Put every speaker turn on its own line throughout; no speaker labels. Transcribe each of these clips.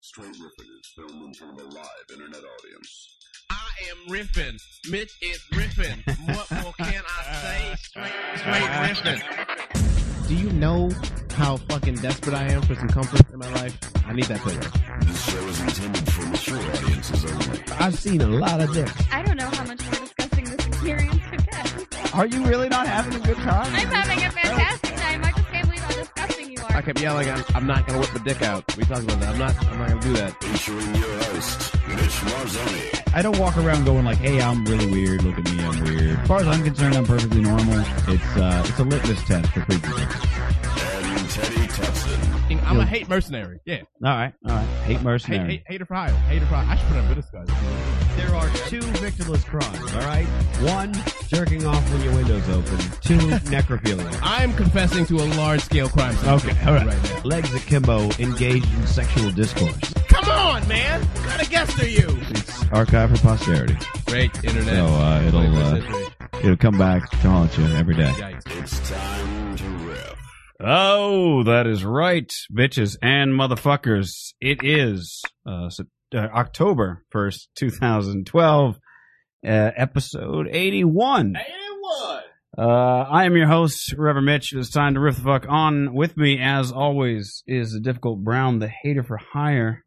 Straight Riffin is filmed in front of a live internet audience.
I am riffing. Mitch is riffing. What more can I say? Straight, straight riffing.
Do you know how fucking desperate I am for some comfort in my life? I need that pillow.
This show is intended for mature audiences only.
I've seen a lot of this.
I don't know how much more disgusting this experience could get.
Are you really not having a good time?
I'm having a fantastic time. I just can't believe how disgusting you
I
are.
kept yelling, I'm, I'm not gonna whip the dick out. We talked about that. I'm not, I'm not gonna do that.
Featuring your host, Mitch Marzoni.
I don't walk around going like, "Hey, I'm really weird. Look at me, I'm weird." As far as I'm concerned, I'm perfectly normal. It's uh, it's a litmus test for creepy. All
And Teddy Tutson.
I'm a hate mercenary. Yeah.
right, all right. Hate
Hate,
mercenary.
hate, hater for hire. Hater for hire. I should put up with this guy.
There are two victimless crimes, all right? One, jerking off when your window's open. Two, necrophilia.
I'm confessing to a large scale crime.
Okay, all right.
Right now.
Legs akimbo, engaged in sexual discourse.
Come on, man. What kind of guest are you?
It's archived for posterity,
Great internet.
so uh, it'll uh, it'll come back to haunt you every day.
It's time to riff.
Oh, that is right, bitches and motherfuckers. It is uh, Sep- uh, October 1st, 2012, uh, episode 81. 81! Uh, I am your host, Reverend Mitch. It's time to riff the fuck on. With me, as always, is the difficult Brown, the hater for hire,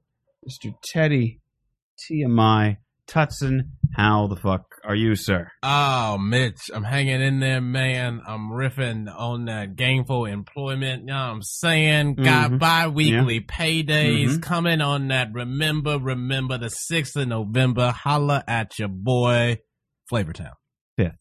Mr. Teddy, TMI, Tutson. How the fuck are you, sir?
Oh, Mitch, I'm hanging in there, man. I'm riffing on that gainful employment. You know what I'm saying? Got
Mhm.
bi weekly paydays
Mhm.
coming on that. Remember, remember the 6th of November. Holla at your boy, Flavortown.
Fifth.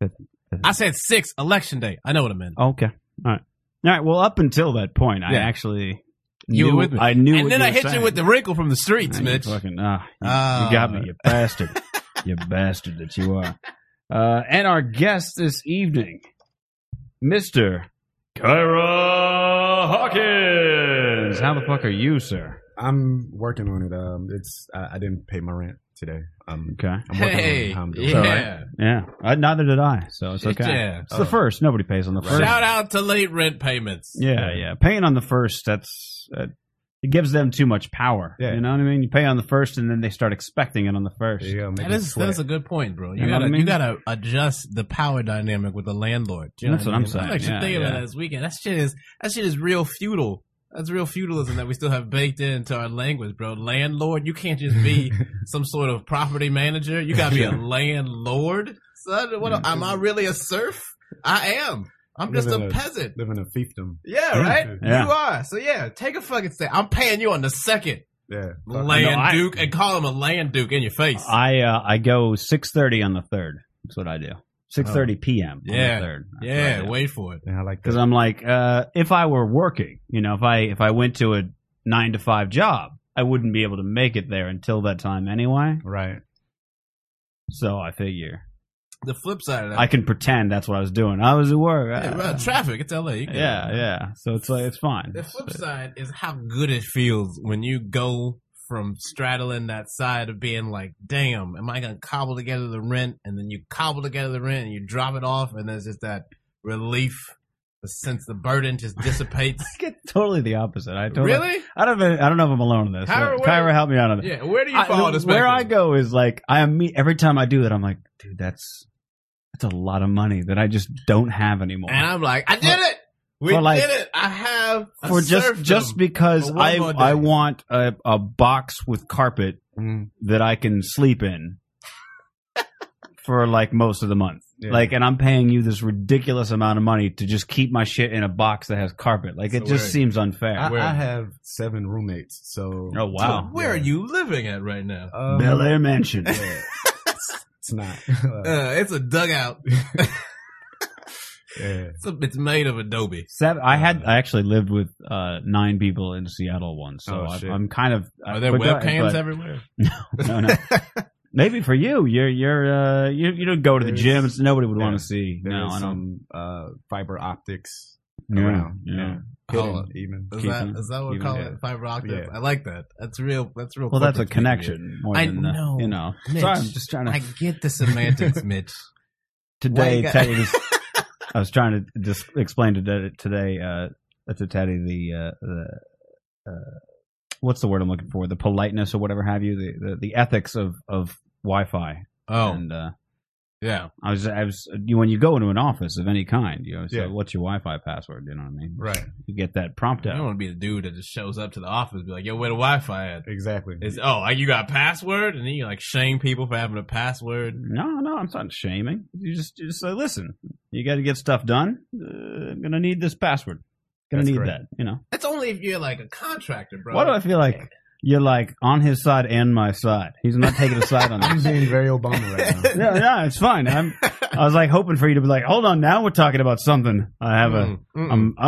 Fifth. Fifth.
I said 6th, election day. I know what I meant.
Okay. All right. All right. Well, up until that point, I
Yeah.
actually
You
knew,
were with me.
I knew.
and
what
then
you
I
were
hit you
saying.
with the wrinkle from the streets,
Now you
Mitch.
Fucking, ah, you,
Ah.
you got me, you bastard. you bastard that you are. Uh, and our guest this evening, Mister Kyra Hawkins. How the fuck are you, sir?
I'm working on it. Um, it's I, I didn't pay my rent today. Um,
Okay.
I'm working
Hey,
on how I'm doing.
yeah.
Yeah. I, neither did I. So it's
Shit,
okay.
yeah. Oh.
It's the first. Nobody pays on the first.
Shout out to late rent payments.
Yeah, yeah. Paying on the first, that's uh, it gives them too much power.
Yeah.
You know what I mean? You pay on the first, and then they start expecting it on the first.
Yeah, make
That
me
is
sweat.
that's a good point, bro. You,
You know what
gotta
I mean?
you gotta adjust the power dynamic with the landlord. You know
That's what
I
I'm
mean?
saying.
actually
Yeah,
thinking about
yeah.
that this weekend. That shit is that shit is real feudal. That's real feudalism that we still have baked into our language, bro. Landlord, you can't just be some sort of property manager. You gotta be a landlord, son. What am
Mm-hmm.
I really a serf? I am. I'm just
Living
a
a-
peasant.
living a fiefdom.
Yeah, right.
Yeah.
You are. So yeah, take a fucking stand. I'm paying you on the second
Yeah, fuck.
land
I-
duke and call him a land duke in your face.
I uh, I go six thirty on the third. That's what I do. Six thirty p.m.
Oh. Yeah.
on the third.
yeah, wait for it.
Yeah, I like
Because
that.
I'm like, uh, if I were working, you know, if I if I went to a nine to five job, I wouldn't be able to make it there until that time anyway.
right.
So I figure
The flip side of that,
I can pretend that's what I was doing. I was at work.
Yeah, well, traffic. It's LA. You can-
yeah, yeah. So it's like it's fine.
The flip side is how good it feels when you go from straddling that side of being like, damn, am I going to cobble together the rent? And then you cobble together the rent and you drop it off, and there's just that relief. The sense the burden just dissipates.
I get totally the opposite. I totally,
really?
I don't. Even, I don't know if I'm alone in this.
Kyra,
Kyra,
where-
help me out on this.
Yeah. Where do you
I-
fall on
the-
this
where I
spectrum?
go is like I am. Every time I do that, I'm like, dude, that's that's a lot of money that I just don't have anymore.
And I'm like, I did it. We
For like-
did it. I have a
for just
serfdom.
just because
for one
I
more day.
I want a, a box with carpet
Mm,
Mm-hmm.
that I can sleep in for like most of the month.
yeah.
Like, and I'm paying you this ridiculous amount of money to just keep my shit in a box that has carpet. Like, it
So
just
weird.
seems unfair.
I,
where-
I have seven roommates. So
oh wow,
Where are you living at right now?
Um,
Bel Air Mansion.
Yeah. it's, it's not. Uh,
Uh, it's a dugout.
yeah.
It's, a, it's made of Adobe.
Seven, I had I actually lived with uh, nine people in Seattle once, so
Oh,
I,
shit.
I'm kind of. uh,
Are there
but go-
webcams
but-
everywhere?
No, no. Maybe for you, you're you're uh, you you don't go to the
There's-
gym. It's, nobody would
yeah,
want to see.
There
No,
is
I don't.
some uh, fiber optics
Yeah,
around.
yeah.
Hidden,
Oh.
even.
Is
Keep
that,
them-
is that what
keep
call
them,
it? Fiber optic.
Yeah.
I like that. That's real. That's real.
Well, that's a
corporate speak,
connection. More
I
than, uh,
know.
you know.
Mitch,
Sorry, I'm just trying
dude.
to
I get the semantics, Mitch.
today.
Why you got-
Teddy was, I was trying to dis- explain to Teddy- today uh, to Teddy the uh, the uh, what's the word I'm looking for? The politeness or whatever have you, the the, the ethics of of Wi-Fi.
Oh,
And uh,
yeah,
I was I was you when you go into an office of any kind, you know, so
Yeah.
what's your Wi-Fi password? You know what I mean?
right.
You get that prompt
I don't
out.
want to be the dude that just shows up to the office and be like, "Yo, where the Wi-Fi at?"
Exactly.
It's oh, like you got a password, and then you like shame people for having a password.
No, no, I'm not shaming. You just you just say, listen, you got to get stuff done. Uh, I'm gonna need this password. Gonna
That's
need
correct.
that. You know.
That's only if you're like a contractor, bro.
Why do I feel like you're like on his side and my side? He's not taking a side on
I'm
this.
being very Obama right now.
yeah, yeah, it's fine. I'm, I was like hoping for you to be like, hold on, now we're talking about something. I have a,
Mm, mm.
I'm, uh,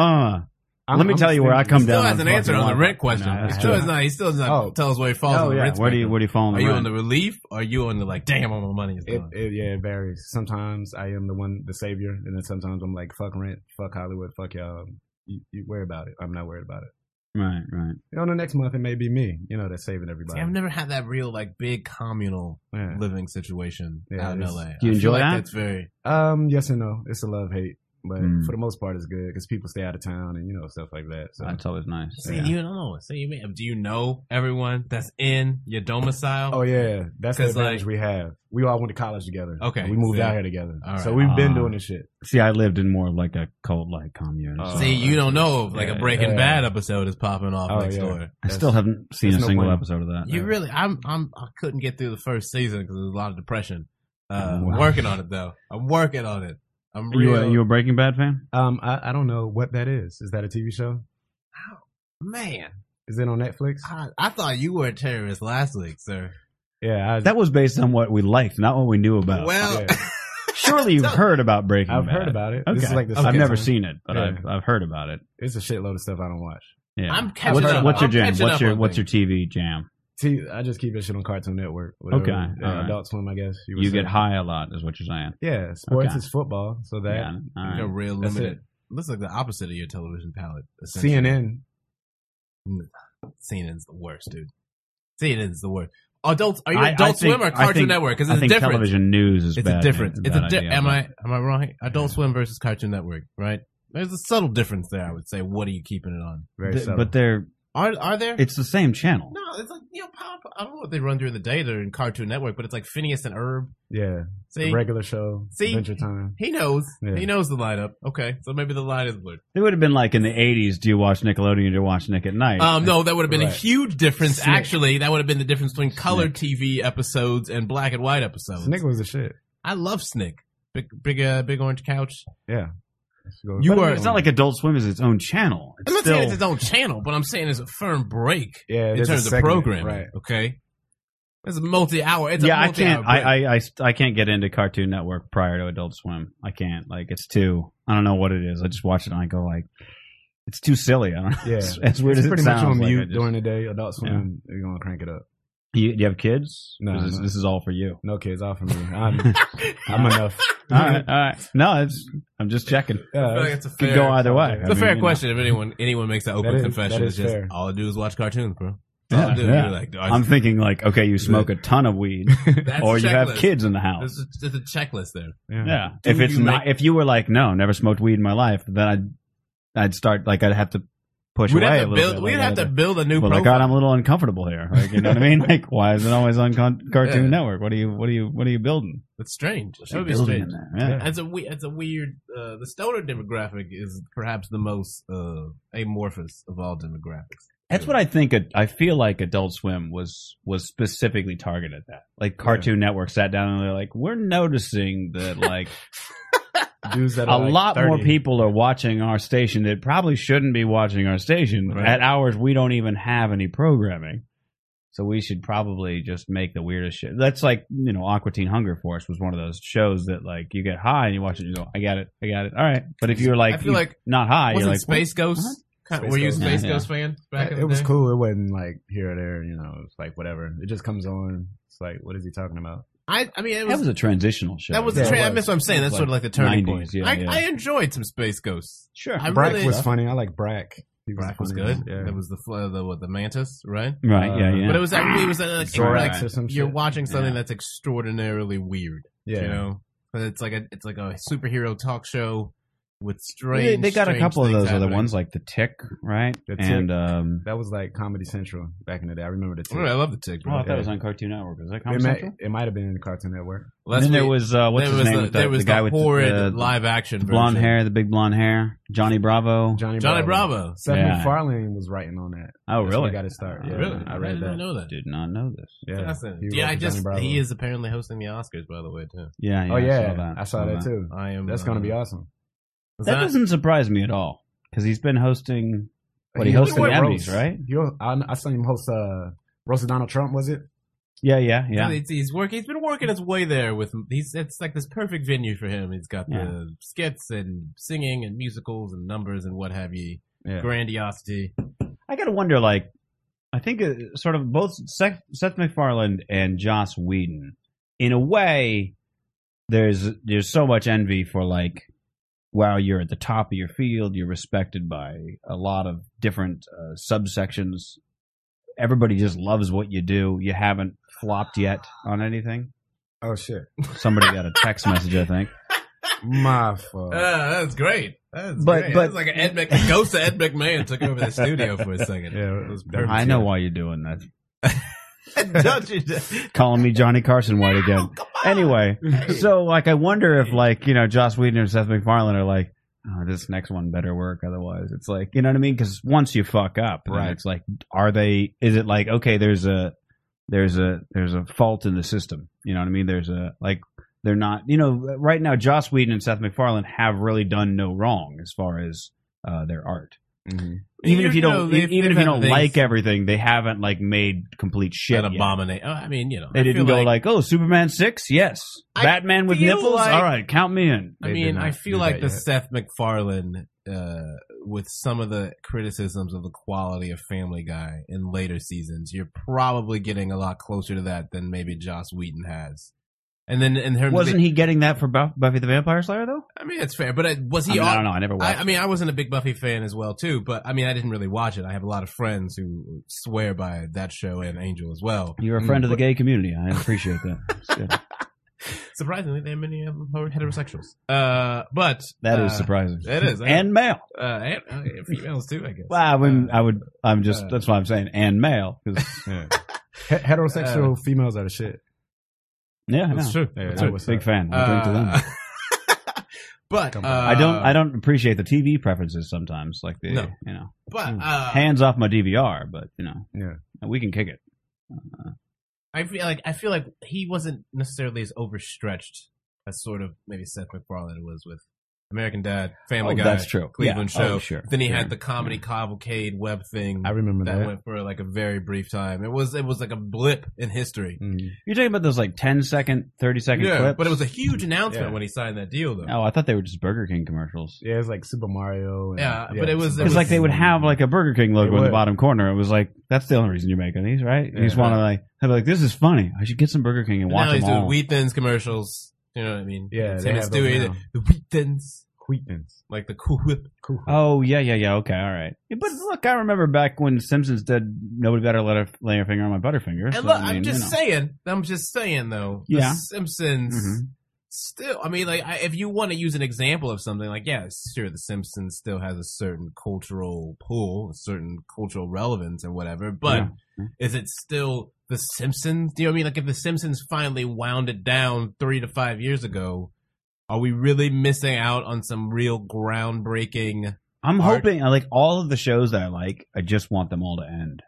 I'm-
let me
I'm
tell you where I
thinking-
come
still
down.
has an
fucking
answer on the
Wi-Fi.
rent question.
No,
he
that's
still
true.
has not. He still does not
Oh.
tell us where he falls on
Oh,
the
yeah.
rent.
Where do you,
spectrum.
where do you fall on
Are
the
you
rent?
on the relief? Or are you on the like? Damn, all my money is
It,
gone.
it yeah, it varies. Sometimes I am the one, the savior, and then sometimes I'm like, fuck rent, fuck Hollywood, fuck y'all. You, you worry about it. I'm not worried about it.
right, right.
You know, the next month it may be me. You know, that's saving
See,
everybody.
I've never had that real like big communal
Yeah.
living situation
Yeah,
out in
it's-
LA.
Do you
I feel
enjoy
like
that?
That's very.
Um, yes and no. It's a love hate, but
Mm.
for the most part, it's good because people stay out of town and you know stuff like that. So
That's always nice.
See,
Yeah.
you don't know. See, you mean, do you know everyone that's in your domicile?
Oh yeah, that's the
'Cause,
advantage
like-
we have. We all went to college together.
Okay,
and we moved
yeah.
out here together,
All
so
right.
we've been
Ah.
doing this shit.
See, I lived in more of like a cult like commune.
Oh.
See, you don't know if like
Yeah,
a Breaking
yeah.
Bad episode is popping off
Oh,
next
yeah.
door.
I still haven't seen a
there's no
single
point.
episode of that.
You really, I'm, I'm, I couldn't get through the first season because there's a lot of depression. Uh,
Wow.
I'm working on it though. I'm working on it. I'm
you,
real.
a, you a Breaking Bad fan?
Um, I, I don't know what that is. Is that a TV show?
Man,
Is it on Netflix?
I, I thought you were a terrorist last week, sir.
Yeah, I,
That was based on what we liked, not what we knew about.
well,
yeah.
Surely you've heard about Breaking
I've
Bad.
heard about it. This
Okay.
is like the
I've
second
never
time.
seen it, but
Yeah.
I've, I've heard about it.
It's a shitload of stuff I don't watch.
Yeah.
I'm catching
what's,
up.
what's
I'm
your jam?
catching
What's
up
your
on
what's your TV jam?
See, I just keep that shit on Cartoon Network.
Okay,
Yeah,
all right.
Adult Swim, I guess. would
You
say.
get high a lot, is what you're saying.
Yeah, sports
Okay.
is football, so that
Yeah, all right.
You're real
That's
limited.
it.
Looks like the opposite of your television palette. essentially.
CNN.
CNN's the worst, dude. CNN's the worst. Adults, are you
I- I
Adult
think-
Swim or
I
Cartoon
think-
Network? Because
I
it's
think
different.
television news is
it's
bad.
a difference. It's a
bad
di-
idea.
am I am I wrong? here? Adult Swim versus Cartoon Network, right? There's a subtle difference there. I would say. What are you keeping it on?
Very
Th-
subtle.
but they're
Are are there?
it's the same channel.
no, it's like you know, pop. I don't know what they run during the day. They're in Cartoon Network, but it's like Phineas and Herb.
yeah,
See,
regular show.
See?
Adventure Time.
he knows.
Yeah.
He knows the lineup. Okay, so maybe the line is blurred.
It would have been like in the '80s. Do you watch Nickelodeon? or Do you watch Nick at Night?
Um, no, that would have been a
Right.
huge difference. Actually, that would have been the difference between color TV episodes and black and white episodes.
Snick was the shit.
I love Snick. Big, big, uh, big orange couch.
Yeah. Let's go.
You
But
are-
It's not like Adult Swim is its own channel. It's
I'm not
still,
saying it's its own channel, but I'm saying it's a firm break
yeah,
in
there's a
terms of
segment,
programming.
Right.
Okay, it's a multi-hour. It's
yeah,
a
I
multi-hour
can't. I,
break.
I, I st- I can't get into Cartoon Network prior to Adult Swim. I can't. Like it's too. I don't know what it is. I just watch it and I go like, it's too silly. I don't know.
Yeah.
It's, as weird
it's
as
pretty
it
much
sounds.
on
like, I
mute
just-
during the day. Adult Swim, you're gonna crank it up.
you, you have kids?
No,
This is-
no.
this is all for you.
No kids off of me. I'm, I'm enough.
All right, all right. No, it's, I'm just checking.
Yeah,
I feel like it's a
Could
fair,
go either way.
It's a fair question. If anyone anyone makes that open
is-
confession,
that
it's
is
just
fair.
all I do is watch cartoons, bro. That's all
Yeah,
I do.
yeah.
You're like,
I'm thinking like, okay, you smoke a ton of weed,
that's
or
a
you have
checklist.
kids in the house.
There's a, there's a checklist there.
Yeah.
Do
if it's
you
not,
make-
if you were like, no, never smoked weed in my life, then I'd, I'd start like I'd have to push
We'd
away
have
a
to
little
build.
bit.
We'd
like,
have
I'd-
to build a new
Well, like,
profile.
God, I'm a little uncomfortable here. Like, you know what I mean? Like, why is it always on con- Cartoon
Yeah.
Network? What are you, what are you, what are you building?
It's strange. That would be
Building
strange.
in there, yeah.
That's a we- that's a weird. Uh, the stoner demographic is perhaps the most uh, amorphous of all demographics.
That's what I think. It, I feel like Adult Swim was was specifically targeted at that. Like Cartoon Network sat down and they're like, we're noticing that like
Dudes that
a
are like
lot
30.
more people are watching our station that probably shouldn't be watching our station
Right.
at hours we don't even have any programming. So we should probably just make the weirdest shit. That's like you know, Aqua Teen Hunger Force was one of those shows that like you get high and you watch it, and you go, I got it, I got it, all right. But if you're like,
I feel like-
not high,
Wasn't
you're like
Space Ghost? kind-
Uh-huh. Space
were you a
Ghost.
Space
Yeah, yeah.
Ghost fan back in
It
the
was
day?
cool. It wasn't like here or there, you know, it's like whatever. It just comes on. It's like, what is he talking about?
I, I mean, it
what? that was
was.
a transitional show.
That was
Yeah,
the
it
tra-
was.
that's what I'm saying. That's
Like
sort of like the turning
90s,
point.
yeah,
I,
yeah.
I enjoyed some Space Ghosts.
sure,
I
Brack
really-
was funny. I like Brack. He
Brack was
funny.
good.
Yeah.
That was the fl- the what, the mantis, right?
right?
Uh,
yeah, yeah.
But it was that it was that, like,
Zorax
like,
or some
you're
shit.
watching something
Yeah.
that's extraordinarily weird.
yeah.
you know. But it's like a it's like a superhero talk show with
They,
strange.
they got a
strange
couple of
things
those other
happening.
ones like the Tick, right?
The Tick.
and um,
That was like Comedy Central back in the day. I remember the
Ooh, I
tick.
love the tick.
oh,
Bro.
I thought it was on Cartoon Network. Was that
It,
Comedy
might,
Central?
it might have been in the Cartoon Network.
Well, that's
then there
what-
was uh, what's
there
his
was
name?
the,
with
there was
the guy with
horrid
the,
live action
the blonde
version.
hair, the big blonde hair, Johnny Bravo.
Johnny,
Johnny Bravo.
Seth
Yeah.
McFarlane was writing on that.
oh,
That's where
really?
He got his start.
Oh,
Yeah,
really?
I
I
read
did not
that.
know that.
Did not know this.
Yeah. He
Fascinating.
wrote
Yeah, I
for
just
Johnny Bravo.
he is apparently hosting the Oscars by the way too.
Yeah. yeah
Oh yeah,
I saw that,
I saw that too.
I am. uh,
That's gonna be awesome.
Is
That,
that-
doesn't surprise me at all because he's been hosting. What he, hosted
hosted
the Emmys,
roast.
right?
He, ho- I, I saw him host uh, roasted Donald Trump. Was it?
Yeah, yeah,
Yeah.
yeah.
He's, he's working. He's been working his way there with. He's it's like this perfect venue for him. He's got the skits and singing and musicals and numbers and what have you.
Yeah.
Grandiosity.
I gotta wonder. Like, I think uh, sort of both Seth, Seth MacFarlane and Joss Whedon, in a way, there's there's so much envy for like, wow, you're at the top of your field. You're respected by a lot of different uh, subsections. Everybody just loves what you do. You haven't flopped yet on anything.
Oh shit,
Somebody got a text message, I think.
my fault.
Ah, that's great. That's
Oh. But-
great.
but-
That's like an Ed Mc, a ghost of Ed McMahon took over the studio for a second.
Yeah,
it was perfect.
I know why you're doing that.
Don't you do-
calling me Johnny Carson White again. Anyway, so like I wonder if like you know Joss Whedon or Seth MacFarlane are like oh, this next one better work, otherwise it's like you know what I mean? Because once you fuck up, then
Right.
It's like are they? Is it like okay? There's a there's a there's a fault in the system. You know what I mean? There's a like they're not. You know, right now Joss Whedon and Seth MacFarlane have really done no wrong as far as uh, their art even if you don't e-
know, they've-
even if
they've
you
had
don't
things
like everything, they haven't like made complete shit.
an
Yet.
abomination. Oh, I mean, you know,
They
I
didn't
feel
go like, oh, Superman six, yes,
I
Batman with
feel
nipples,
like-
all right, count me in.
I
They did
mean,
not
I feel
do
like
that
the
yet.
Seth MacFarlane, uh, with some of the criticisms of the quality of Family Guy in later seasons, you're probably getting a lot closer to that than maybe Joss Whedon has. And then in terms
Wasn't
of
he getting that for Buff- Buffy the Vampire Slayer though?
I mean, it's fair, but I, was
I,
he?
mean, I
au-
don't know. I never
I,
watched.
I mean, I wasn't a big Buffy fan as well, too. But I mean, I didn't really watch it. I have a lot of friends who swear by that show and Angel as well.
You're a friend of the gay community. I appreciate that. It's good.
Surprisingly, there are many of them who are heterosexuals. Uh, but
That is
uh,
surprising.
it is, I know.
and male.
uh, and, uh, females too, I guess.
Well, I would.
Uh,
I would. I'm just.
uh,
that's why I'm saying and male. 'cause-
Yeah. He- heterosexual
Uh,
females are the shit.
yeah, I know.
That's true.
Yeah,
That's
I'm a
true.
what's
big
up.
fan. I drink to them.
Uh, but uh,
Come on.
I don't. I don't appreciate the TV preferences sometimes. Like the
No.
you know.
But uh,
hands off my DVR, but you know,
Yeah.
we can kick it.
I feel like I feel like he wasn't necessarily as overstretched as sort of maybe Seth MacFarlane was with American Dad, Family Guy,
Oh, that's true.
Cleveland
Yeah.
Show.
Oh, sure.
Then he
Sure.
had the comedy cavalcade web thing
I remember
that
that.
went for like a very brief time. It was it was like a blip in history.
Mm.
You're talking about those like 10 second, 30 second
Yeah,
clips.
but it was a huge announcement
Yeah.
when he signed that deal, though.
oh, I thought they were just Burger King commercials.
Yeah, it's like Super Mario. And,
Yeah, but it was- it
Because like they would have like a Burger King logo
It
in the
would.
bottom corner. It was like that's the only reason you're making these, right? You just want to like, they'd be like this is funny. I should get some Burger King and watch
now he's
them
doing
all.
Wheat Thins commercials. You know what I mean?
Yeah,
it's
they
him and
have those
Stewie.
now.
The, the Wheat Thins,
Queepins.
like the Cool Whip.
Cool.
oh yeah, yeah, yeah. Okay, all right. Yeah, but look, I remember back when Simpsons did "Nobody Better Let a Lay Her Finger on My Butterfinger." so,
And look,
I mean,
I'm
you
just
know.
saying. I'm just saying, though.
Yeah.
The Simpsons.
Mhm.
Still, I mean, like, I, if you want to use an example of something, like, yeah, sure, The Simpsons still has a certain cultural pull, a certain cultural relevance, and whatever. But
Yeah. Mm-hmm.
is it still The Simpsons? Do you know what I mean? Like, if The Simpsons finally wound it down three to five years ago, are we really missing out on some real groundbreaking?
I'm
Art-
hoping I like all of the shows that I like. I just want them all to end.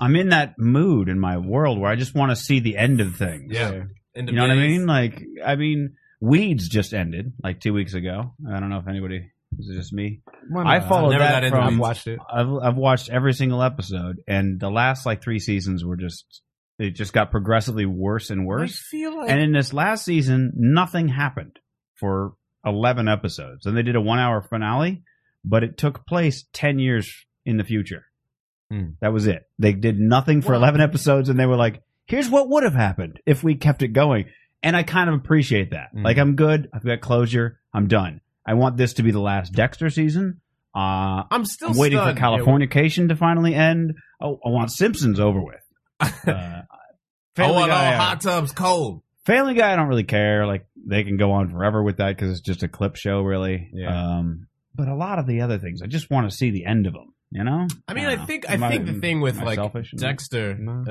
I'm in that mood in my world where I just want to see the end of things. you know what I mean? Like, I mean, Weeds just ended like two weeks ago. I don't know if anybody. This is just me. I followed
never
that
got into
from.
I've
Weeds.
watched it.
I've I've watched every single episode, and the last like three seasons were just it just got progressively worse and
I
worse.
feel like
And in this last season, nothing happened for 11 episodes. And they did a one hour finale, but it took place 10 years in the future.
Hmm.
That was it. They did nothing for
Wow.
11 episodes, and they were like, here's what would have happened if we kept it going. And I kind of appreciate that.
Hmm.
Like, I'm good. I've got closure. I'm done. I want this to be the last Dexter season. Uh,
I'm still
I'm waiting
stunned.
for Californication to finally end. Oh, I want Simpsons over with. Uh,
Oh, I
Family
want all
Guy, uh,
hot tubs cold.
Family Guy, I don't really care. Like they can go on forever with that because it's just a clip show, really.
Yeah.
Um, but a lot of the other things, I just want to see the end of them. You know.
I mean, I
don't
think
know.
I
Am
think the thing with
am I
like
selfish?
Dexter
No.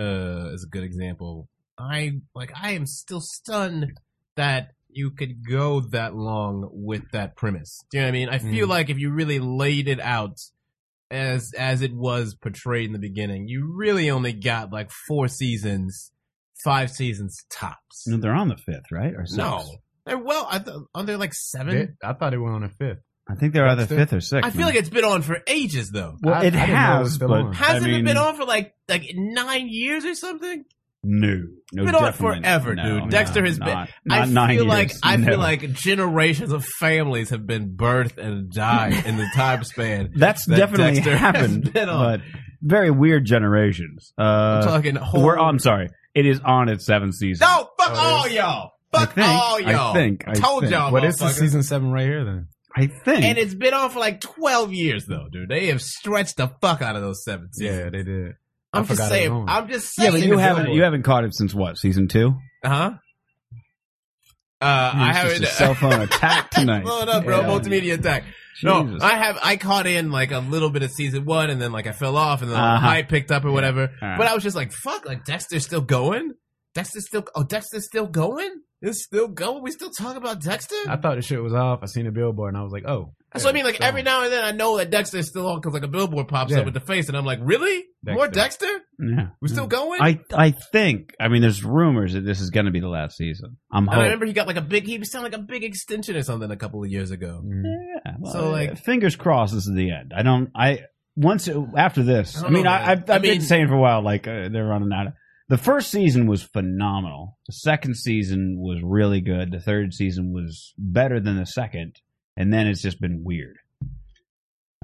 uh, is a good example. I like I am still stunned that you could go that long with that premise. Do you know what I mean? I feel
Mm.
like if you really laid it out as as it was portrayed in the beginning, you really only got like four seasons, five seasons tops.
No, they're on the fifth, right? Or sixth?
No. They're well, I th- aren't there like seven?
They- I thought it went on a fifth.
I think they're either
Dexter?
fifth or sixth.
I feel like it's been on for ages though.
well,
I- I
it
didn't know it was
has,
still
but
on.
Hasn't
I mean,
it been on for like like nine years or something?
No, no,
been on
definitely
forever,
no,
dude.
no,
Dexter has been-
Not,
I
not nine
feel
years.
like I
No.
feel like generations of families have been birthed and died in the time span.
that's
that
definitely
Dexter has
happened,
been on.
but very weird generations.
I'm
Uh,
talking whole.
we're. I'm sorry. It is on its seventh season.
No, fuck
Oh, it
all
is?
y'all.
I
Fuck
think-
all y'all.
I think. I
Told
think.
y'all.
What is the
motherfuckers.
season seven right here then?
I think.
And it's been on for like 12 years though, dude. They have stretched the fuck out of those seven seasons.
Yeah, they did.
I'm
I
just
forgot it was
saying.
on.
I'm just
yeah,
saying.
but you haven't you haven't caught it since what season two?
huh? Uh, I
It's
haven't.
just a cell phone attack tonight.
Blow it up, bro.
Yeah.
Multimedia attack. No,
Jesus.
I have I caught in like a little bit of season one, and then like I fell off, and then
Uh-huh.
the hype picked up or whatever.
Uh.
But I was just like, "Fuck!" Like Dexter's still going. Dexter's still. Oh, Dexter's still going. It's still going. We still talk about Dexter.
I thought the shit was off. I seen a billboard and I was like, oh.
That's what I mean. Like every now and then, I know that Dexter's still on because like a billboard pops
Yeah.
up with the face, and I'm like, "Really? More Dexter?
Yeah.
We're still going?"
Mm. I I think. I mean, there's rumors that this is going to be the last season. I'm
and I
hoping.
remember he got like a big. He sounded like a big extension or something a couple of years ago.
Mm-hmm.
Yeah. Well,
So, like-
uh, fingers crossed. This is the end. I don't. I once it- after this.
I
I,
don't
mean,
know,
I,
man.
I've, I've
I
been
mean-
saying for a while, like uh, they're running out. of The first season was phenomenal. The second season was really good. The third season was better than the second, and then it's just been weird.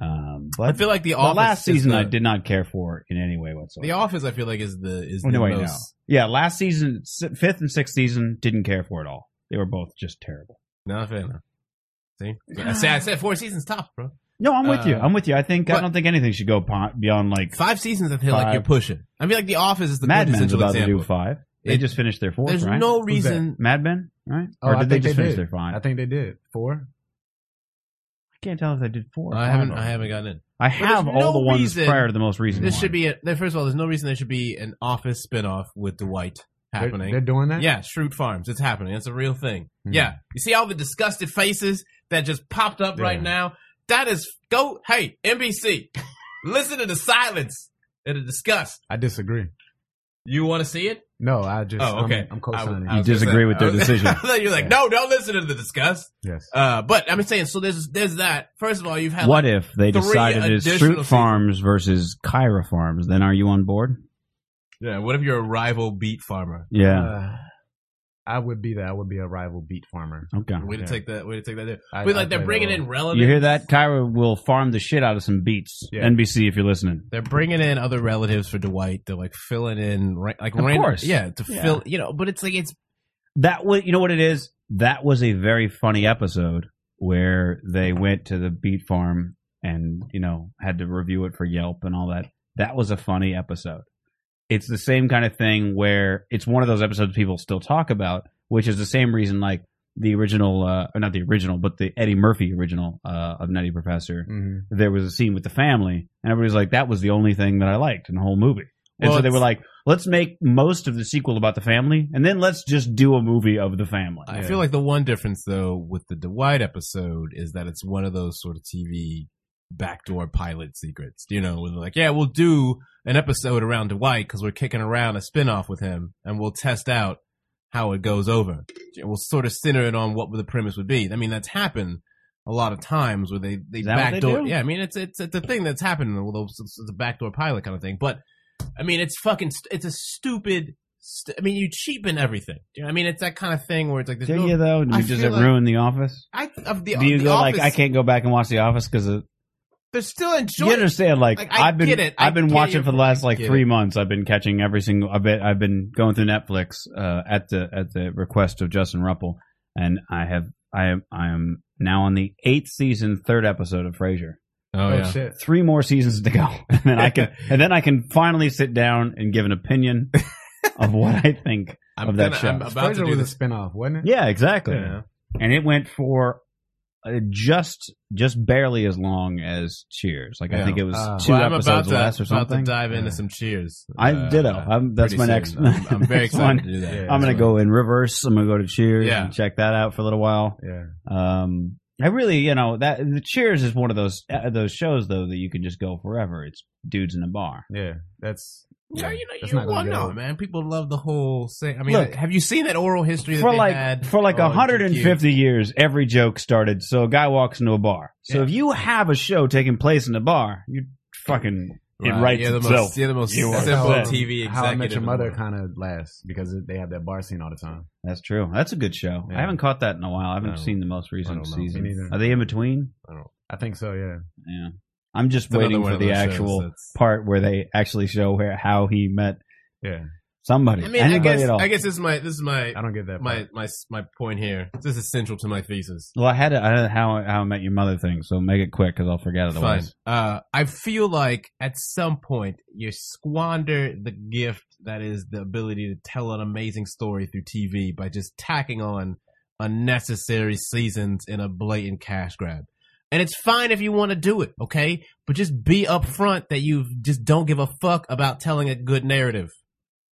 Um, but
I feel like the,
the
office
last
is
season
the-
I did not care for in any way whatsoever.
The Office, I feel like, is the is
Oh,
the
no, wait,
most.
no. Yeah, last season, s- fifth and sixth season, didn't care for it all. They were both just terrible.
Not fair enough. See, I said, I said four seasons top, bro.
No, I'm with you.
Uh,
I'm with you. I think I
but-
don't think anything should go pon- beyond like
Five seasons. I feel like
Five.
you're pushing. I mean, like The Office is the
Mad Men's
quintessential
about to
example.
do five. They
It-
just finished their fourth,
There's
right?
no
that?
reason.
Mad Men, right?
Oh,
or
I
did they
think
just
they
finish
did.
their five?
I
I
think they did. Four?
can't tell if they did four. or
I
five
haven't.
of
I
them.
haven't gotten in.
I have
But
all
there's
the
no
ones
reason-
prior to the most recent.
This
one.
should be. A, there- first of all, there's no reason there should be an Office spinoff with Dwight
They're,
happening.
they're doing that?
yeah, Shroot Farms. It's happening. It's a real thing.
Hmm.
Yeah. You see all the disgusted faces that just popped up right
Yeah.
now? That is go hey, NBC. listen to the silence and the disgust.
I disagree.
You wanna see it?
No, I just.
Oh, okay.
I'm, I'm co signing.
I
You
was gonna
disagree
say-
with
I
their
was-
decision.
I thought you were like,
Yeah.
no, don't listen to the discuss.
Yes.
Uh, but I'm saying, so there's there's that. First of all, you've had
What
like,
if they
three
decided it's
additional
Fruit
seasons.
Farms versus Kyra Farms? Then are you on board?
yeah, what if you're a rival beet farmer?
Yeah.
Uh, I would be that. I would be a rival beet farmer.
okay.
Uh, Way to
Yeah.
take that. Way to take that. There.
I-
but
I
like they're
play
bringing
that
in relevant.
You hear that? Kyra will farm the shit out of some beats.
Yeah.
NBC, if you're listening.
They're bringing in other relatives for Dwight. They're like filling in, right? Like
Of
random-
course.
yeah, to
Yeah.
fill. You know, but it's like it's
That was, you know what it is? That was a very funny episode where they went to the beet farm and, you know, had to review it for Yelp and all that. That was a funny episode. It's the same kind of thing where it's one of those episodes people still talk about, which is the same reason, like, the original, uh, or not the original, but the Eddie Murphy original uh, of Nutty Professor.
Mm-hmm.
there was a scene with the family, and everybody was like, "That was the only thing that I liked in the whole movie." And
Well,
so they were
it's-
like, "Let's make most of the sequel about the family, and then let's just do a movie of the family."
I feel like the one difference though with the Dwight episode is that it's one of those sort of TV backdoor pilot secrets. You know, where they're like, yeah, we'll do an episode around Dwight because we're kicking around a spinoff with him, and we'll test out how it goes over. We'll sort of center it on what the premise would be. I mean, that's happened a lot of times where they they
Is that what they
backdoor.
do?
yeah, I mean, it's it's it's a thing that's happened. Although it's, it's a backdoor pilot kind of thing, but I mean, it's fucking. st- It's a stupid. St- I mean, you cheapen everything. You know, I mean, it's that kind of thing where it's like there's
do
no.
you though?
I
Does
feel
it
like-
ruin The Office?
I of the,
Do you
the
go
office,
like I can't go back and watch The Office because you
They're still enjoying.
understand? Like,
Like, I
I've been
get it. I
I've been
get
watching
your
for the
point.
last like
Get
three
it.
months. I've been catching every single. I bet I've been going through Netflix uh, at the at the request of Justin Ruppel, and I have I am I am now on the eighth season, third episode of Frasier.
oh,
Oh,
yeah.
shit.
three more seasons to go, and then I can and then I can finally sit down and give an opinion of what I think
I'm
of that
gonna-
show.
I'm about
Frasier
to do
was
this.
a spinoff, wasn't it?
Yeah, exactly.
Yeah.
And it went for uh, just just barely as long as Cheers. Like I
Yeah.
think it was
Uh,
two
Well, I'm about
episodes
to,
less or
about to
something.
dive into
Yeah.
some cheers.
I
uh,
ditto. I'm, that's
pretty
my
soon.
next.
I'm, I'm very
next one.
excited to do that.
Yeah.
I'm gonna go in reverse. I'm gonna go to Cheers
Yeah.
and check that out for a little while.
Yeah.
Um, I really, you know, that the Cheers is one of those uh, those shows though that you can just go forever. It's dudes in a bar.
Yeah. That's.
Yeah, you know,
That's
you
not gonna
won't
get
know,
old.
man. People love the whole thing. I mean,
Look,
have you seen that oral history that
for
they
like
had Oh,
for like
on
150 years, every joke started. So a guy walks into a bar. So
Yeah.
if you have a show taking place in a bar, you fucking
GQ?
it writes
you're the
itself.
Most, you're the most
You are
simple
set.
TV executive.
How I Met Your
in the
Mother
world.
kind of lasts because they have that bar scene all the time.
That's true. That's a good show.
Yeah.
I haven't caught that in a while. I haven't
No.
seen the most recent
know. Me
season.
neither.
Are they in between?
I don't. I think so. Yeah.
Yeah. I'm just
It's another
waiting
one
for
of
the
those shows
actual
that's-
part where they actually show where how he met
Yeah.
somebody.
I mean, I
anybody
guess
at all.
I guess this is my this is my
I don't get that.
my
part.
my my point here. This is central to my thesis.
well, I had a, I had a how how I met your mother thing, so make it quick because I'll forget
Fine.
otherwise.
Uh, I feel like at some point you squander the gift that is the ability to tell an amazing story through TV by just tacking on unnecessary seasons in a blatant cash grab. And it's fine if you want to do it, okay? But just be upfront that you just don't give a fuck about telling a good narrative.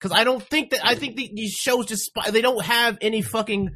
Cause I don't think that, I think the, these shows just, spy- they don't have any fucking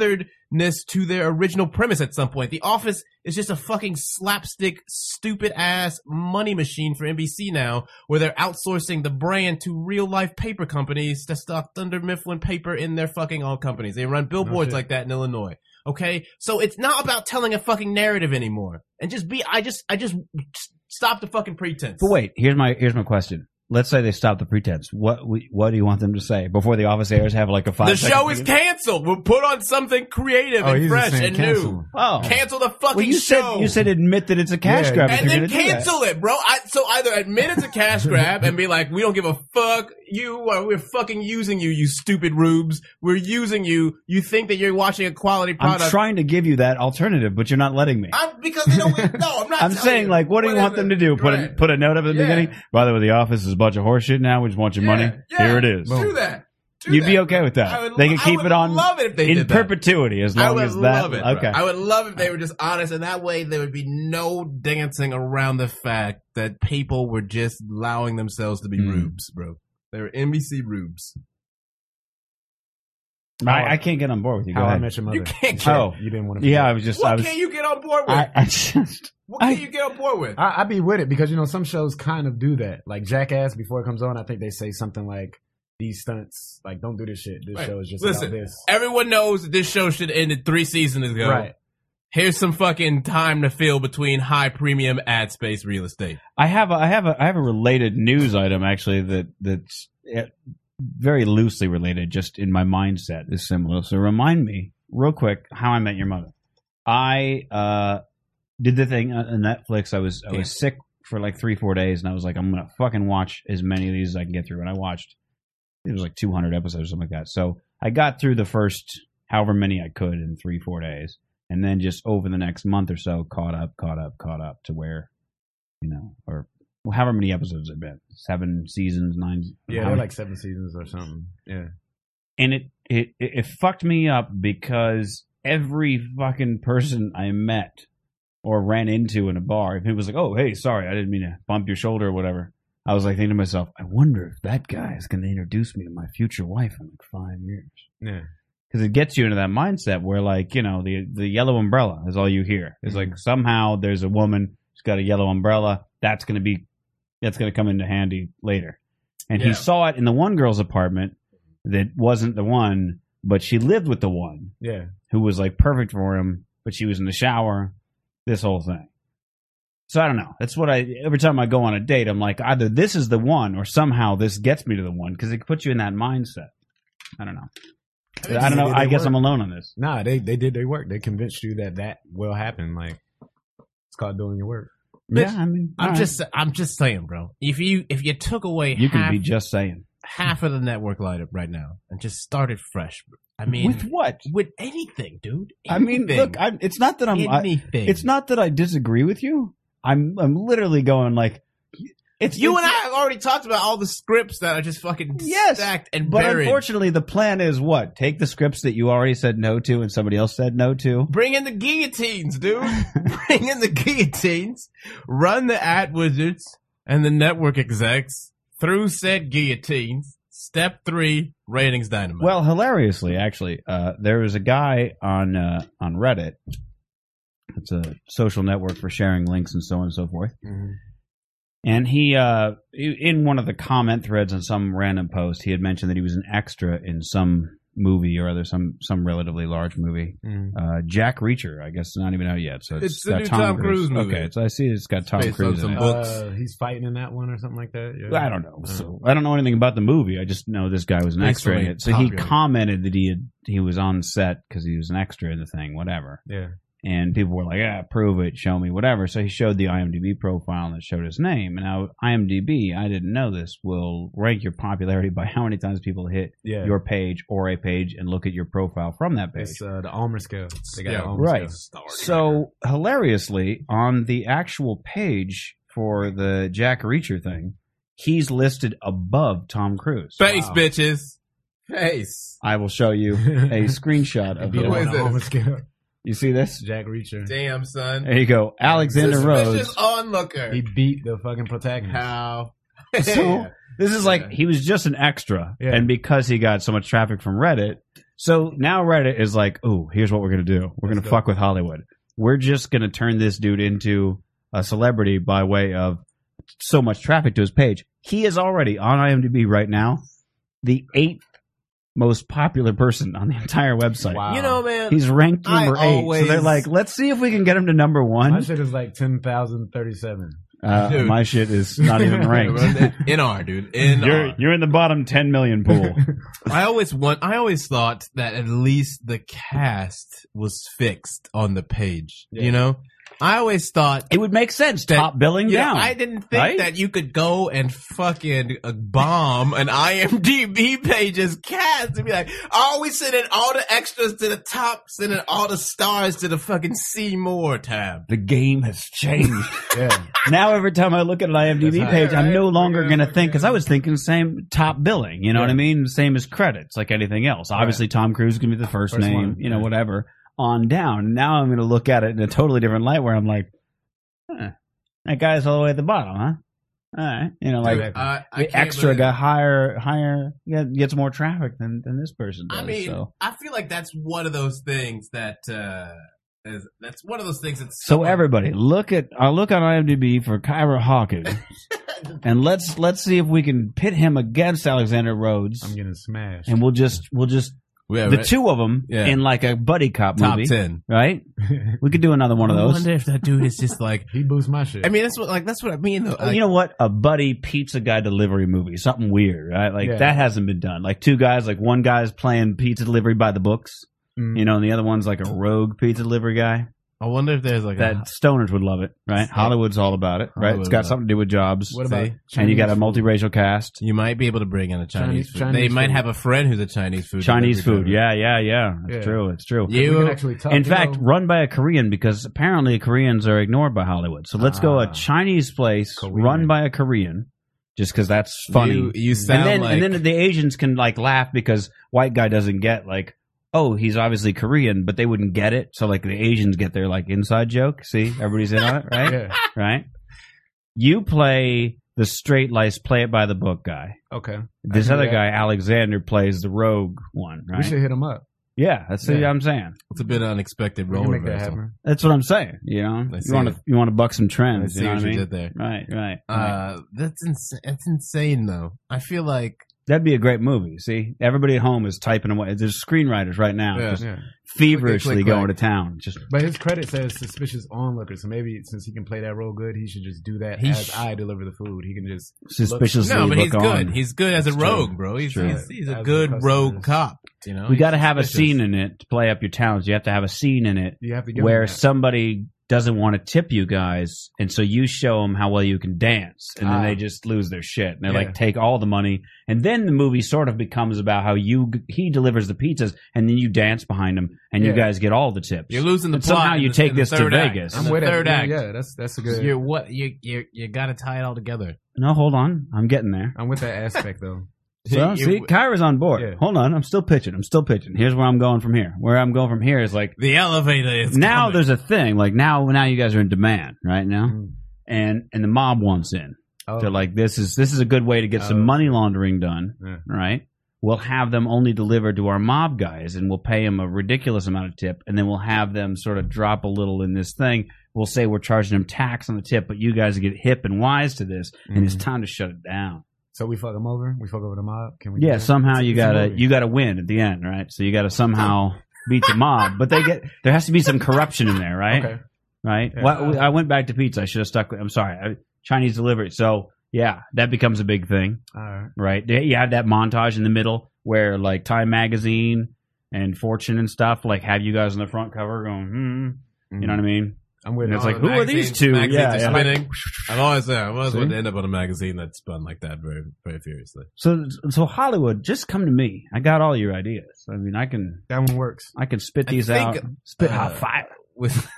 tetheredness to their original premise at some point. The Office is just a fucking slapstick, stupid ass money machine for NBC now, where they're outsourcing the brand to real life paper companies to stock Thunder Mifflin paper in their fucking own companies. They run billboards
shit.
like that in Illinois. Okay? So it's not about telling a fucking narrative anymore. And just be, I just, I just, just stop the fucking pretense.
But wait, here's my here's my question. Let's say they stop the pretense. What we, what do you want them to say before the office airs? Have like a five.
The show is canceled. We'll put on something creative
Oh,
and
he's just
fresh
saying
and
cancel
new.
him.
oh.
Cancel the fucking
well, you
show.
said you said admit that it's a cash
Yeah,
grab. if
and
you're
then
gonna do that.
cancel it, bro. I, so either admit it's a cash grab and be like, we don't give a fuck. You are, we're fucking using you, you stupid rubes. We're using you. You think that you're watching a quality
I'm
product.
trying to give you that alternative, but you're not letting me.
I'm- because they don't, no, I'm not.
I'm
telling
saying,
you.
like, what do you want them
Whatever.
to do? Put a,
Right.
put a note up at the
Yeah.
beginning. By the way, the office is a bunch of horseshit now. We just want your
Yeah,
money.
yeah.
Here it is.
Do that. Do
You'd be
that.
okay with
I
that.
would
They
lo-
can keep
I would
it on
Love it if they
in
did that.
perpetuity as
I
long
would
as that.
love it. bro.
okay.
I would love if they were just honest, and that way there would be no dancing around the fact that people were just allowing themselves to be
Mm.
rubes, bro. They were NBC rubes.
I, I can't get on board with you. Go
How I
ahead.
Met Your Mother.
You can't
get-
Oh, you didn't want to.
yeah, I was just. I
What
was.
can you get on board with?
I, I just.
what can
I-
you get on board with?
I, I'd be with it because you know some shows kind of do that. Like Jackass, before it comes on, I think they say something like, "These stunts, like, don't do this shit. This
Right.
show is just
Listen,
about this."
Everyone knows that this show should have ended three seasons ago.
Right.
Here's some fucking time to fill between high premium ad space real estate.
I have a, I have a I have a related news item actually that that's eh, very loosely related, just in my mindset is similar. So remind me real quick how I met your mother. I uh, did the thing on on Netflix. I was I was sick for like three four days, and I was like, I'm gonna fucking watch as many of these as I can get through. And I watched it was like 200 episodes or something like that. So I got through the first however many I could in three four days, and then just over the next month or so, caught up, caught up, caught up to where you know, or well, however many episodes it been, seven seasons, nine.
Yeah,
how
they're
many-
like seven seasons or something. Yeah,
and it, it it it fucked me up because every fucking person I met or ran into in a bar, if it was like, oh hey, sorry, I didn't mean to bump your shoulder or whatever. I was like thinking to myself, I wonder if that guy is going to introduce me to my future wife in like five years.
yeah.
because it gets you into that mindset where like you know the the yellow umbrella is all you hear it's like somehow there's a woman who's got a yellow umbrella that's going to be that's going to come into handy later and he
Yeah.
saw it in the one girl's apartment that wasn't the one but she lived with the one
Yeah,
who was like perfect for him but she was in the shower this whole thing so i don't know that's what i every time i go on a date i'm like either this is the one or somehow this gets me to the one because it puts you in that mindset i don't know i don't know i guess i'm alone on this
Nah, they they did their work. They convinced you that that will happen. Like it's called doing your work.
Yeah, I mean,
I'm
alright.
just, I'm just saying, bro. If you, if you took away
You can
half,
be just saying.
half of the network lineup right now and just started fresh. I mean,
With
with,
what?
anything, dude.
I mean,
Anything.
look, I, it's not that I'm. I,
anything.
it's not that I disagree with you. I'm. I'm literally going like, It's
You
it's-
and I have already talked about all the scripts that are just fucking
Yes,
stacked and
But
buried.
unfortunately, the plan is what? Take the scripts that you already said no to and somebody else said no to.
Bring in the guillotines, dude. Bring in the guillotines. Run the ad wizards and the network execs through said guillotines. Step three, ratings dynamite.
Well, hilariously, actually, uh, there was a guy on uh, on Reddit. It's a social network for sharing links and so on and so forth.
Mm-hmm.
And he, uh, in one of the comment threads on some random post, he had mentioned that he was an extra in some movie or other, some some relatively large movie.
Mhm.
Uh, Jack Reacher, I guess, not even out yet. So it's,
It's the
got
new Tom Cruise movie.
Okay, so I see it's got Tom
Based on
Cruise in
some
it.
book. Books.
Uh, he's fighting in that one or something like that. Yeah.
I don't know. So I don't know anything about the movie. I just know this guy was an
Thanks
extra
for
in
being
it. So he
popular.
commented that he had he was on set because he was an extra in the thing, whatever.
Yeah.
And people were like, "Yeah, prove it, show me, whatever." So he showed the IMDb profile and it showed his name. And now IMDb, I didn't know this, will rank your popularity by how many times people hit
Yeah.
your page or a page and look at your profile from that page.
it's uh, the Almer scale. They got
Yeah,
the Almer
Right.
scale.
So hilariously, on the actual page for the Jack Reacher thing, he's listed above Tom Cruise.
Face,
Wow.
bitches. Face.
I will show you a screenshot of
Beat him
Who is
on
it.
the
this?
Almer scale.
You see this?
Jack Reacher.
Damn, son.
There you go. Alexander
Suspicious
Rhodes.
onlooker.
He beat the fucking protagonist.
How?
So this is like he was just an extra,
Yeah.
and because he got so much traffic from Reddit, so now Reddit is like, "Ooh, here's what we're gonna do. We're
Let's
gonna
go.
fuck with Hollywood. We're just gonna turn this dude into a celebrity by way of so much traffic to his page. He is already on IMDb right now, the eighth most popular person on the entire website.
Wow.
you know, man.
He's ranked
I
number eight. so they're
always-
like, let's see if we can get him to number
My
one.
shit is like ten thousand thirty-seven.
Uh,
Dude.
my shit is not even ranked.
NR, dude. NR.
you're you're in the bottom ten million pool.
I always want. I always thought that at least the cast was fixed on the page.
Yeah.
You know, I always thought.
it would make sense.
That-
Top billing
Yeah,
down.
I didn't think
right?
that you could go and fucking uh, bomb an IMDb page's cast and be like, "Oh, we sending all the extras to the top, sending all the stars to the fucking see more tab."
the game has changed.
Yeah.
now every time I look at an IMDb
That's
page, I'm
right.
no longer
Yeah,
gonna think because
yeah.
I was thinking the same top billing. You know what I
Yeah.
mean? Same as credits, like anything else. Obviously, Tom Cruise is gonna be the first,
First
name.
one.
You know,
Yeah.
whatever. On down. Now I'm gonna look at it in a totally different light, where I'm like, huh, that guy's all the way at the bottom, huh? All right, you know, like
Dude, I- I
the
can't
extra
believe-
got higher, higher got- gets more traffic than than this person. Does,
I mean,
so.
I feel like that's one of those things that uh, is, that's one of those things that's
So everybody, look at I look on IMDb for Kyra Hawkins, and let's let's see if we can pit him against Alexander Rhodes,
I'm getting smashed.
and we'll just we'll just
yeah,
the two of them
Yeah.
in like a buddy cop
top
movie,
ten.
right? We could do another one of
I
those.
wonder if that dude is just like.
he boosts my shit.
I mean, that's what like that's what I mean. Though.
Oh, you know what? A buddy pizza guy delivery movie, something weird, right? Like
Yeah.
that hasn't been done. Like two guys, like one guy's playing pizza delivery by the books,
Mm.
you know, and the other one's like a rogue pizza delivery guy.
I wonder if there's like
That stoners would love it, right? Hollywood's all about it, right? It's
Hollywood's
got
about it.
something to do with jobs.
what about
See?
and you got a
Chinese
multiracial cast.
you might be able to bring in a Chinese.
Chinese-
food.
Chinese
they might
food.
have a friend who's a Chinese food.
Chinese
delivery
food.
driver.
Yeah, yeah, yeah. It's
Yeah.
true. It's true.
food? We
You-
can actually talk,
In
you
fact,
know,
run by a Korean because apparently Koreans are ignored by Hollywood. So let's go a
Ah.
Chinese place
Korean.
run by a Korean just because that's funny.
You, you
and
sound
then
like
and then the Asians can like laugh because white guy doesn't get like oh he's obviously Korean but they wouldn't get it so like the Asians get their like inside joke. See everybody's in on it right
yeah.
right. You play the straight lice play it by the book guy.
Okay.
This
I can
other
do
guy, Alexander, plays the rogue one,
We
right?
should hit him up.
yeah, that's what
Yeah.
I'm saying.
it's a bit of unexpected
We
role
can make that
reversal.
happen.
That's what I'm saying. You know,
I
you
see
want
it.
to you want to buck some
I
trends. You
see
know
what
what I
you
mean?
did there.
Right, right. right.
Uh, that's insane. That's insane, though. I feel like
That'd be a great movie. See, everybody at home is typing away. There's screenwriters right now
Yeah.
just
Yeah.
feverishly
Click, click,
going
click.
to town. Just
But his credit says suspicious onlooker, so maybe since he can play that role good, he should just do that
He
as
sh-
I deliver the food. He can just
suspiciously
no, but
look
he's
on.
good. He's good as a
It's true.
rogue, bro. He's
It's true.
he's, he's a
As
good
a customer.
rogue cop. You know,
we got to have a
suspicious.
scene in it to play up your talents. You have to have a scene in it
you have to give
where
him that.
somebody doesn't want to tip you guys, and so you show them how well you can dance, and then
Ah.
they just lose their shit. And they
Yeah.
like take all the money, and then the movie sort of becomes about how you he delivers the pizzas, and then you dance behind him, and you
Yeah.
guys get all the tips.
You're losing the
And
plot.
somehow
in
you
the-
take
in the
this to
third act,
Vegas.
in
I'm
the
with
third
it.
act.
Yeah, that's that's a good.
You're what you you you got to tie it all together.
no, hold on, I'm getting there.
I'm with that aspect though.
So
You-
see, Kyra's on board.
Yeah.
Hold on, I'm still pitching. I'm still pitching. Here's where I'm going from here. Where I'm going from here is like
the elevator is
now
coming.
there's a thing. Like now, now you guys are in demand right now,
Mm.
and and the mob wants in.
Oh,
They're like, this is this is a good way to get
Oh.
some money laundering done,
Yeah.
right? We'll have them only delivered to our mob guys, and we'll pay them a ridiculous amount of tip, and then we'll have them sort of drop a little in this thing. We'll say we're charging them tax on the tip, but you guys get hip and wise to this, and it's
Mm-hmm.
time to shut it down.
so we fuck them over. We fuck over the mob. Can we? do
Yeah,
that?
somehow you
It's a
gotta
movie.
you gotta win at the end, right? So you gotta somehow beat the mob, but they get there has to be some corruption in there, right?
Okay.
Right.
Yeah.
Well, I went back to pizza. I should have stuck. with I'm sorry, I, Chinese delivery. So yeah, that becomes a big thing,
All right.
right? They- You have that montage in the middle where like Time Magazine and Fortune and stuff like have you guys on the front cover going, hmm,
Mm-hmm.
you know what I mean?
I'm with
And
it.
it's
Oh,
like,
the
who are
magazines-
these two?
magazines
Yeah,
are
yeah.
spinning. I've always, uh, I've always
See?
wanted to end up on a magazine that spun like that very, very furiously.
So so Hollywood, just come to me. I got all your ideas. I mean, I can
That one works.
I can spit
I
these
think,
out. Spit
uh,
hot fire.
With,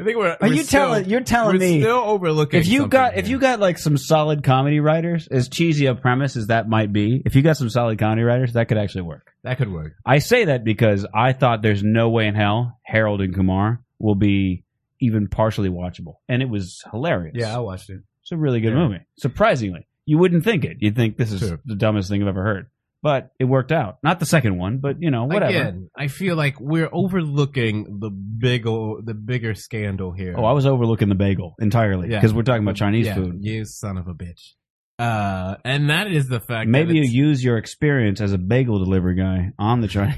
I think we're.
Are
we're
you
still,
telling? You're
We're
telling me
still overlooking.
if you
something
got
here.
if you got like some solid comedy writers, as cheesy a premise as that might be, if you got some solid comedy writers, that could actually work.
that could work.
I say that because I thought there's no way in hell Harold and Kumar will be even partially watchable, and it was hilarious.
Yeah, I watched it.
it's a really good
Yeah.
movie. Surprisingly, you wouldn't think it. You'd think this is
Sure.
the dumbest thing I've ever heard, but it worked out. Not the second one, but you know whatever.
Again, I feel like we're overlooking the big ol the bigger scandal here.
Oh, I was overlooking the bagel entirely
Yeah.
because we're talking about Chinese
yeah,
food.
You son of a bitch. Uh, and that is the fact.
Maybe
that
you
it's,
use your experience as a bagel delivery guy on the Chinese.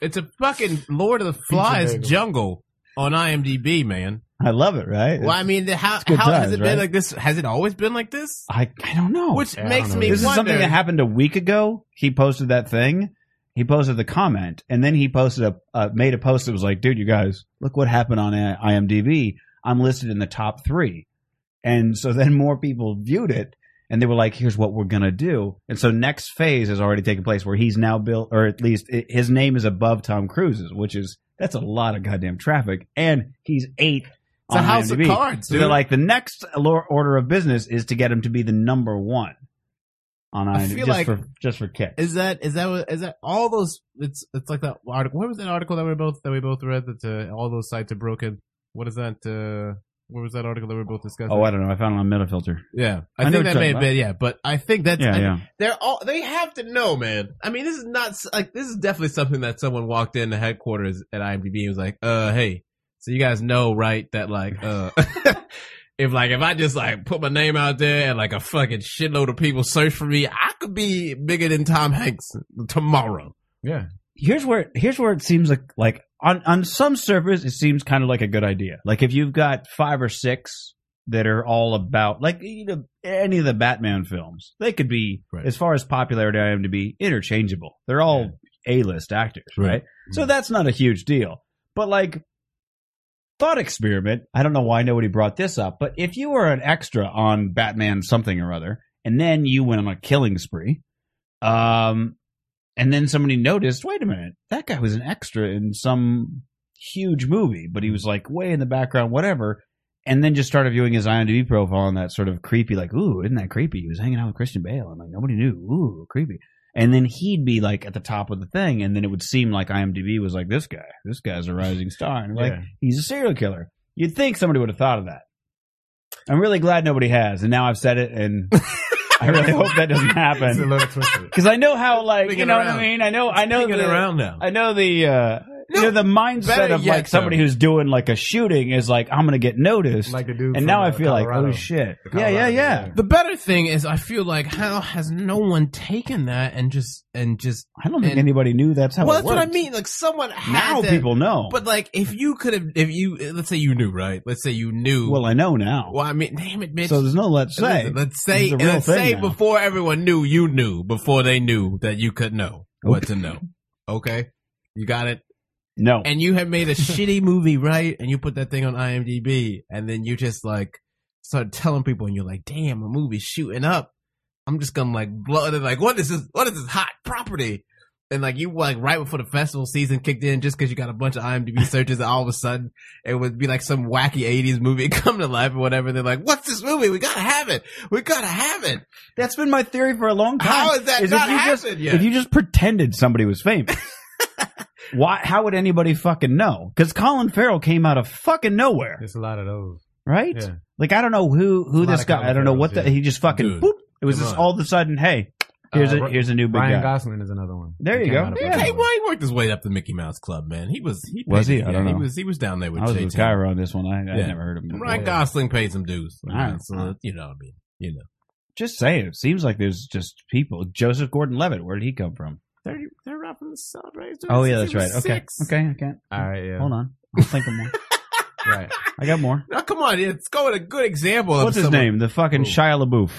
it's a fucking Lord of the Flies
bagel.
jungle on IMDb, man.
I love it, right?
Well, I mean, the- how
good
how has
times,
it been
right?
like this? Has it always been like this?
I I don't know.
Which
yeah, I
makes
don't
me
know.
this is
wonder.
something that happened a week ago. He posted that thing. He posted the comment, and then he posted a uh, made a post that was like, "Dude, you guys, look what happened on uh, IMDb. I'm listed in the top three. And so then more people viewed it, and they were like, "Here's what we're gonna do." And so next phase has already taken place, where he's now built, or at least i his name is above Tom Cruise's, which is that's a lot of goddamn traffic, and he's eighth.
It's a
on
house
IMDb.
of cards,
So
dude.
they're like, the next lo- order of business is to get him to be the number one on
I
IMDb,
feel
just
like-
for just for kicks.
is that is that what- is that all those? It's it's like that article. What was that article that we both that we both read that uh, all those sites are broken? What is that? Uh, what was that article that we both discussing?
Oh, I don't know. I found it on Metafilter.
yeah,
I
I,
know
think that
what you're
may have
talking
been yeah, but I think that's
Yeah,
I-
yeah.
they're all they have to know, man. I mean, this is not s- like this is definitely something that someone walked in the headquarters at IMDb and was like, "Uh, hey, so you guys know, right? That like, uh, if like if I just like put my name out there and like a fucking shitload of people search for me, I could be bigger than Tom Hanks tomorrow."
Yeah.
Here's where here's where it seems like like on on some servers it seems kind of like a good idea. Like if you've got five or six that are all about like you know any of the Batman films, they could be
Right.
as far as popularity I am to be interchangeable. They're all A list actors,
Right. Mm-hmm.
right? So that's not a huge deal. But like thought experiment, I don't know why nobody brought this up, but if you were an extra on Batman something or other, and then you went on a killing spree, um, and then somebody noticed, wait a minute, that guy was an extra in some huge movie, but he was like way in the background, whatever. And then just started viewing his IMDb profile and that sort of creepy, like, ooh, isn't that creepy? He was hanging out with Christian Bale and like nobody knew. Ooh, creepy. And then he'd be like at the top of the thing, and then it would seem like IMDb was like, this guy, this guy's a rising star, and like
Yeah.
he's a serial killer. You'd think somebody would have thought of that. I'm really glad nobody has, and now I've said it, and I really hope that doesn't
It's a
happen
little twisted.
because I know how like
Swing
you
it
know what
around.
I mean. I know I know
Hanging
the
around now.
I know the uh, you know the mindset
better
of
yet,
like somebody
though.
who's doing like a shooting is like I'm gonna get noticed,
Like the
and
dude. from,
now I
uh,
feel
Colorado.
like oh shit,
The
yeah,
Colorado
yeah,
dude,
yeah.
The better thing is, I feel like how has no one taken that and just and just
I don't think
And-
anybody knew that's how.
well,
it
that's what I
worked.
mean. Like someone had
Now
to-
people know,
But like, if you could have, if you let's say you knew, right? Let's say you knew.
well, I know now.
Well, I mean, damn it, bitch.
so there's no let's say.
Listen, let's say,
It's a real
let's
thing
say
now.
before everyone knew, you knew before they knew that you could know what to know. Okay, you got it.
No.
and you have made a shitty movie, right? And you put that thing on IMDb, and then you just like start telling people, and you're like, "Damn, a movie's shooting up." I'm just gonna like blow it. Like, what is this? What is this hot property? And like you like right before the festival season kicked in, just because you got a bunch of IMDb searches, and all of a sudden it would be like some wacky '80s movie come to life or whatever. They're like, "What's this movie? We gotta have it. We gotta have it."
That's been my theory for a long time.
How is that not
if you just,
happened yet?
If you just pretended somebody was famous, why? How would anybody fucking know? Because Colin Farrell came out of fucking nowhere,
There's a lot of those.
right?
Yeah.
Like I don't know who who
A lot
this
of
guy.
Colin
I don't know what the
Farrells, yeah.
he just fucking
Dude,
boop. It was
come
just
on.
all of a sudden. Hey, here's
Uh,
a here's a new big
Ryan
guy.
Gosling is another one.
There
He
you
came
go.
out of
Yeah.
Hey,
Hollywood.
well, he worked his way up the Mickey Mouse Club, man. He was he
Was
paid-
he? I
yeah,
don't
he
know.
was he was down there with
I was
J.
with
Tim.
guy around this one. I, I
Yeah.
never heard of him.
Ryan
before.
Gosling paid some dues.
All right.
So, you know what I mean? You know.
Just saying, it seems like there's just people. Joseph Gordon-Levitt. Where did he come from?
They're, they're out from the South, right?
Oh yeah, that's right. Okay, okay, okay.
All right, yeah.
Hold on, I'm thinking more.
Right.
I got more.
Now, come on. Let's go with a good example. of
What's his
someone-
name? The fucking
Who?
Shia LaBeouf.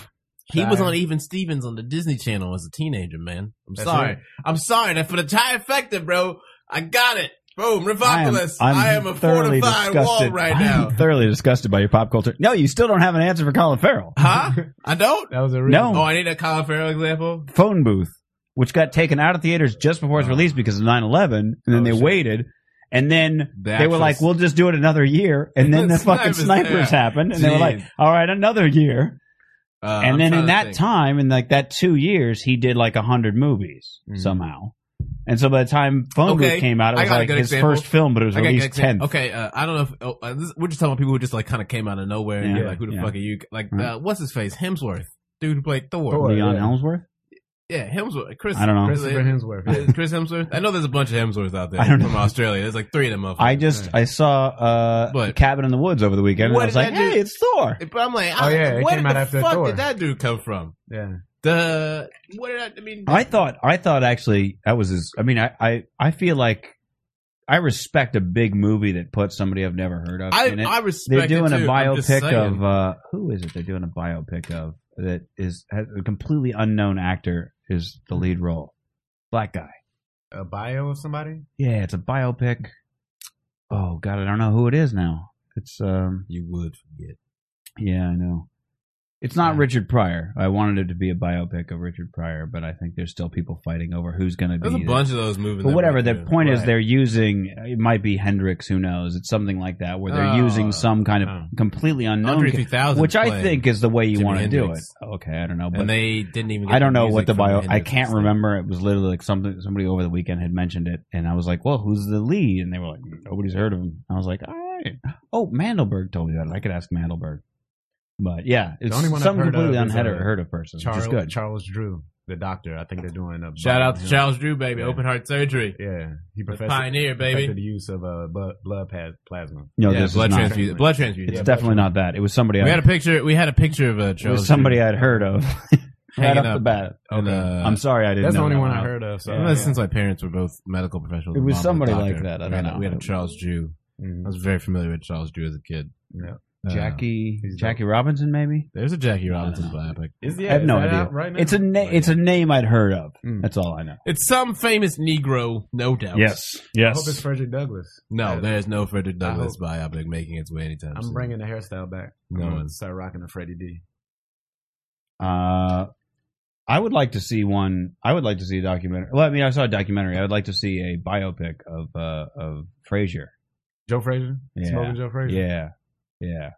He was on Even Stevens on the Disney Channel as a teenager, man. I'm
That's
sorry.
right.
I'm sorry. That for the trifecta, bro. I got it. Boom. Revivalist.
I'm
I am a
thoroughly
fortified wall
disgusted.
right
I am
now.
thoroughly disgusted by your pop culture. No, you still don't have an answer for Colin Farrell.
Huh? I don't?
That was a
No.
Oh, I need a Colin Farrell example?
Phone booth, which got taken out of theaters just before its release because of 9-11, and then
Ah. Oh,
they
shit.
waited, and then
The
they were
actual-
like, "We'll just do it another year," and then the,
The
fucking
snipers,
snipers
yeah.
happened, and they were like,
Jeez.
"All right, another year."
Uh, I'm
and then
trying
in
to
that
think.
time, in like that two years, he did like a hundred movies
Mhm.
somehow. And so by the time Phone
Okay,
Booth came out, it
I
was
got a
like
good
his
example.
first film, but it was
I got-
released
got-
10th.
Okay, uh, I don't know if oh, uh, this, we're just talking about people who just like kind of came out of nowhere and
Yeah,
you're like, who the
yeah.
fuck are you? Like,
Right.
uh, what's his face? Hemsworth, dude who played Thor.
Thor.
Leon
yeah.
Ellsworth?
Yeah, Hemsworth. Chris.
I don't know.
Christopher Hemsworth. yeah.
Hemsworth. Chris Hemsworth. I know there's a bunch of Hemsworths out there
I don't
from
know.
Australia. There's like three of them. motherfuckers.
I just I saw uh
But-
Cabin in the Woods over the weekend.
What
and I was
did
like,
that do?
hey, it's Thor.
But I'm like,
Oh,
I-
yeah, it
where
came
did
out
the
after
fuck
Thor.
did that dude come from?
Yeah.
The where did I, I mean?
I thought I thought actually that was his. I mean, I I, I feel like I respect a big movie that puts somebody I've never heard of.
I
in it.
I respect.
they're doing
it
a
too. I'm just
biopic
saying.
of uh who is it? They're doing a biopic of that is has a completely unknown actor is the lead role, black guy.
A bio of somebody?
Yeah, it's a biopic. Oh God, I don't know who it is now. It's um
You would forget.
Yeah, I know. It's not Richard Pryor. I wanted it to be a biopic of Richard Pryor, but I think there's still people fighting over who's going to be.
There's a
the-
bunch of those movies.
But
that
whatever.
we
The
do.
point is,
Right.
they're using. It might be Hendrix. Who knows? It's something like that, where they're
Oh,
using some kind of
oh.
completely unknown,
Andre
ca-
3000,
which I
played,
think is the way you
Jimi
want to do it.
Hendrix.
Okay, I don't know, but
and they didn't even. Get
I don't know what
music
the
from
bio. I
Hendrix
can't
and stuff.
remember. It was literally like something somebody over the weekend had mentioned it, and I was like, "Well, who's the lead?" And they were like, "Nobody's heard of him." I was like, "All right." Oh, Mandelberg told me that. I could ask Mandelberg. But yeah, it's
only one I've
some
heard
completely
of is,
unheard
uh,
of, heard of person,
Charles,
which is good.
Charles Drew, the doctor. I think they're doing a
Shout
bio
out
on
to
him.
Charles Drew, baby.
Yeah.
Open heart surgery.
Yeah. He
The
professed,
pioneer,
perfected
baby.
the use of uh, blood, blood pa- plasma.
no,
yeah,
this
blood
is not.
transfusion. Blood transfusion.
It's
Yeah.
definitely not that. It was somebody.
We
I,
had a picture. We had a picture of uh,
it
Charles.
was somebody I'd heard of right
Hanging
off the
up.
bat.
Drew. And, uh,
I'm sorry, I didn't.
That's the
know
only
that
one I heard of. So,
I don't know, Since my parents were both medical professionals,
It
my
was
mom a
somebody
doctor.
like that, I
we had
don't
a-
know.
We had a Charles Drew. I
Mhm.
was very familiar with Charles Drew as a kid.
Yeah.
Uh,
Jackie
He's dope.
Jackie Robinson, maybe.
There's a Jackie Robinson
know.
biopic.
Is,
I have
is
no
that
idea.
out Right now?
It's a na-
Like,
it's a name I'd heard of.
Mm.
That's all I know.
It's some famous Negro, no doubt.
I hope it's Frederick Douglass.
No,
Yeah.
there's no Frederick
I
Douglass biopic making its way anytime
I'm
soon.
bringing the hairstyle back.
No
I'm
one.
gonna start rocking a Freddie D.
Uh, I would like to see one. I would like to see a documentary. Well, I mean, I saw a documentary. I would like to see a biopic of uh of Frasier.
Joe Frazier?
Yeah.
Smoking Joe Frazier?
Yeah, yeah,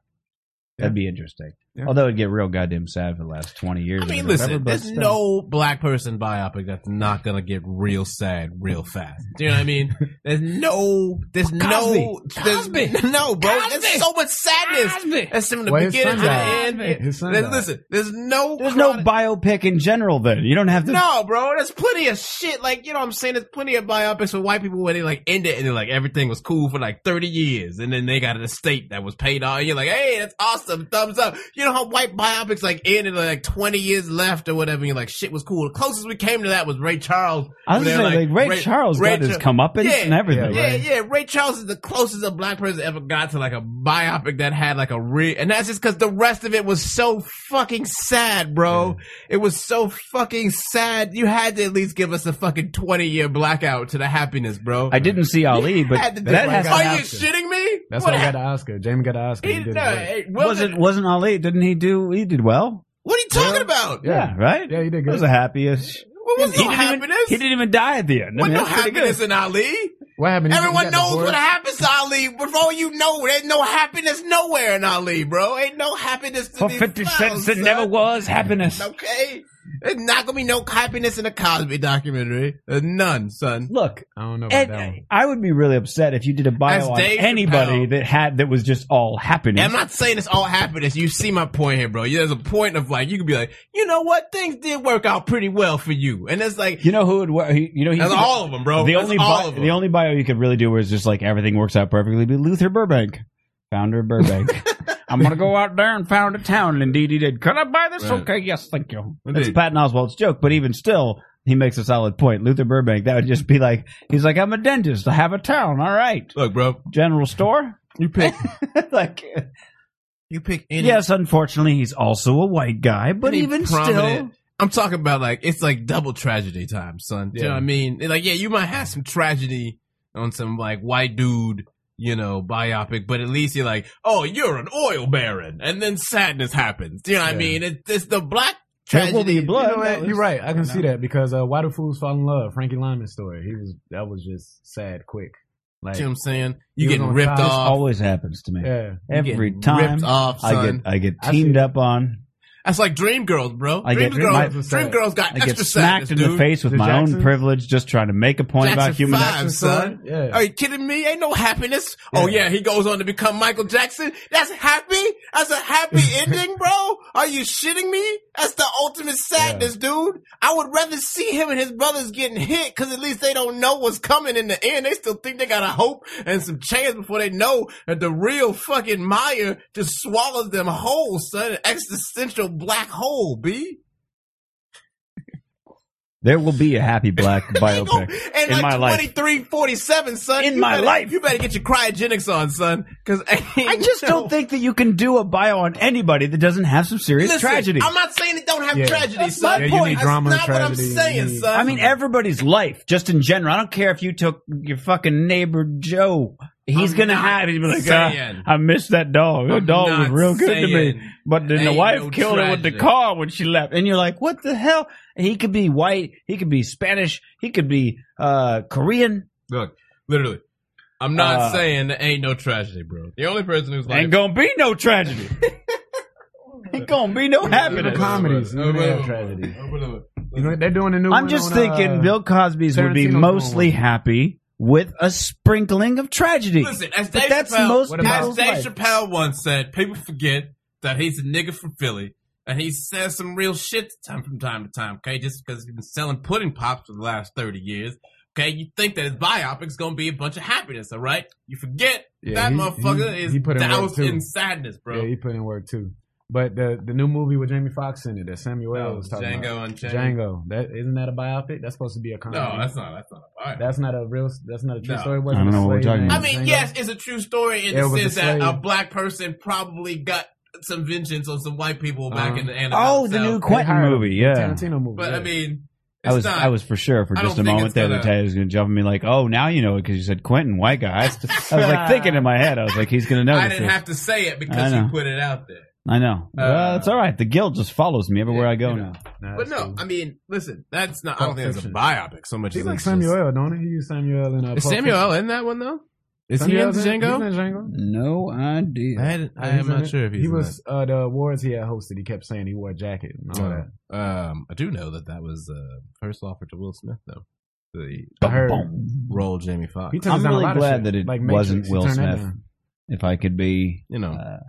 that'd be interesting.
Yeah.
Although it'd get real goddamn sad for the last twenty years.
I
or
mean,
whatever,
listen,
but
there's
still.
no black person biopic that's not gonna get real sad real fast. Do you know what I mean? There's no, there's no, there's no, bro. There's so much sadness. That's from the
Well, his
beginning
son
to the
died.
end.
His son
There's-
died.
listen, there's no,
There's no biopic in general. Then you don't have to.
no, bro. There's plenty of shit. Like you know, what I'm saying there's plenty of biopics for white people where they like end it and they're like everything was cool for like 30 years, and then they got an estate that was paid off. And you're like, hey, that's awesome, thumbs up. you know how white biopics like ended like 20 years left or whatever. And you're like, shit was cool. The closest we came to that was Ray Charles.
I was
They're
gonna say, like, Ray, Charles
Ray
got his
Char-
comeuppance
Yeah,
and everything.
yeah, yeah. Ray Charles is the closest a black person ever got to like a biopic that had like a real, and that's just because the rest of it was so fucking sad, bro. It was so fucking sad. You had to at least give us a fucking twenty year blackout to the happiness, bro.
I didn't see Ali, but
Had to do
that
it.
has
Are
have
you
to.
shitting me?
That's
what
why I got
happened?
an Oscar. Jamie got an Oscar. He
He-
did
no,
great.
it
wasn't
wasn't-
wasn't Ali? Didn't he do? He did well.
What are you talking about?
Yeah.
right.
Yeah, he did
That was
good.
the happiest.
What was
He
no
didn't even-
happiness?
He didn't even die at the end. I
What
mean,
no
that's pretty
happiness
good.
in Ali?
What happened? He- he
Everyone
got
knows
divorced?
what happens to Ali. Before you know, there's no happiness nowhere in Ali, bro. Ain't no happiness to
For
these
fifty
clowns,
cents, it
son.
never was happiness.
Okay, there's not gonna be no happiness in the Cosby documentary. There's none, son.
Look,
I don't know about that
and
one.
I would be really upset if you did a
As
bio on
Dave
anybody
Chappelle.
that had that was just all happiness.
I'm not saying it's all happiness. You see my point here, bro. There's a point of like you could be like, you know what, things did work out pretty well for you, and it's like
you know who would? wear- he- You know he.
that's
could-
all of them, bro.
the
Oh, That's
only
all
bi-
of them.
the only bio you could really do was just like everything works out perfectly. Be Luther Burbank, founder of Burbank. I'm gonna go out there and found a town. Indeed, he did. Could I buy this?
Right.
Okay, yes, thank you. That's
Indeed.
Patton Oswald's joke, but even still, he makes a solid point. Luther Burbank, that would just be like he's like I'm a dentist. I have a town. All right,
Look, bro,
general store.
you pick
like
you pick any
yes, unfortunately, he's also a white guy, but
Any
even still.
prominent- I'm talking about like it's like double tragedy time, son. Do you know
Yeah.
what I mean? Like, yeah, you might have some tragedy on some like white dude, you know, biopic, but at least you're like, oh, you're an oil baron, and then sadness happens. Do you know what I
Yeah.
mean? It's, it's the black
There
tragedy.
will be
You
blood.
know what? You're right. I can see
that.
that because uh, why do fools fall in love? Frankie Lyman's story. He was that was just sad, quick. Like
You know what I'm saying?
You
You getting
gonna
ripped
die.
This
off.
always happens to me.
yeah,
You getting
Every time
ripped off,
I
son.
get I get
I
teamed up on.
That's like Dream Girls, bro.
I
Dream
get-
Girls,
my-
Dream Girls got
I
extra
get smacked
sadness,
in the
dude.
face with
The
my own
Jackson?
privilege, just trying to make a point about
Jackson
human
Five,
rights.
son.
yeah.
Are you kidding me? Ain't no happiness. Oh yeah, he goes on to become Michael Jackson. That's happy. That's a happy ending, bro. Are you shitting me? That's the ultimate sadness, dude. I would rather see him and his brothers getting hit because at least they don't know what's coming in the end. They still think they got a hope and some chance before they know that the real fucking Maya just swallows them whole, son. An existential black hole, b.
There will be a happy black biopic
And
in
like
my life.
2347, son.
In
you
my
better-
life.
You better get your cryogenics on, son. Cause
I just don't think that you can do a bio on anybody that doesn't have some serious
Listen,
tragedy.
I'm not saying it don't have
Yeah.
tragedy,
That's
son.
my Yeah, you point.
need drama
That's not
and
what I'm
tragedy.
saying,
You need-
son.
I mean, everybody's life, just in general. I don't care if you took your fucking neighbor Joe. He's
I'm
gonna
not
have. He'd be like,
saying.
"Ah, I miss that dog. That
I'm
dog was
not
real good to me.
saying
But then the
ain't
wife
no
killed her with the
tragedy.
car when she left. And you're like, what the hell? And he could be white. He could be Spanish. He could be uh, Korean.
look, literally, I'm not
Uh,
saying there ain't no tragedy, bro. The only person who's like,
Ain't gonna be no tragedy. Ain't gonna be no
Even
happiness.
comedies,
Oh,
even they
whatever.
have tragedy.
Oh, whatever.
You know, they're doing a new.
I'm
one
just
on,
thinking
uh,
Bill Cosby's would be
Tarantino's
mostly
going.
happy with a sprinkling of tragedy.
Listen, as
But
Dave
that's
Chappelle,
most
as
people's
Dave
life.
Chappelle once said, people forget that he's a nigga from Philly, and he says some real shit time from time to time. Okay, just because he's been selling pudding pops for the last thirty years. Okay, you think that his biopic's gonna be a bunch of happiness, all right? You forget
Yeah,
that
he-
motherfucker
he-
is
he put in work,
doused
too.
in sadness, bro.
Yeah, he put in work too. But the the new movie with Jamie Foxx in it that Samuel
No,
was talking about.
Oh, Django and
Django. That isn't that a biopic? That's supposed to be a comedy.
No, that's not. That's not. All right.
That's not a real. That's not a true
No.
story.
I don't know what we're talking
I
about.
mean, yes, it's a true story in
Yeah,
the
with
sense
the
that a
slave.
black person probably got some vengeance on some white people back
Uh-huh.
in the Anna
Oh, the new Quentin movie. Yeah.
Tarantino movie.
But
yeah.
I mean, it's
I was
not.
I was for sure for
I
just a
don't think
moment
it's
there
gonna-
that Taylor was gonna jump on me like, oh now you know it because you said Quentin white guy. I, st- I was like thinking in my head, I was like he's gonna notice.
I didn't
this.
have to say it
I
because
know.
you put it out there.
I know.
Uh,
well, it's all right. The guilt just follows me everywhere I go
you know.
now.
Nah,
But
that's
no,
cool.
I mean, listen, that's not. I don't
Pulp
think it's a
Fiction.
biopic so much.
He's
as
like
it's just-
Samuel, don't he? He used Samuel in uh,
Is
Pulp
Samuel
Fiction.
in that one though? Is
Samuel's
he in
He's
Django?
in Django.
No
I,
idea.
hadn't- I
He's
am
in
not
it.
sure if he's
He
in
was uh, the awards he had hosted. He kept saying he wore a jacket and all
Oh.
that.
that. Um, I do know that that was uh, first offered to Will Smith though. The
I heard.
role Jamie Foxx.
He turns
I'm
down a
really
lot of
glad
shit,
that it
like
wasn't
Matrix, he
Will
turned that
Smith.
down.
If I could be,
You know,
uh,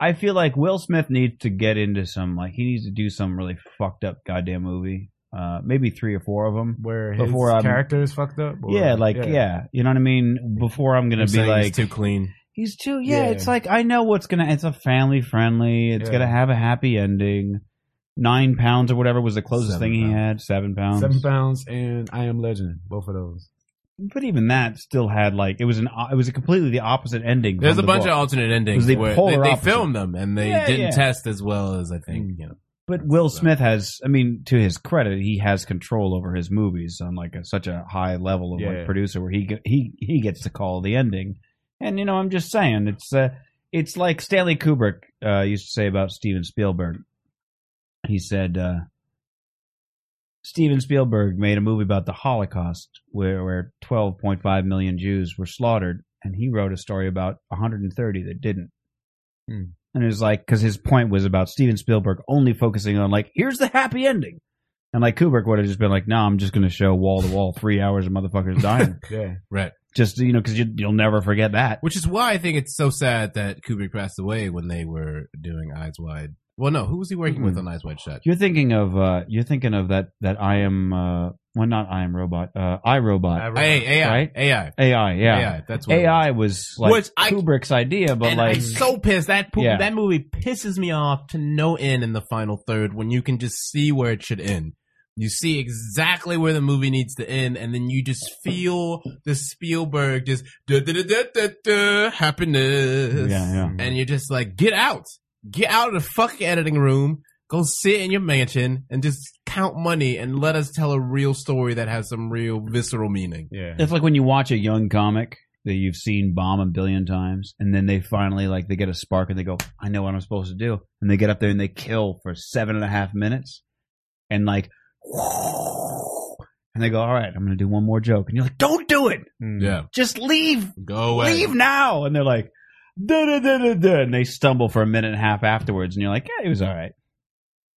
I feel like Will Smith needs to get into some like he needs to do some really fucked up goddamn movie. Uh, maybe three or four of them.
Where his
Before I'm-
character is fucked up. or-
yeah, like yeah. you know what I mean. Before I'm gonna
You're
be
saying he's
like
too clean.
He's too. Yeah,
Yeah.
it's like I know what's gonna. It's a family friendly. It's
Yeah.
gonna have a happy ending. Nine pounds or whatever was the closest
Seven
thing he
pounds.
had. Seven pounds.
Seven pounds and I am legend. Both of those.
But even that still had like it was an. It was a completely the opposite ending.
There's a
from the
bunch
book.
of alternate endings
the
where they,
polar
they
opposite.
filmed them and they
Yeah,
didn't
yeah.
test as well as I think. You know,
But Will Smith has, I mean, to his credit, he has control over his movies on like a, such a high level of like
Yeah.
producer where he get- he he gets to call the ending. And you know, I'm just saying, it's uh, it's like Stanley Kubrick uh, used to say about Steven Spielberg. He said uh, Steven Spielberg made a movie about the Holocaust where where 12.5 million Jews were slaughtered, and he wrote a story about 130 that didn't. And it was like, because his point was about Steven Spielberg only focusing on, like, here's the happy ending. And like Kubrick would have just been like, no, I'm just going to show wall to wall three hours of motherfuckers dying.
Yeah.
right.
just, you know, because you, you'll never forget that.
Which is why I think it's so sad that Kubrick passed away when they were doing Eyes Wide. Well, no, who was he working
Mm-hmm.
with on Eyes Wide Shut?
You're thinking of, uh, you're thinking of that, that I am, uh, well, not I am robot, uh, I robot.
Hey, AI,
Right?
AI,
AI, yeah.
AI. That's what it
AI was like
Which I-
Kubrick's idea, but
and
like,
I'm so pissed that po-
Yeah.
that movie pisses me off to no end in the final third when you can just see where it should end. You see exactly where the movie needs to end, and then you just feel the Spielberg just da da da da da, da happiness.
Yeah, yeah.
And you're just like, get out, get out of the fucking editing room, go sit in your mansion, and just count money, and let us tell a real story that has some real visceral meaning.
Yeah.
It's like when you watch a young comic that you've seen bomb a billion times, and then they finally like they get a spark and they go, "I know what I'm supposed to do," and they get up there and they kill for seven and a half minutes, and like, and they go, "All right, I'm gonna do one more joke," and you're like, "Don't do it,
Yeah,
just leave,
go away.
leave now," and they're like. Da, da, da, da, da, and they stumble for a minute and a half afterwards, and you're like, "Yeah, it was all right."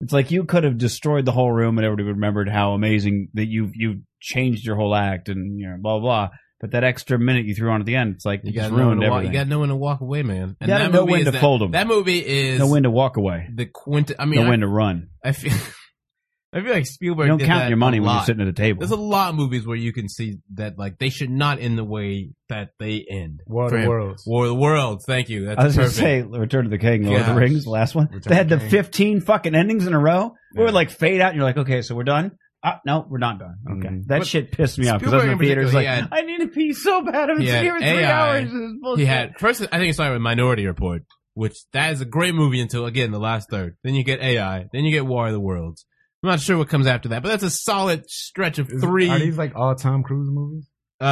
It's like you could have destroyed the whole room, and everybody remembered how amazing that you you changed your whole act, and you know, blah blah. But that extra minute you threw on at the end, it's like you,
You
just
gotta, know when
ruined
to walk,
everything.
you gotta know when to walk away, man.
You gotta know when
is
to
that,
fold 'em.
That movie is
know when to walk away,
the quint. I mean,
know
I,
when to run.
I feel, I feel like Spielberg.
You don't
did
count
that
your money
a
when you're
lot.
sitting at a table.
There's a lot of movies where you can see that like they should not end the way that they end.
War of
For
the
him.
Worlds.
War of the Worlds. Thank you. That's
I was
perfect.
gonna say Return of the King, Lord of
Gosh.
the Rings, the last one.
Return
they had
of the
the
King.
fifteen fucking endings in a row. We
Yeah.
would like fade out, and you're like, okay, so we're done. Uh, no, we're not done. Okay,
Mhm.
that
Mm-hmm. But
shit pissed me off because I was in the
Spielberg
theater.
in
It's like,
particular,
I need to pee so bad. I've been
he had
sitting here for three
AI.
hours. This is
he
bullshit.
had first. I think it started with Minority Report, which that is a great movie until again the last third. Then you get AI. Then you get War of the Worlds. I'm not sure what comes after that, but that's a solid stretch of
Is-
three.
Are these like all Tom Cruise movies?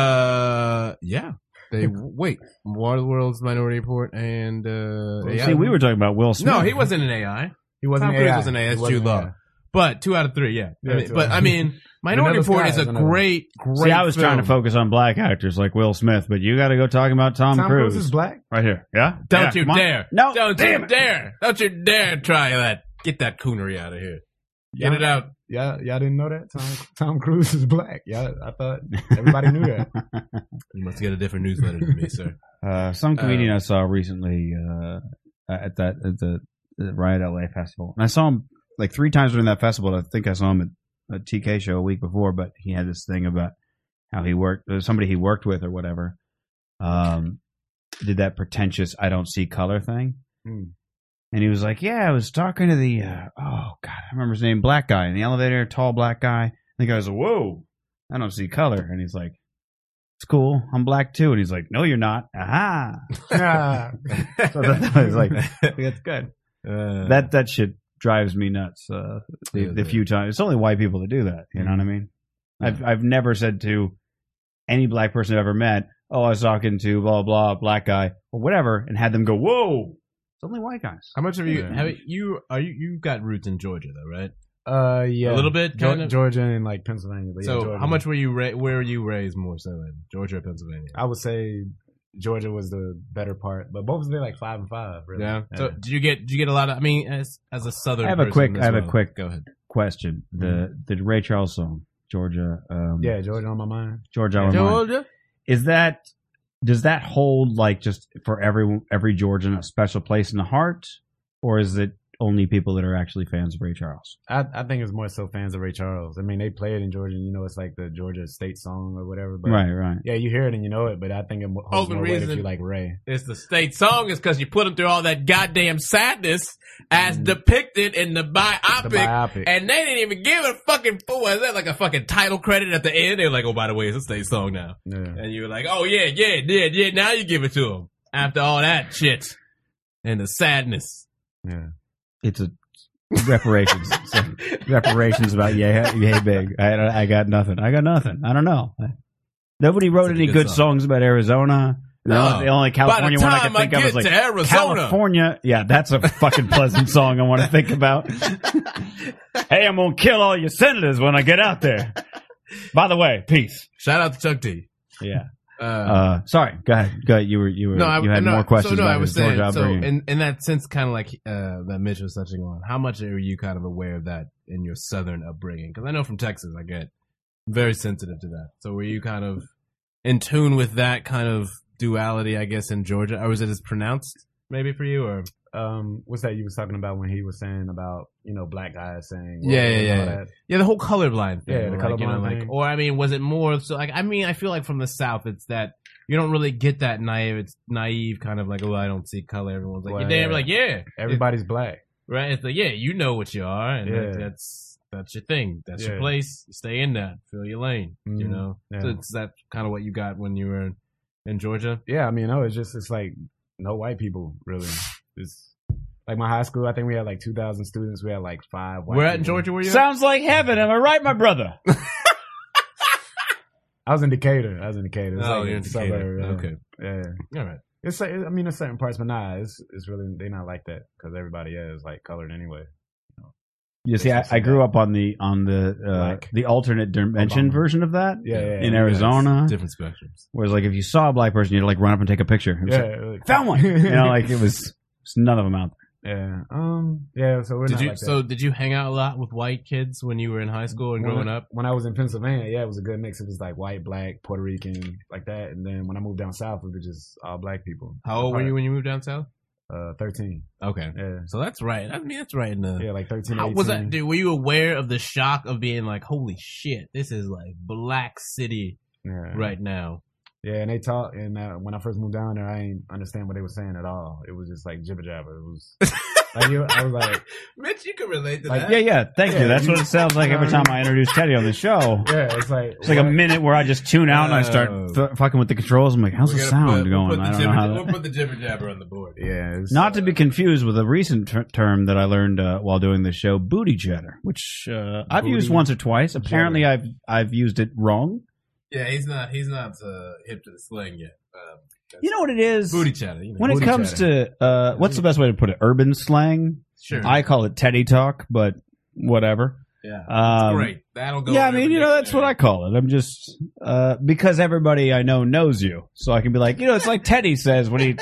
Uh, yeah. They wait. Waterworld's Minority Report and uh, AI.
See, we were talking about Will Smith.
no, he wasn't an AI.
He wasn't
Tom
AI.
Cruise was an AI. That's
He wasn't
Jude Law.
AI.
But two out of three, yeah.
Yeah,
I mean,
two
but
out of-
I mean, Minority
Vanilla
Report
Sky
is a
is another one.
great, great.
See, I was
film.
trying to focus on black actors like Will Smith, but you got to go talking about Tom,
Tom
Cruise,
Cruise is black.
right here. Yeah, Yeah,
Don't you
come on.
dare!
No,
don't
damn
you
it.
dare! Don't you dare try that! Get that coonery out of here! Get
Yeah.
it out!
Y'all, y'all didn't know that Tom Tom Cruise is black. Y'all, I thought everybody knew that.
You must get a different newsletter than me, sir.
Uh, some comedian I saw recently uh, at that at the, the Riot LA festival, and I saw him like three times during that festival. I think I saw him at a TK show a week before, but he had this thing about how he worked, uh, somebody he worked with or whatever, um, did that pretentious "I don't see color" thing.
Mm.
And he was like, "Yeah, I was talking to the uh, oh god, I remember his name, black guy in the elevator, tall black guy." And the guy was like, "Whoa, I don't see color," and he's like, "It's cool, I'm black too." And he's like, "No, you're not." Aha.
Ah.
So that- I was like, that's good.
Uh,
That that shit drives me nuts. Uh, the,
Yeah,
the
yeah.
few times it's only white people that do that. You know what I mean? I've I've never said to any black person I've ever met, "Oh, I was talking to blah blah black guy or whatever," and had them go, "Whoa, it's only white guys."
how much have you?
Yeah.
Have you- you are you? You got roots in Georgia, though, right?
uh, yeah,
A little bit,
Geor-
kind of?
Georgia and like Pennsylvania. But yeah,
so,
Georgia.
how much were you? Ra- where were you raised more so in Georgia or Pennsylvania?
I would say Georgia was the better part, but both of them like five and five. Really.
Yeah. So, do you get? Do you get a lot of? I mean, as as a southern.
I have a
person
quick-
as
I have a
well.
quick-
Go ahead.
Question: the the Ray Charles song, Georgia, um,
yeah, Georgia on my mind.
Georgia, on my mind. is that does that hold like just for every every Georgian a special place in the heart, or is it only people that are actually fans of Ray Charles?
I, I think it's more so fans of Ray Charles. I mean, they play it in Georgia, and you know it's like the Georgia state song or whatever. But
right, right.
Yeah, you hear it and you know it, but I think it mo- holds
Open
more weight if
reason.
you like Ray.
It's the state song is because you put them through all that goddamn sadness
Mm.
as depicted in the biopic,
The biopic.
and they didn't even give it a fucking fool. Is that like a fucking title credit at the end? They're like, oh, by the way, it's a state song now,
Yeah.
and you're like, oh yeah, yeah, yeah, yeah. Now you give it to them after all that shit and the sadness.
It's a reparations. So, reparations about yeah, yeah, big. I, I got nothing. I got nothing. I don't know. Nobody wrote
It's a
any
good
good
song.
songs about Arizona. The,
No.
only, the only California
by
one
the
I
time
could
I,
think
get
of was like
to Arizona,
California. Yeah, that's a fucking pleasant song I want to think about. hey, I'm gonna kill all your senators when I get out there. By the way, peace.
shout out to Chuck D.
Yeah.
Uh,
Uh, sorry. Go ahead. Go ahead. You were you were you had more questions
So no,
about
I was
his Georgia
saying, so
upbringing.
in, in that sense, kind of like uh, that Mitch was touching on, how much are you kind of aware of that in your Southern upbringing? Because I know from Texas, I get very sensitive to that. So were you kind of in tune with that kind of duality, I guess, in Georgia, or was it as pronounced maybe for you? Or
Um, what's that you was talking about when he was saying about you know black guys saying
Yeah, yeah,
and all
yeah, yeah.
that?
yeah, the whole colorblind thing.
Yeah, the
or like, you know,
colorblind
like,
thing.
or I mean, was it more so? Like, I mean, I feel like from the South, it's that. You don't really get that naive. It's naive, kind of like, oh, I don't see color. Everyone's like,
Well,
you're damn,
yeah.
like, yeah,
Everybody's black.
Right? It's like, yeah, you know what you are, and
Yeah.
that- that's that's your thing. That's your
Yeah.
place. You stay in that. Feel your lane. You
Mhm.
know.
Yeah.
So it's that kind of what you got when you were in, in Georgia.
Yeah, I mean, no, it's just it's like no white people really. It's like my high school. I think we had like two thousand students. We had like five. White
Where at in
people.
Georgia were you? at?
Sounds like heaven. Am I right, my brother?
I was in Decatur. I was in Decatur. It's
Oh,
like
you're in
a
Decator.
suburb, yeah.
Okay.
Yeah.
All right.
It's like, I mean, in certain parts, but nah, it's, it's really, they not like that because everybody yeah, is like colored anyway.
You see, I, I grew up on the on the uh,
Black.
the alternate dimension
Obama.
version of that.
Yeah, yeah.
In Arizona,
Different spectrums.
whereas like if you saw a black person, you'd like run up and take a picture. It was
yeah,
like,
like-
found one. you know, like it was, it's none of them out
yeah, um, yeah. So we're
Did
not
you
like that.
so did you hang out a lot with white kids when you were in high school and
When I-
growing up?
when I was in Pennsylvania, yeah, it was a good mix. It was like white, black, Puerto Rican, like that. And then when I moved down south, it was just all black people.
How old were you when you moved down south?
Uh, thirteen.
Okay.
Yeah,
So that's right. I mean, that's right in the
yeah, like thirteen.
How was that,
18.
dude? Were you aware of the shock of being like, "Holy shit, this is like Black City
Yeah.
right now"?
Yeah, and they talk. And uh, when I first moved down there, I didn't understand what they were saying at all. It was just like jibber jabber. It was. like, you- I was like,
Mitch, you can relate to
Like,
there. Yeah, yeah. Thank you.
Yeah.
That's what it sounds like every time I introduce Teddy on the show.
yeah, it's like
It's like a
what?
minute where I just tune out and I start
Oh.
f- fucking with the controls. I'm like, how's the sound going? I don't know how that-
put the jibber jabber on the board.
Yeah, it's,
Not to be confused with a recent ter- term that I learned uh, while doing this show, booty cheddar, which uh, I've used once or twice. Apparently, I've I've used it wrong.
Yeah, he's not. He's not uh, hip to the slang yet. Um,
You know what it is?
booty chatter. You know,
when it
booty
comes
chatter.
to uh, what's the best way to put it? Urban slang.
sure,
I call it teddy talk, but whatever.
yeah,
Um,
great. That'll go.
Yeah, I
in
mean,
every
you know, that's what I
dictionary.
call it. I'm just uh, because everybody I know knows you, so I can be like, you know, it's like Teddy says when he,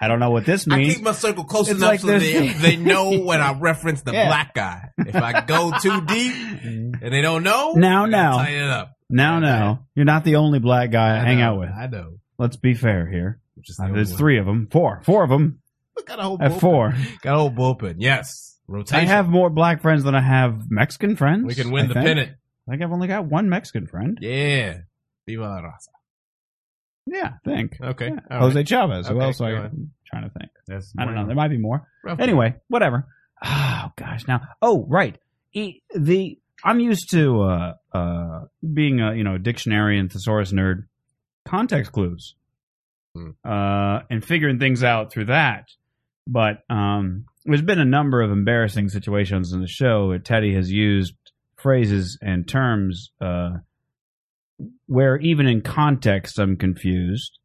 I don't know what this
I
means.
keep my circle close
It's
enough
like
so
this-
they, they know when I reference the
Yeah. Mm-hmm.
black guy. If I go too deep and they don't know,
Now,
I gotta
now.
tighten it up.
now, now, you're not the only black guy I,
I
hang
know,
out with.
I know.
Let's be fair here.
Just
Uh,
know
there's
one.
three of them, four, four of them
Got a whole
at
bullpen.
four.
Got a whole bullpen. Yes, rotation.
I have more black friends than I have Mexican friends.
We can win
I
the
think.
pennant.
I think I've only got one Mexican friend.
Yeah. Viva la raza.
Yeah, I think.
Okay.
Yeah.
all
Jose
right.
Chavez. Who
Okay,
else? I,
go ahead.
I'm trying to think.
That's
I don't know.
one.
There might be more.
Rough.
Anyway, whatever. Oh gosh. Now, oh right. E- the I'm used to uh, uh, being a you know dictionary and thesaurus nerd. Context clues,
Hmm.
uh, and figuring things out through that. But um, there's been a number of embarrassing situations in the show where Teddy has used phrases and terms uh, where even in context I'm confused.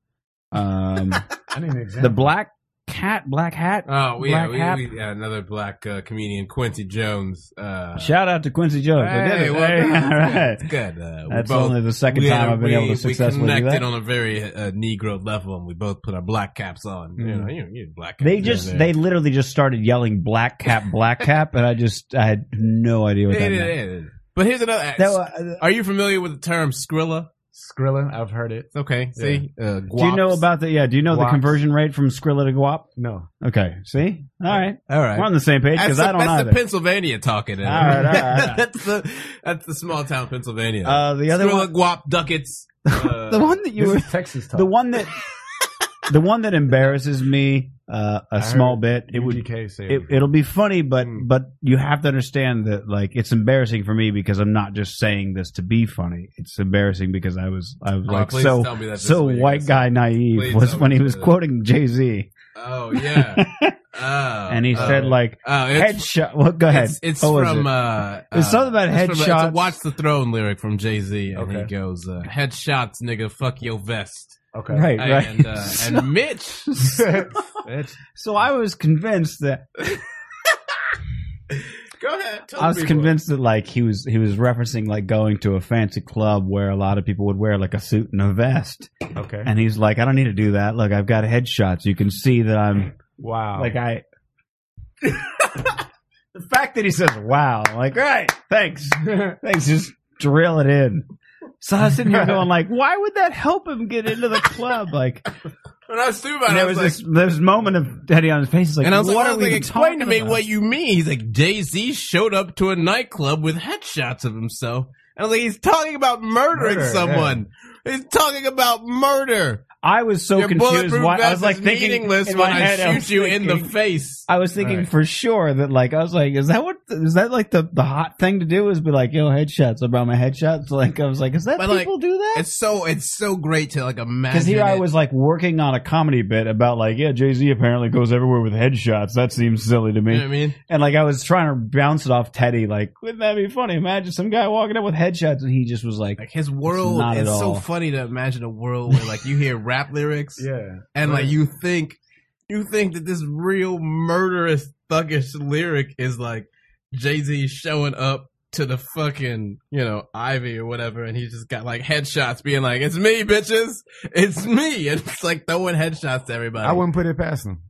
Um,
I need an example.
the black cat, black hat.
Oh, we,
Black
yeah,
Hat.
we, we yeah, another black uh, comedian, Quincy Jones. Uh,
Shout out to Quincy Jones. I did
hey,
it.
well
Hey,
done.
all right.
It's good. Uh, we
That's
both,
only the second
we-
time I've been
we-
able to successfully
We
do
connected
that.
on a very uh, Negro level, and we both put our black caps on. You know, you, you black. Caps
Mm. They just,
Yeah.
they literally just started yelling black cap, black cap, and I just, I had no idea what
Yeah,
that
yeah,
meant.
yeah, yeah. But here's another. uh,
That wa- uh,
Are you familiar with the term Skrilla?
Skrilla, I've heard it.
It's okay. See, uh,
Do you know
guaps.
about the? Yeah. Do you know the
Guaps.
conversion rate from Skrilla to Guap?
No.
Okay. See. All right.
All right.
We're on the same page
That's,
because
the,
I don't
that's
either.
the Pennsylvania talking.
All right, all right, all right.
that's the that's the small town Pennsylvania.
uh, the other
Skrilla,
one,
Guap, Ducats. Uh,
the one that you
This
were,
is Texas talk.
the one that, the one that embarrasses me uh, a small bit. It would
UGK said
it, it'll be funny, but
Hmm.
but you have to understand that like it's embarrassing for me because I'm not just saying this to be funny. It's embarrassing because I was I was
Oh,
like
please
so
tell me that this
so
is what
white
you
guy naive
Please
was
tell
when
me
he was
that.
quoting Jay Z
Oh yeah. Oh,
and he
oh.
said like
oh, it's,
headshot. Well, go ahead.
It's, it's
What was
from
it?
uh,
It's
uh,
something about
it's from, uh,
headshots.
It's a Watch the Throne lyric from Jay Z, and he
Okay.
goes, uh, "Headshots, nigga, fuck your vest."
okay.
right, right.
And uh, and Mitch,
That's-
so I was convinced that
go ahead. Tell
I was
people.
convinced that like he was he was referencing like going to a fancy club where a lot of people would wear like a suit and a vest,
okay.
and he's like, I don't need to do that. Look, I've got headshots. You can see that I'm
Wow.
like I. the fact that he says "Wow," I'm like, right, thanks, thanks, just drill it in. So I was sitting here going like, why would that help him get into the club? Like,
When I was thinking about
and
it, I
there
was
was
like,
this this moment of Teddy on his face. He's like,
and I was
what
like,
are
what
we
like,
even
explain to
talking
me
about?"
what you mean. He's like, Jay Z showed up to a nightclub with headshots of himself. And I was like, he's talking about murdering
Murder,
someone. He's talking about murder.
I was so
Your
confused.
bulletproof
Why, I
vest
was like
is
thinking
meaningless
in
when
my
I
head,
shoot
was
you in the
thinking-
face.
I was thinking
Right.
for sure that like I was like, is that what is that like the the hot thing to do is be like, yo, headshots. I brought my headshots. Like I was like, is that
But, like,
people do that?
It's so it's so great to like imagine.
Because here I
it.
was like working on a comedy bit about like, yeah, Jay Z apparently goes everywhere with headshots. That seems silly to
You
me.
know what I mean?
And like I was trying to bounce it off Teddy. Like, wouldn't that be funny? Imagine some guy walking up with headshots, and he just was like,
Like his world
not
it's
at
so
all.
funny to imagine a world where like you hear rap lyrics
yeah.
and like you think you think that this real murderous thuggish lyric is like Jay-Z showing up to the fucking, you know, Ivy or whatever and he just got like headshots being like, It's me, bitches. It's me and it's like throwing headshots to everybody.
I wouldn't put it past them.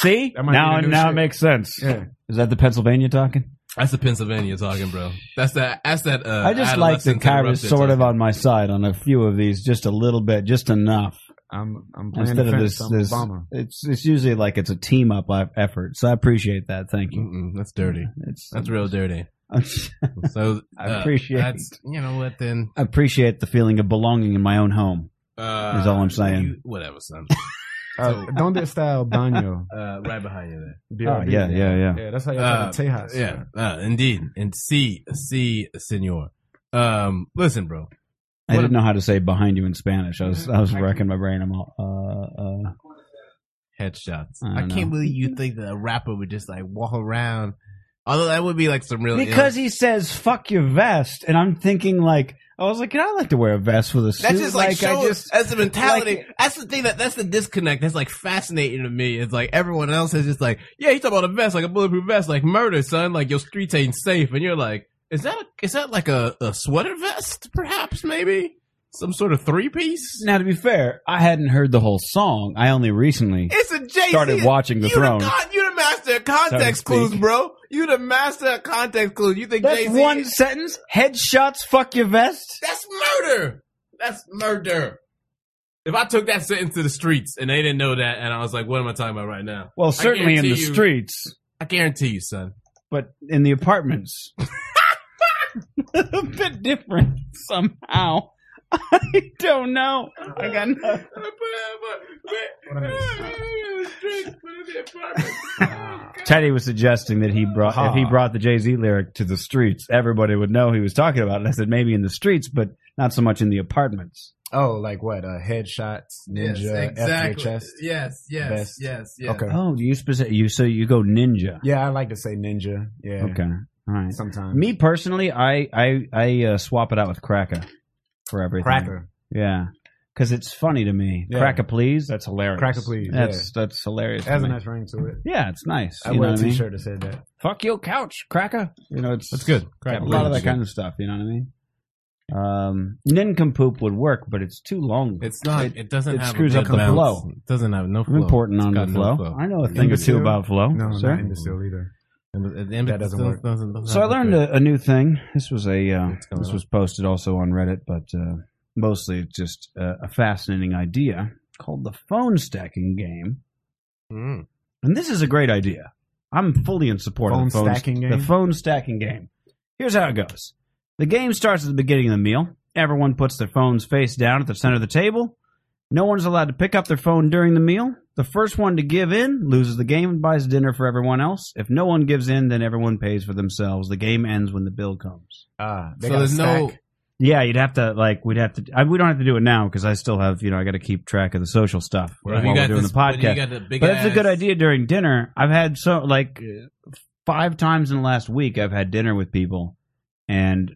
"See,
That might be
now
the new
now it
shit.
makes sense."
Yeah.
Is that the Pennsylvania talking?
that's the Pennsylvania talking, bro. That's that that's that uh
I just like that
adolescence
Kyra's
interrupted
sort of
talking.
on my side on a few of these, just a little bit, just enough.
I'm I'm playing
instead of
defense.
this,
I'm
this
Obama.
it's it's usually like it's a team up uh, effort. So I appreciate that. Thank you.
Mm-mm, that's dirty.
It's
That's real dirty.
I
So
I appreciate
that's you know what then
appreciate the feeling of belonging in my own home.
uh,
all I'm saying.
you- whatever, son.
Uh, don't get style Bano.
Uh, right behind you there.
Oh, yeah, yeah, yeah.
Yeah, that's how you
Uh,
uh, Tejas.
yeah, uh, indeed, and see, see, senor. Um, listen, bro.
I
What Mm-hmm.
didn't know how to say behind you in Spanish. I was I was wrecking my brain. I'm all. Uh, uh,
Headshots.
I
I,
don't
can't believe you think that a rapper would just like walk around. Although that would be like some real
because he says "fuck your vest," and I'm thinking like I was like, I like to wear a vest with a suit.
That's just like,
I
shows
just-
that's the mentality.
like-
that's the thing that that's the disconnect. That's like fascinating to me. It's like everyone else is just like, yeah, you talking about a vest, like a bulletproof vest, like murder, son. Like your streets ain't safe, and you're like, is that is that like a, a sweater vest, perhaps, maybe some sort of three piece?
now to be fair, I hadn't heard the whole song. I only recently
It's a Jay
started watching the
you
throne.
The God, you the master of
Sorry to
context
speak.
clues, bro. You the master of context clues. You think
That's
Jay Z?
one sentence. Headshots. Fuck your vest.
That's murder. That's murder. If I took that sentence to the streets and they didn't know that, and I was like, "What am I talking about right now?"
Well, certainly in the
guarantee you-
streets,
I guarantee you, son.
but in the apartments, a bit different somehow. I don't know. I got no. Teddy was suggesting that he brought if he brought the Jay Z lyric to the streets, everybody would know he was talking about. it. And I said maybe in the streets, but not so much in the apartments.
Oh, like what? Uh, headshots, ninja, FHS.
Yes, yes,
Vest.
yes, yes.
Okay.
Oh, you specific? You so you go ninja?
Yeah, I like to say ninja. Yeah.
Okay, all right.
Sometimes.
Me personally, I I I uh, swap it out with cracker for everything.
Cracker.
yeah, because it's funny to me.
Yeah.
Cracker, please. That's hilarious.
Cracker please,
That's that's hilarious.
It has
to
a
me.
nice ring to it.
yeah, it's nice.
I
you know
wear a
what I mean?
t-shirt that said that.
Fuck your couch, cracker. You know, it's
That's good.
got a lot of that kind of stuff. You know what I mean? Um, nincompoop would work, but it's too long.
It's not. It,
It-
doesn't.
it
have
screws
a
up
big
the
bounce.
flow.
It doesn't have no
I'm
flow.
important
It's
on the
got
flow.
no flow.
I know a thing or two
Imbecile?
about flow.
No,
sir.
not imbecile either.
And, and, and
That doesn't work.
doesn't- doesn't
So I
have
learned
good-
a, a new thing. This was a uh,
going
this
on?
was posted also on Reddit, but uh, mostly it's just uh, a fascinating idea called the phone stacking game.
Mm.
And this is a great idea. I'm fully in support of
Phone
the phone
stacking
The
game?
phone stacking game. Here's how it goes. The game starts at the beginning of the meal. Everyone puts their phones face down at the center of the table. No one's allowed to pick up their phone during the meal. The first one to give in loses the game and buys dinner for everyone else. If no one gives in, then everyone pays for themselves. The game ends when the bill comes.
Ah, they
So
got
there's no
stack.
Yeah, you'd have to like we'd have to. I, we don't have to do it now because I still have you know I got to keep track of the social stuff
if
while
you
we're
got
doing
this-
the podcast.
You got the big
But that's a
ass-
good idea during dinner. I've had so like uh, five times in the last week I've had dinner with people and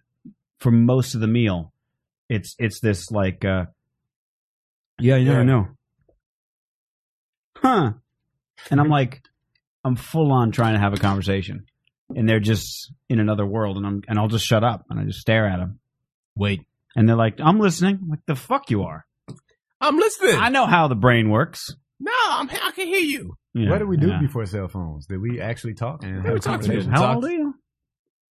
for most of the meal it's it's this like uh yeah, you never
Yeah.
know. Huh. And I'm like I'm full on trying to have a conversation and they're just in another world and I'm and I'll just shut up and I just stare at them.
Wait,
And they're like, "I'm listening." I'm like, "The fuck you are."
I'm listening.
I know how the brain works.
no, I'm. I can hear you.
Yeah,
what did we do
yeah.
before cell phones? Did we actually talk and
we
have a
talked to
conversation?
you.
How old are you?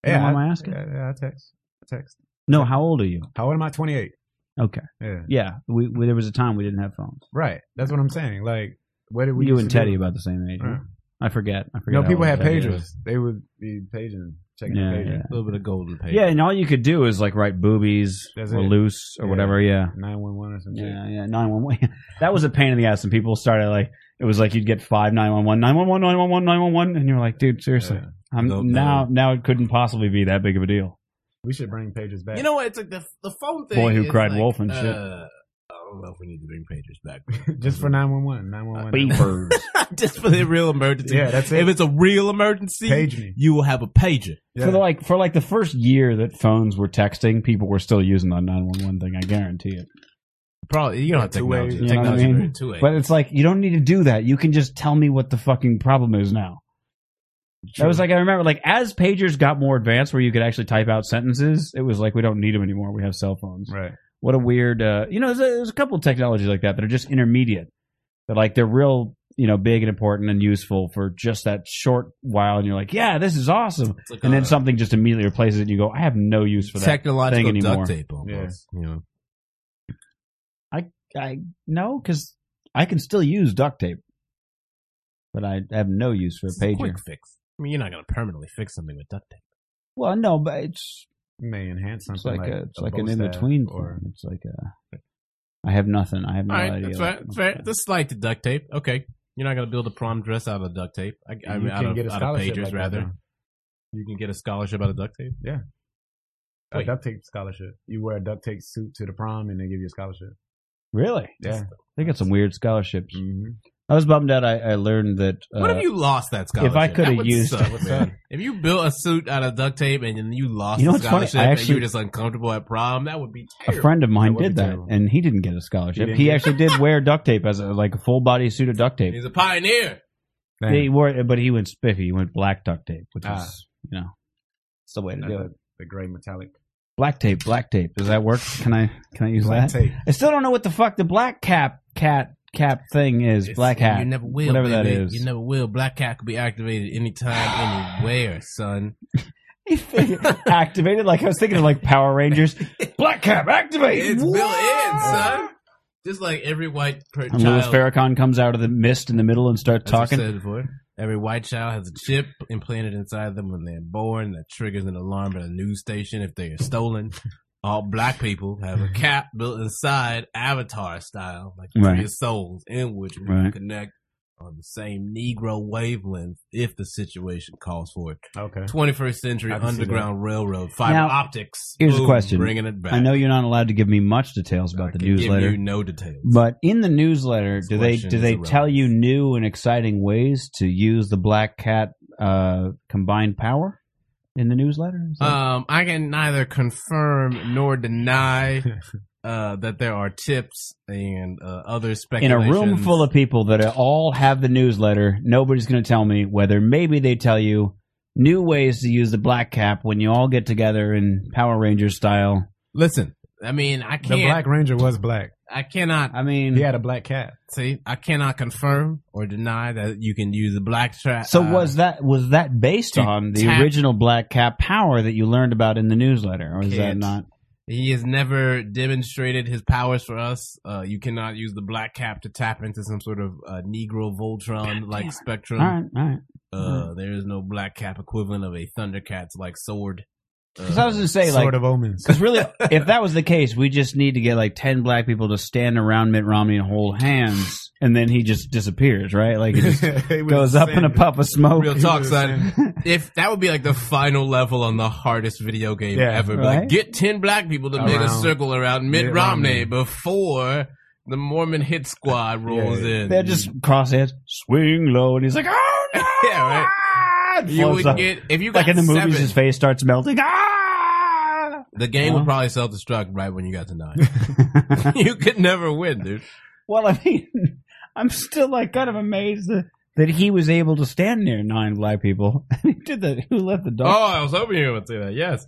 Yeah,
Am I
I-
asking?
Yeah, yeah, I text. I text.
No, how old are you?
How old am I? 28.
Okay.
Yeah.
Yeah, we, we there was a time we didn't have phones.
Right. That's what I'm saying. Like, what did we
you
used
and
to do?
Teddy about the same age.
Yeah.
I forget. I forget.
No,
how
people
old
had
Teddy
pagers.
is.
They would be paging, checking
Yeah,
the pager.
yeah.
A little bit of golden paper.
Yeah, and all you could do is like write boobies
That's
or
it.
loose or
Yeah.
whatever. Yeah.
911 or something.
Yeah, yeah. Nine one one. That was a pain in the ass, and people started like it was like you'd get five nine one one nine one one nine one one nine one one, and you were like, dude, seriously,
Yeah.
I'm
No, no.
now now it couldn't possibly be that big of a deal.
We should bring pagers back.
You know what? It's like the the phone thing.
Boy Who
is
Cried
like,
Wolf and shit.
uh, I don't know if we need to bring pagers back.
just for 911. 911.
Beepers.
Just for the real emergency.
Yeah, that's
If
it.
it's a real emergency,
Page me.
you will have a pager.
Yeah.
For like for like the first year that phones were texting, people were still using the nine one one thing. I guarantee it.
Probably you don't have
Two way,
technology.
you know what I
technology
mean?
very two-way.
But it's like you don't need to do that. You can just tell me what the fucking problem is now. That was like I remember, like as pagers got more advanced, where you could actually type out sentences, it was like we don't need them anymore. We have cell phones.
Right.
What a weird, uh, you know. There's a, there's a couple of technologies like that that are just intermediate. They're like they're real, you know, big and important and useful for just that short while, and you're like, yeah, this is awesome.
It's like
And then
a
something just immediately replaces it. and You go, I have no use for that. thing
technological
anymore.
duct tape. Almost, You know.
I no, because I can still use duct tape, but I have no use for a
It's a
pager.
quick fix. I mean, you're not going to permanently fix something with duct tape.
Well, no, but it's
You may enhance
it's
something.
like, a, it's like an
bow
in
staff
between
Or,
thing. It's like a I have nothing. I have no
All right,
idea.
that's
like-
right. That's right. Just like the duct tape. Okay, you're not going to build a prom dress out of duct tape. I, I
You
mean, out
can
of,
get a
out of
scholarship
pagers
like that
rather.
now.
You can get a scholarship out of duct tape.
a
Wait.
duct tape scholarship. You wear a duct tape suit to the prom and they give you a scholarship.
Really?
Yeah.
They got some weird scholarships.
Mm-hmm.
I was bummed out. I, I learned that. Uh,
What if you lost that scholarship?
I coulda
That would
used-
suck,
What's
man.
up?
if you built a suit out of duct tape and then you lost
You
the
know what's funny? I
scholarship and you
actually-
were just uncomfortable at prom, that would be
a
terrible.
friend of mine
That would
did
be
that,
terrible.
and he didn't get a
He
scholarship.
didn't
He,
get-
actually did wear duct tape as a like a full body suit of duct tape.
He's a pioneer.
He wore, it, but he went spiffy. He went black duct tape, which
Ah.
is you know, it's the way to do it.
The, the gray metallic.
Black tape, black tape. Does that work? Can I can I use
Black
that?
tape.
I still don't know what the fuck the black cap cat cap thing is.
It's-
black hat.
You never will.
Whatever that
baby.
is.
You never will. Black hat could be activated anytime, anywhere, son.
activated. Like I was thinking of like Power Rangers. black cap activate.
It's uh, built
What?
in, son. Just like every white per
And Louis
child.
Farrakhan comes out of the mist in the middle and starts
as I've
talking.
said before, every white child has a chip implanted inside them when they're born that triggers an alarm at a news station if they are stolen. All black people have a cap built inside avatar style, like
Right.
your souls, in which we can
Right.
connect on the same Negro wavelength if the situation calls for it.
Okay.
21st century
I can see that.
underground railroad, fiber
Now,
optics.
here's a
boom,
question.
Bringing it back.
I know you're not allowed to give me much details about
I
the
can give
newsletter,
you no details.
but in the newsletter, do they
Selection
do
is
they
irrelevant.
tell you new and exciting ways to use the black cat uh, combined power in the newsletter? Is that-
Um, I can neither confirm nor deny uh, that there are tips and uh, other
in a
speculations.
room full of people that all have the newsletter, nobody's going to tell me whether maybe they tell you new ways to use the black cap when you all get together in Power Rangers style.
Listen, I mean, I
The
can't.
Black Ranger was black.
I cannot.
I mean,
He had a black cat.
See, I cannot confirm or deny that you can use the black trap.
so was that was that based
uh, to
on the
tap-
original black cap power that you learned about in the newsletter, or is that
Can't.
not?
He has never demonstrated his powers for us. Uh, you cannot use the black cap to tap into some sort of uh, Negro Voltron like spectrum.
All right, all right.
Uh, there is no black cap equivalent of a Thundercats like sword.
Because I was
Uh,
gonna say like
sort of omens.
Because really, if that was the case, we just need to get like ten black people to stand around Mitt Romney and hold hands, and then he just disappears, right? Like he just goes up in a puff of smoke.
Real talk, son. if that would be like the final level on the hardest video game
Yeah,
ever, Be
right?
like get ten black people to make a
Around
circle around Mitt,
Mitt
Romney,
Romney.
before the Mormon hit squad rolls in.
They're just crosshairs, swing low, and he's like, "Oh no!"
yeah, right.
And
You
floats
would
up.
get if you got
like in the
seven,
movies, his face starts melting. Ah!
the game
Huh?
would probably self destruct right when you got to nine. you could never win, dude.
Well, I mean, I'm still like kind of amazed that, that he was able to stand near nine black people. he did that. Who left the
Oh,
dog?
I was hoping you would say that. Yes.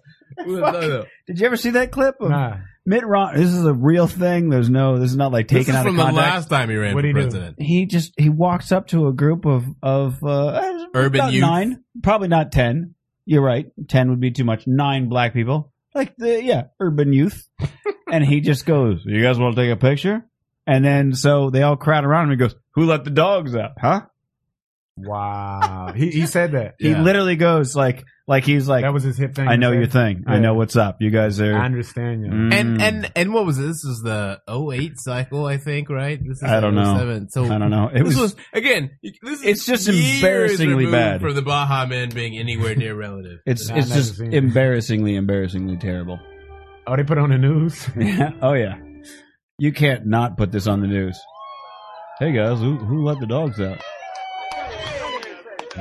Did you ever see that clip of
Nah.
Mitt Romney? This is a real thing. There's no. This is not like
This is
taken out
from
of
the
context.
last time he ran
What'd
for
he do?
president.
he just he walks up to a group of of uh,
Urban
about
youth.
nine, probably not ten. You're right, ten would be too much. Nine black people, like the yeah, urban youth, and he just goes, "You guys want to take a picture?" And then so they all crowd around him. He goes, "Who let the dogs out?" Huh?
Wow. He, he said that.
He literally goes like like he's like,
that was his hip thing.
"I
to
know
say.
your thing. I
Yeah.
know what's up. You guys are."
I understand you.
Mm.
And and and what was it? This is the 08 cycle, I think, right? This is
I don't know.
07. So
I don't know. It
This was,
was,
again. This is
It's just
years
embarrassingly
removed
bad.
from the Baja Men being anywhere near relative.
it's
Nah, I've
it's
never
just
seen it.
embarrassingly embarrassingly terrible.
Oh, they put on the news.
Yeah. Oh yeah. You can't not put this on the news. Hey guys, who who let the dogs out?
oh,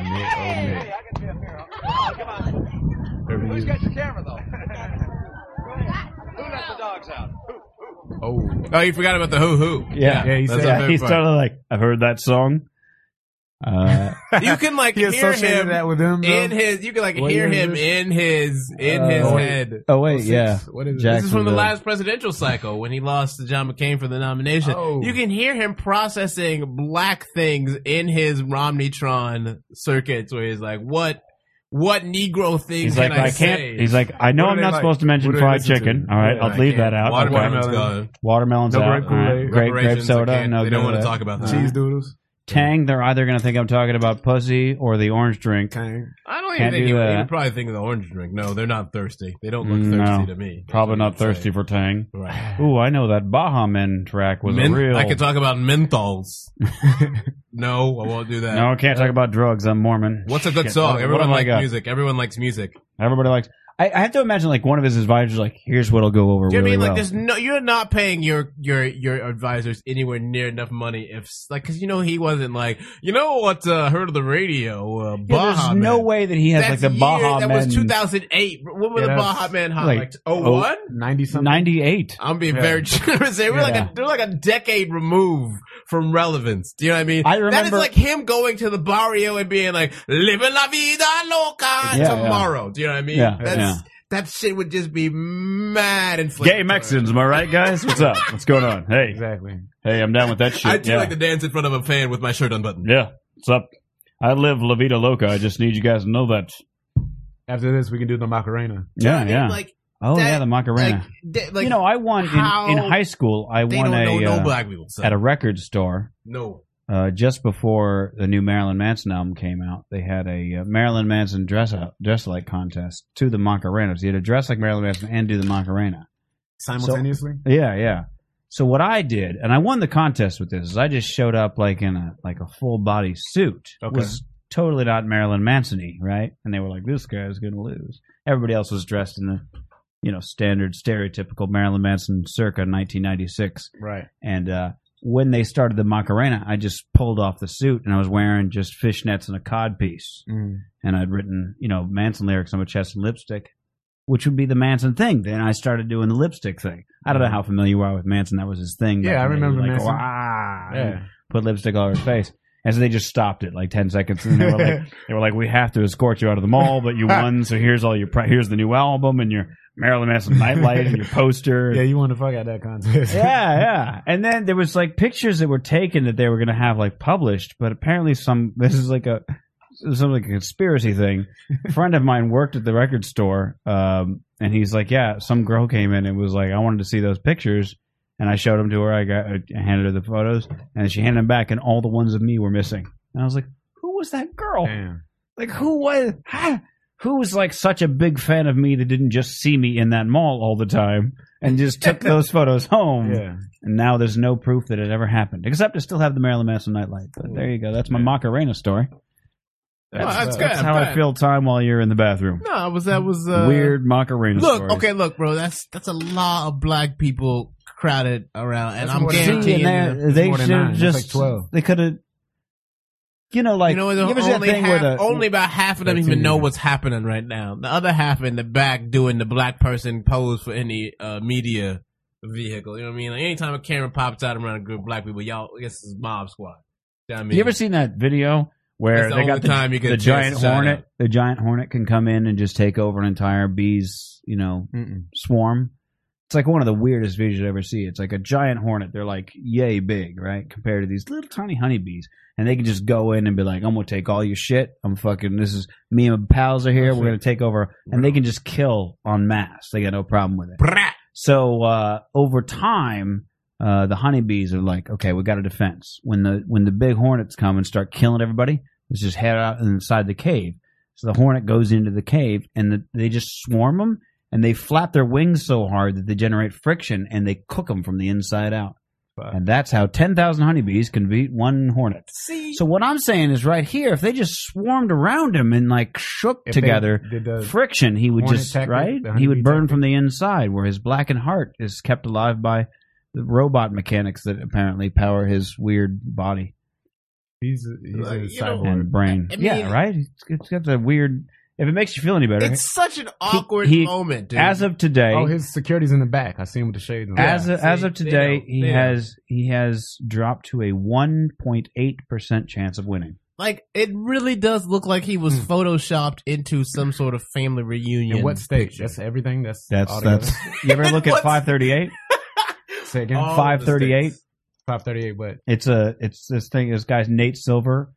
Oh, oh, you forgot about the hoo hoo.
Yeah.
Yeah, he
That's
said-
a
he's
big part.
totally like, I've heard that song. Uh,
You can like
He
hear
associated
him
that with him. though?
in his. You can like
What
hear
year is
him
this?
in his in
Uh,
his
oh, wait.
head.
oh wait, yeah.
What is
Jack-
it?
This is from the
Jacksonville.
last presidential cycle when he lost to John McCain for the nomination.
Oh.
You can hear him processing black things in his Romneytron circuits where he's like, "What, what Negro things
He's
can
like,
I,
I
say?"
can't. He's like, I know
What do
I'm
they
not
like?
supposed to mention
What do they
fried
listen to?
chicken. All right,
Yeah,
I'll leave that out. Okay.
Watermelon's
Watermelon.
gone.
Watermelon's
No
out.
grape
All right.
Kool-Aid.
Grape, grape
Reparations, I
soda.
can't-
No,
they don't
good
want to
with
talk about that.
Cheese doodles.
that. Tang. They're either going to think I'm talking about pussy or the orange drink.
Okay.
I don't even
Can't
think
do
you
that.
would probably think of the orange drink. No, they're not thirsty. They don't look
Mm,
thirsty
no.
to me. That's
Probably
what
not
I'm saying.
thirsty for Tang.
Right.
Ooh, I know that Baja Men track was
Men-
a real.
I could talk about menthols. no, I won't do that.
No, I can't talk about drugs. I'm Mormon.
What's a good
Shit,
song?
what- what
Everyone
have I
likes
got?
music. Everyone likes music.
Everybody likes. I, I have to imagine like one of his advisors like, here's what'll go over
Do you know
really
what I mean?
well.
Like, there's no, you're not paying your your your advisors anywhere near enough money if, s- like, because you know he wasn't like, you know what? Uh, heard of the radio? Uh,
Yeah, there's
Baja
no
Man.
way that he has
That's
like the
year-
Baja
That
Men.
was 2008. When
Yeah,
were the
that's
Baja Man hot?
like, oh,
Like 01?
90 something.
98.
I'm being
Yeah.
very generous. They were like
Yeah.
a, they're like a decade removed from relevance. Do you know what I mean?
I
that is
remember-
like him going to the barrio and being like "Living la vida loca"
Yeah,
tomorrow. Do you know what I mean?
Yeah,
That's,
yeah.
That shit would just be mad and
Gay Mexicans, am I right, guys? What's up? What's going on? Hey,
Exactly.
hey, I'm down with that shit.
I do
yeah.
like to dance in front of a fan with my shirt unbuttoned.
yeah, what's up? I live La Vida Loca. I just need you guys to know that.
After this, we can do the Macarena.
Do you know
Yeah,
what I
yeah.
mean? Like,
oh,
that-
yeah, the Macarena.
like, they- like
you know, I won in,
how
in high school. I
they
won
don't know
a
no
uh,
black people. So.
at a record store.
no.
uh, just before the new Marilyn Manson album came out, they had a uh, Marilyn Manson dress up, dress like contest to the Macarena. So you had to dress like Marilyn Manson and do the Macarena.
Simultaneously?
Yeah, yeah. So what I did, and I won the contest with this, is I just showed up like in a like a full body suit.
Okay.
Was totally not Marilyn Manson-y, right? And they were like, "This guy's gonna lose." Everybody else was dressed in the, you know, standard stereotypical Marilyn Manson circa 1996
Right.
and uh, when they started the Macarena, I just pulled off the suit and I was wearing just fishnets and a cod piece.
Mm.
And I'd written, you know, Manson lyrics on my chest and lipstick, which would be the Manson thing. Then I started doing the lipstick thing. I don't know how familiar you are with Manson. That was his thing.
Yeah,
back
I
in the day.
remember
like,
Manson.
"Wah," and
Yeah.
Put lipstick all over his face. And so they just stopped it like 10 seconds. And they were like, they were like, we have to escort you out of the mall, but you won. So here's all your, pri- here's the new album and your Marilyn Manson nightlight and your poster.
Yeah, you want to fuck out that contest.
yeah, yeah. And then there was like pictures that were taken that they were going to have like published, but apparently some this is like a it was something like a conspiracy thing. A friend of mine worked at the record store, um, and he's like, "Yeah, some girl came in and was like, I wanted to see those pictures." And I showed them to her. I got, I handed her the photos, and she handed them back, and all the ones of me were missing. And I was like, "Who was that girl?
Damn.
Like, who was? ha- Who was like such a big fan of me that didn't just see me in that mall all the time and just took those photos home?"
Yeah.
And now there's no proof that it ever happened, except I still have the Maryland Manson nightlight. But there you go. That's my Macarena story.
That's, that's good.
That's how I
good.
fill time while you're in the bathroom.
No, it was that was uh,
Weird Macarena
Look,
stories.
okay, look, bro. That's that's a lot of black people crowded around, and I'm
more than
See,
guaranteeing.
and
you-
that- they
more than
should have
nine. It's
just
like 12.
They could have, you know, like
you know, the
you ever see that
only,
thing
half,
where the-
only about half of them even know what's happening right now. The other half in the back doing the black person pose for any uh, media vehicle. You know what I mean? Like anytime a camera pops out around a group of black people, y'all, I guess it's mob squad. You, know what I mean?
You ever seen that video where
That's the
they
only
got the,
time you get
the
a chance
giant
to shout
hornet?
out.
The giant hornet can come in and just take over an entire bee's, you know, swarm. It's like one of the weirdest videos you would ever see. It's like a giant hornet. They're like yay big, right, compared to these little tiny honeybees, and they can just go in and be like, "I'm gonna take all your shit. I'm fucking. This is me and my pals are here. We're gonna take over." And they can just kill on mass. They got no problem with it.
Brat.
So uh, over time, uh, the honeybees are like, okay, we got a defense. When the when the big hornets come and start killing everybody, let's just head out inside the cave. So the hornet goes into the cave, and the, they just swarm them, and they flap their wings so hard that they generate friction, and they cook them from the inside out. And that's how ten thousand honeybees can beat one hornet.
See,
So what I'm saying is, right here, if they just swarmed around him and like shook together,
Did the
friction, he would
Hornet
just
tactic,
right.
the
He
honeybee
would burn
tactic.
from the inside, where his blackened heart is kept alive by the robot mechanics that apparently power his weird body
he's a, he's
Like,
a
you know,
cyborg.
and brain.
I mean-
yeah, right. It's, it's got the weird. If it makes you feel any better,
it's such an awkward
he-
moment, dude.
as of today,
oh, his security's in the back. I see him with the shades on.
as
Yeah,
of, as
see,
of
they
today,
know,
he
they know.
has he has dropped to a one point eight percent chance of winning.
like, it really does look like he was photoshopped into some sort of family reunion.
in what state? That's everything. That's
That's
all
that's. You ever look at
What's-
five thirty eight?
Say again.
All
Five thirty eight.
Five thirty-eight. But
It's a it's this thing. This guy's Nate Silver.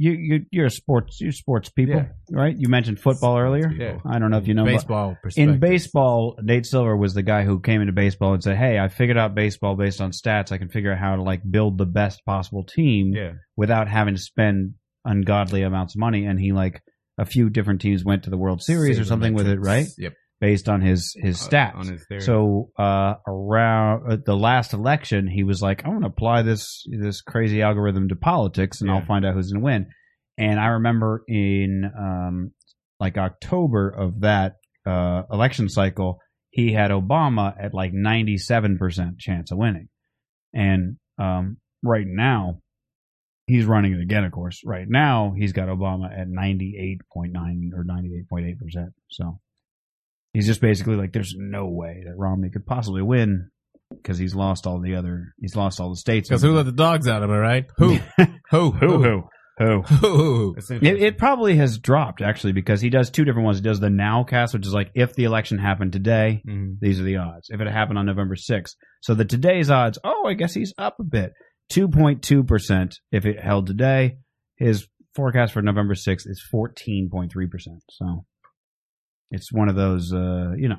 You you you're a sports you sports people,
Yeah.
right? You mentioned football earlier.
people.
I don't know if you know but
uh,
baseball perspective.
In baseball, Nate Silver was the guy who came into baseball and said, "Hey, I figured out baseball based on stats. I can figure out how to like build the best possible team
Yeah.
without having to spend ungodly amounts of money." And he like a few different teams went to the World Series or something with it, right?
Yep.
Based on his his stats.
uh, on his theory.
So uh, around uh, the last election, he was like, "I'm going to apply this this crazy algorithm to politics, and
Yeah.
I'll find out who's going to win." And I remember in um, like October of that uh, election cycle, he had Obama at like 97 percent chance of winning, and um, right now he's running it again. Of course, right now he's got Obama at 98.9 or 98.8 percent. So. He's just basically like, there's no way that Romney could possibly win because he's lost all the other, he's lost all the states.
Because who let the dogs out? Am I right? Who? who?
who, who?
Who?
it's
It,
interesting.
it probably has dropped actually because he does two different ones. He does the now cast, which is like if the election happened today,
Mhm.
these are the odds. If it happened on November 6th, so the today's odds. Oh, I guess he's up a bit, 2.2 percent if it held today. His forecast for November 6th is 14.3 percent. So it's one of those, uh, you know,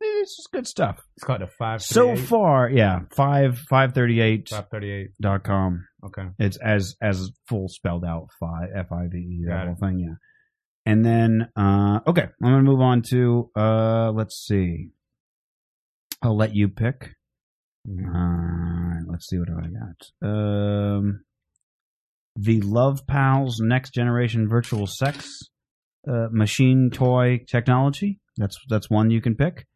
it's just good stuff.
It's called the five.
so far yeah five five thirty eight
Five thirty-eight.
dot com
Okay.
it's as as full spelled out five f i v e that
Got
whole thing yeah and then uh okay i'm gonna move on to uh let's see i'll let you pick uh, let's see what do i got um the love pals next generation virtual sex uh, machine toy technology that's that's one you can pick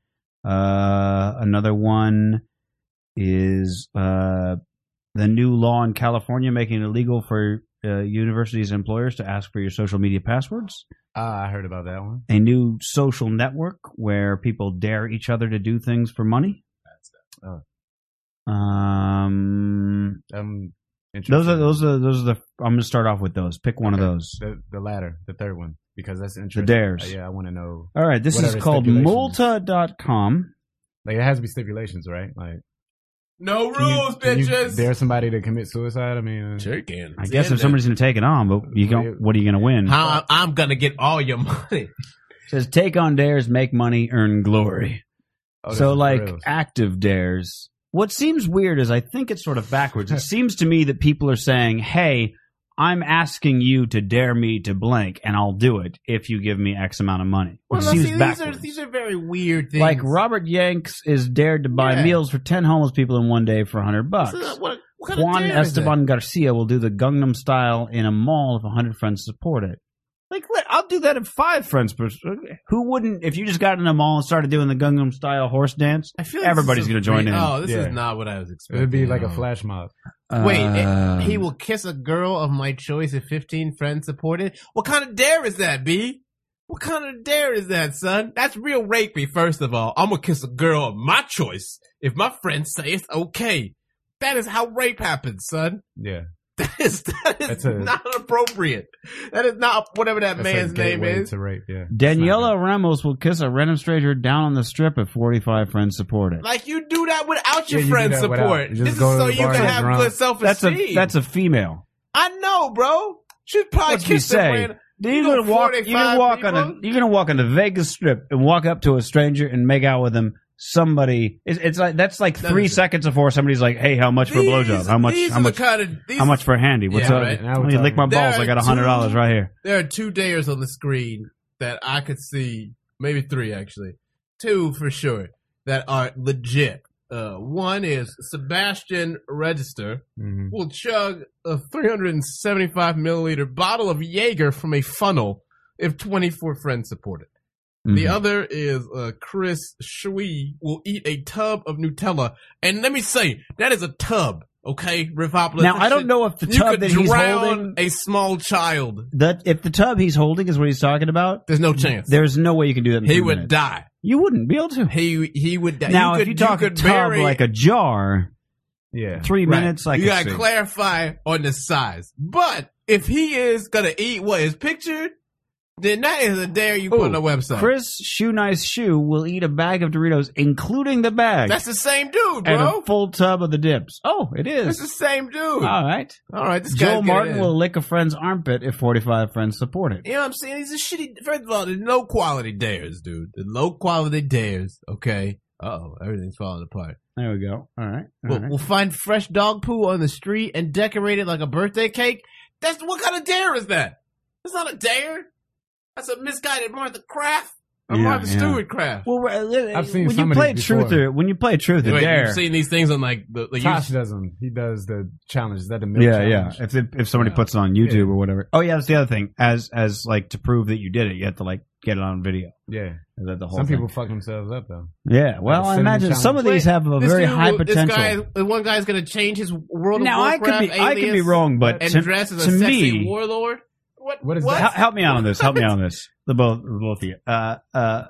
uh another one is uh the new law in California making it illegal for uh, universities and employers to ask for your social media passwords.
Ah, I heard about that one.
A new social network where people dare each other to do things for money.
That's
Um,
Um,
those are
interesting.
those are those are the. I'm gonna start off with those. Pick one
Okay.
of those.
The, the latter, the third one, because that's
The
interesting.
dares.
Uh, yeah, I want to know.
All right, this
Whatever
is called
stipulations.
Multa.com.
Like, it has to be stipulations, right? Like,
No
Can you-
rules,
can you
bitches.
dare somebody to commit suicide? I mean, uh,
sure you can.
I
It's
guess
in
if somebody's going to take it on, but you don't, what are you going to win?
there. how I'm gonna get all your money.
says take on dares, make money, earn glory.
oh, this
so
is
like
real.
active dares. What seems weird is I think it's sort of backwards. it seems to me that people are saying, "Hey, I'm asking you to dare me to blank, and I'll do it if you give me X amount of money."
Well,
it
now,
seems
see, these are
backwards.
these are very weird things.
like Robert Yanks is dared to buy
Yeah.
meals for ten homeless people in one day for hundred bucks.
So what, what kind of
Juan
dare is that?
Esteban Garcia will do the Gangnam Style in a mall if 100 friends support it. Like, what? I'll do that if five friends. pers- Who wouldn't? If you just got in a mall and started doing the Gangnam Style horse dance,
I feel this
Everybody's
is
gonna
a
join
great-
in.
Oh, this
Yeah.
is not what I was expecting.
it'd be like a
at all.
flash mob.
Wait,
Um,
it- he will kiss a girl of my choice if 15 friends support it? What kind of dare is that, B? What kind of dare is that, son? That's real rapey, first of all. I'm gonna kiss a girl of my choice if my friends say it's okay. That is how rape happens, son.
Yeah,
That is, that is
That's a-
not appropriate. That is not whatever that
That's a
man's name
gateway
is.
to rape. Yeah,
Daniela Ramos will kiss a random stranger down on the strip if 45 friends support it.
Like you do that without your
Yeah, you do
friend
that without-
support.
you just
This is
go to
so
the
you
bar
can
and get
have
drunk.
good self
That's a
esteem.
that's a female.
I know, bro. Should probably
What you
kiss the
say?
brand.
You're
You
gonna
know,
walk. You're gonna
45
walk on a.
people?
You're gonna walk on the Vegas Strip and walk up to a stranger and make out with them. Somebody, it's, it's like that's like
That
three
is it.
seconds before somebody's like, "Hey, how much for a blowjob? How much?
These
How
are
much?
The kind of, these,
How much for a handy? What's
Yeah,
up?
right.
Now we're
Let me lick my
talking.
balls. I got a hundred
There are
dollars right here.
There are two dares on the screen that I could see, maybe three actually, two for sure that are legit. Uh, one is Sebastian Register
Mhm.
will chug a 375 milliliter bottle of Jaeger from a funnel if 24 friends support it. The
Mhm.
other is uh, Chris Shui will eat a tub of Nutella, and let me say that is a tub, okay, Revopolis.
Now
That
I don't
shit-
know if the
You
tub
could
that he's
drown
holding,
a small child.
that if the tub he's holding is what he's talking about,
There's no chance.
there's no way you can do that. In
he
three
would
minutes.
die.
You wouldn't be able to.
He he would die. you
Now, if
could,
you talk
you
a
could
tub
bury,
like a jar,
yeah.
three
Right.
minutes, I
you
could
gotta
see.
clarify on the size. But if he is gonna eat what is pictured, then that is a dare you put on the website.
Chris Shoe Nice Shoe will eat a bag of Doritos, including the bag,
That's the same dude,
and a
bro.
full tub of the dips. Oh, it
That's
is.
the same dude.
All right.
All right, this guy's
Joel
getting
Martin
in.
will lick a friend's armpit if 45 friends support it.
You know what I'm saying? These are shitty. First of all, the low quality dares, dude. The low quality dares. Okay. Uh oh, everything's falling apart.
There we go. All right. All
We'll,
right.
we'll find fresh dog poo on the street and decorate it like a birthday cake. That's what kind of dare is that? That's not a dare. That's a misguided Martha Kraft. A
Yeah,
Martha
yeah.
Stewart Kraft.
Well, uh, uh,
I've seen
when
some
you
of
play
these
truth
before.
or when you play truth or
Wait,
dare.
you've seen these things on like the, the
Tosh
YouTube-
does them. He does the challenge. Is that the middle
yeah, yeah.
challenge?
If it, if somebody puts it on YouTube or whatever. Oh yeah, that's the other thing. As as like to prove that you did it, you have to like get it on video.
yeah.
Is that the whole
Some
thing?
people fuck themselves up though.
Yeah. Well, I
cinnamon
imagine some of
challenge.
these have a
This
very
dude
high
will-
potential.
This guy, the one guy's gonna change his world.
now
of
I could
Warcraft
be I could be
alias
wrong, but
And
to,
dress as
to
a sexy
me,
warlord. What?
What is
Hel-
that?
help me out on this. Help me out on this. The both, the both of you. Uh, uh,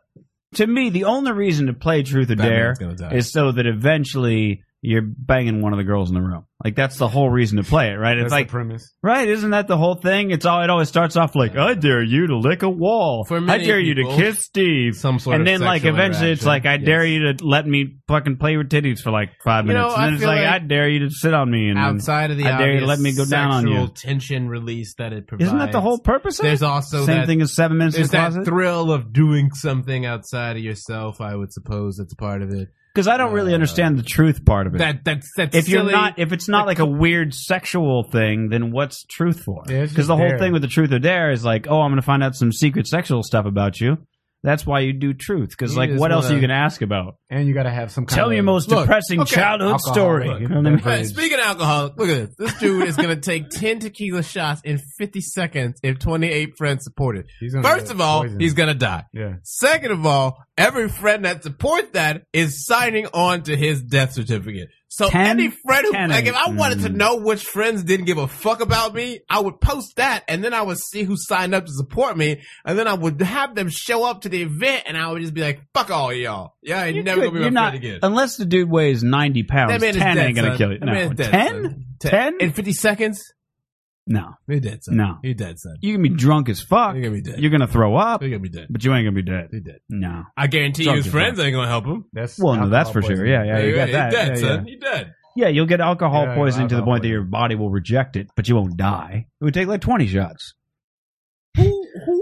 to me, the only reason to play Truth or Dare is so that eventually you're banging one of the girls in the room. Like that's the whole reason to play it, right? It's
That's
like,
the premise.
right? Isn't that the whole thing? It's all. It always starts off like, I dare you to lick a wall.
For
I
many
dare you to
people,
kiss Steve.
Some sort
and then, like, eventually, it's like, I dare you to let me fucking play with titties for like five
You know,
minutes. and then
I
it's
feel
like,
like-
I dare you to sit on me. And then,
Outside of the
I dare you to
obvious
let me go down on
sexual
you.
tension release that it provides.
isn't that the whole purpose of
There's
it?
also
Same
that,
thing as seven minutes in
there's
the
that
closet.
thrill of doing something outside of yourself. I would suppose that's part of it.
Because I don't really
Uh,
understand the truth part of it.
That that's that's
if you're
silly.
not, if it's not like a weird sexual thing, then what's truth for?
Yeah,
Because
it's just
the whole
dare.
thing with the truth or dare is like, oh, I'm going to find out some secret sexual stuff about you. That's why you do truth. Because
You
like,
just
what else are
wanna-
you going to ask about?
And you got to have some kind
Tell
of
me your most
Look,
depressing
okay,
childhood
alcohol,
story.
look,
you know what I mean?
Hey,
Right.
speaking of alcohol, look at this. This dude is gonna take ten tequila shots in fifty seconds if twenty eight friends support it.
He's gonna
First
get
of all,
poisoned.
he's gonna die.
yeah.
Second of all, every friend that supports that is signing on to his death certificate. So
Ten-
any friend who,
ten
like, if I
and-
wanted to
mm.
know which friends didn't give a fuck about me, I would post that and then I would see who signed up to support me and then I would have them show up to the event and I would just be like, fuck all y'all. Yeah, ain't
You
never
could-
gonna be
you're
my
not,
friend again.
unless the dude weighs ninety pounds.
That man
Ten
is dead,
ain't gonna
son.
kill you.
That
no,
man is dead,
ten?
son. Ten-
Ten?
In 50 seconds?
No,
You're dead, son.
No.
You're dead, son.
you can be drunk as fuck.
You're gonna be dead.
You're gonna throw up,
You're gonna be dead.
but you ain't gonna be dead.
You're dead.
No.
I guarantee you
Drunk
his
as
friends ain't gonna help him.
That's
Well, no, that's for
alcohol
sure.
poisoning.
Yeah, yeah, you got
You're
that.
dead,
Yeah, yeah.
son. You're dead.
Yeah, you'll get alcohol
Yeah,
poisoning to the
alcohol
point that your body will reject it, but you won't die. It would take like 20 shots.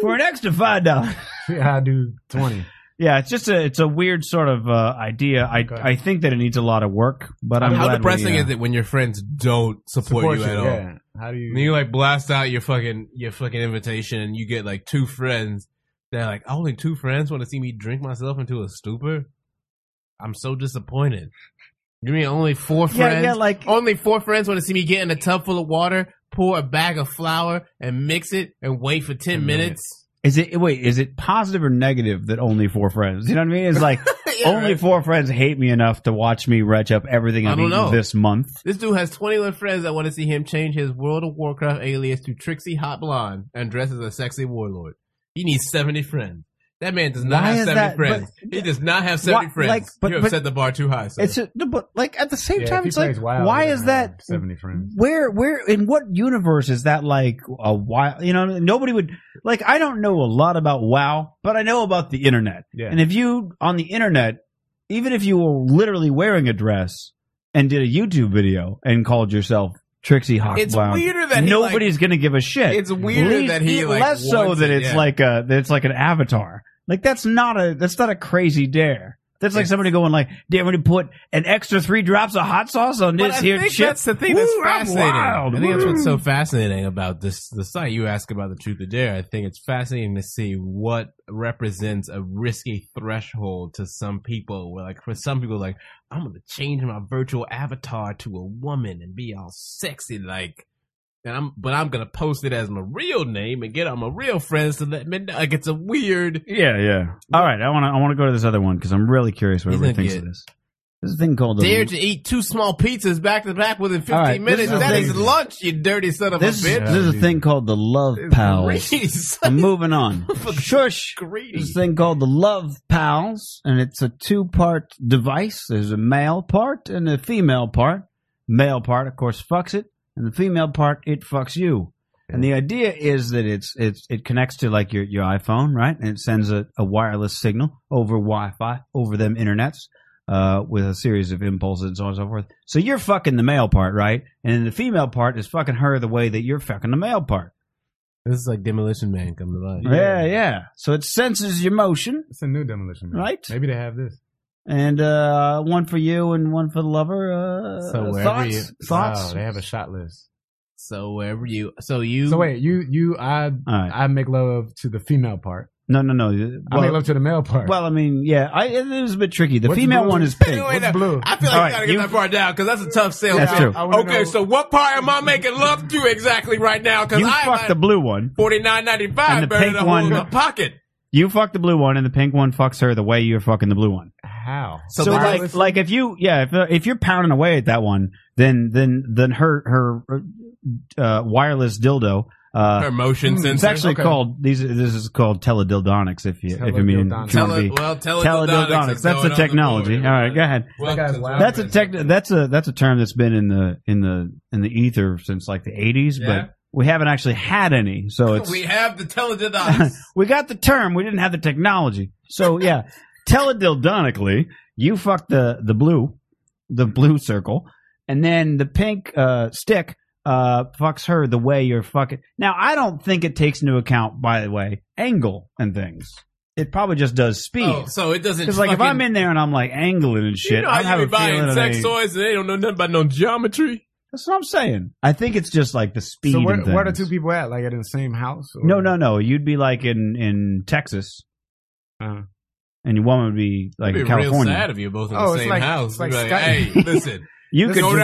For an extra five dollars.
See how I do twenty.
Yeah, it's just a it's a weird sort of uh, idea. I
Okay.
I think that it needs a lot of work, but I'm
How
glad
depressing
we, uh,
is it when your friends don't support, you at all?
yeah. How do
And
you?
you like blast out your fucking your fucking invitation, and you get like two friends. They're like, only two friends want to see me drink myself into a stupor. I'm so disappointed. You mean only four
Yeah,
friends?
yeah, like
Only four friends want to see me get in a tub full of water, pour a bag of flour, and mix it, and wait for ten minutes.
is it wait, is it positive or negative that only four friends? You know what I mean? It's like
Yeah,
only
right.
four friends hate me enough to watch me retch up everything
I
I've
don't
eaten
know.
this month.
This dude has 21 friends that want to see him change his World of Warcraft alias to Trixie Hot Blonde and dress as a sexy warlord. He needs 70 friends. That man does not
Why
have
is
70
that-
friends. he does not have 70
Why-
friends.
like, but-
you have
but-
set the bar too high. Sir.
It's a, no, but like at the same
Yeah, if
time,
he
it's like
plays wild,
why
he
is
doesn't have
that?
seventy friends?
Where where in what universe is that like a wild? You know, nobody would like. I don't know a lot about WoW, but I know about the internet.
Yeah.
And if you on the internet, even if you were literally wearing a dress and did a YouTube video and called yourself Trixie Hawk,
It's
Wild,
weirder that he,
nobody's gonna give a shit.
It's weirder
Least-
that he, like,
less so
wants
that
it,
it's
yeah.
like a that it's like an avatar. Like that's not a that's not a crazy dare. That's like
It's-
somebody going like, "Damn, we put an extra three drops of hot sauce on
But
this
I
here
think
chip."
that's the thing that's
Woo, I'm
fascinating.
wild.
I think that's
Woo.
what's so fascinating about this the site. You ask about the truth or dare. I think it's fascinating to see what represents a risky threshold to some people. Where like for some people, like I'm gonna change my virtual avatar to a woman and be all sexy, like. And I'm, but I'm gonna post it as my real name and get all my real friends to let me know. Like it's a weird.
Yeah, yeah. All right, I want to I want to go to this other one because I'm really curious what
He's
everyone
gonna
thinks
get-
of this. There's a thing called the,
Dare to eat two small pizzas back to back within 15
Mm-hmm. All right, this
minutes.
is the
That
thing.
is lunch, you dirty son of
this
a bitch.
is, there's a thing called the love pals.
Jeez.
I'm moving on. Shush.
greedy.
This thing called the Love Pals, and it's a two part device. There's a male part and a female part. Male part, of course, fucks it, and the female part, it fucks you. And the idea is that it's it's it connects to like your, your iPhone, right? And it sends a, a wireless signal over Wi Fi over them internets uh, with a series of impulses and so on and so forth. So you're fucking the male part, right? And then the female part is fucking her the way that you're fucking the male part.
This is like Demolition Man come to life.
Yeah, yeah. So it senses your motion,
It's a new demolition, man.
Right?
Maybe they have this.
and uh, one for you and one for the lover. Uh,
So wherever
thoughts,
you-
Wow,
thoughts.
oh, they have a shot list.
So wherever you, so you,
So wait, you you I
All right.
I make love to the female part.
No, no, no.
I
Well,
make love to the male part.
well, I mean, yeah. I, it is a bit tricky. The
What's
female
blue?
one is pink.
Wait, uh,
What's blue?
I feel like
All
you
right,
gotta get
you-
that part down because that's a tough sale.
That's
pitch.
true.
I wanna
okay,
know-
so what part am I making love to exactly right now? Because
You
I
fuck the blue one.
forty nine ninety
And the
five burning
pink
a hole
one-
in my pocket.
You fuck the blue one, and the pink one fucks her the way you're fucking the blue one.
How?
So, like, like if you, yeah, if, if you're pounding away at that one, then then then her her uh, wireless dildo. Uh,
Her motion sensor.
it's actually
Okay.
called these. This is called teledildonics. If you if you mean
Teledildonics.
if you wanna be-
Tele- well, teledildonics.
teledildonics.
is going
That's the
on board.
technology. All right, go ahead.
Well,
That guy's wild.
That's a tech. That's a that's a term that's been in the in the in the ether since like the '80s,
Yeah.
but we haven't actually had any. So it's
We
we,
have the teledildonics.
got the term, we didn't have the technology. So yeah, teledildonically, you fuck the the blue, the blue circle, and then the pink uh, stick uh, fucks her the way you're fucking. Now I don't think it takes into account, by the way, angle and things. It probably just does speed.
oh, so it doesn't.
Because like if
fucking-
I'm in there and I'm like angling and shit,
you know
I
how
have
you
a
be buying
feeling that
sex
I-
toys and they don't know nothing about no geometry.
That's what I'm saying. I think it's just like the speed.
So where,
and
where are
things.
two people at? Like at the same house? or-
No, no, no. You'd be like in in Texas,
Uh-huh.
and your woman would be like
It'd
in
Uh. be real sad
California.
if you're both in
Oh,
the
it's
same
like-
house.
it's like
You'd be
Skype.
hey, listen,
You
This
could.
go
is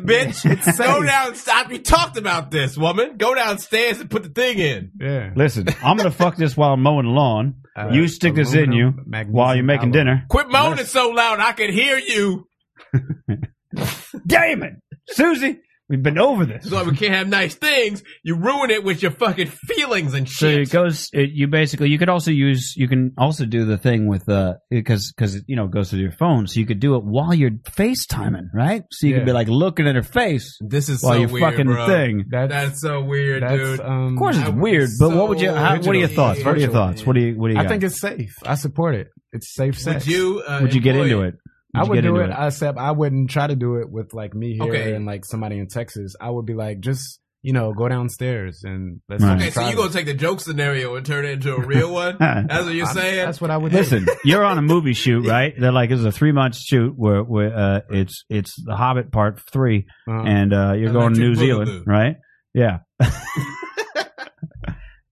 bitch. go downstairs. We talked about this, woman. Go downstairs and put the thing in.
Yeah.
Listen, I'm gonna fuck this while I'm mowing the lawn.
Uh,
you stick this in you
aluminum, magnesium
while you're making
alloy.
dinner.
Quit moaning so loud I can hear you.
Damn it, Susie. We've been over this.
That's why we can't have nice things. You ruin it with your fucking feelings and
So
shit.
it goes. It, you basically you could also use you can also do the thing with uh because because you know it goes to your phone, so you could do it while you're FaceTiming, right? So you could
Yeah.
be like looking at her face
this is
while
so
you're
weird,
fucking
bro.
thing.
That's,
That's so weird,
that's,
dude.
um,
Of course, it's
I would
weird,
be
but what
so
would you? How, what are your
original.
thoughts? What are your
Virtual,
thoughts?
man.
What do you? What do you?
I
got?
think it's safe. I support it. It's safe sex.
Would you? Uh,
Would you get into
employ-
it?
I
you
would
get
do
into
it, except I wouldn't try to do it with like me here
Okay.
and like somebody in Texas. I would be like, just you know, go downstairs and let's.
Right.
just
Okay, so
try
you
this.
gonna take the joke scenario and turn it into a real one?
Uh-huh.
That's what you're
I'm-
saying.
That's what I would do.
Listen, you're on a movie shoot, right? They're like, it's a three month shoot where, where uh, it's it's the Hobbit part three,
Uh-huh.
and uh, you're going to New
Electric
Zealand,
Boogaloo.
right? Yeah.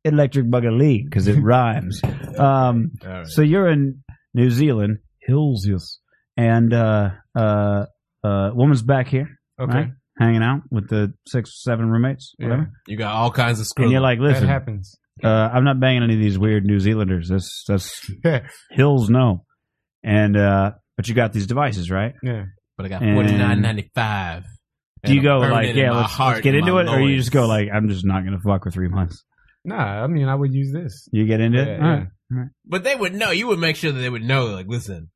Electric Boogaloo because it rhymes. Um,
All right.
So you're in New Zealand, hills, yes, and uh, uh, uh, woman's back here,
okay,
right? Hanging out with the six, seven roommates,
Yeah.
whatever.
You got all kinds of screw.
And you're like,
that
listen,
happens.
uh, I'm not banging any of these weird New Zealanders. That's that's
Yeah.
hills, no. And uh, but you got these devices, right?
but I got
and-
forty nine ninety five.
Do you go like, yeah, let's, let's get into it, or you just go like, I'm just not gonna fuck for three months.
Nah, I mean, I would use this.
You get into
Yeah,
it.
yeah.
All right.
But they would know. You would make sure that they would know. Like, listen,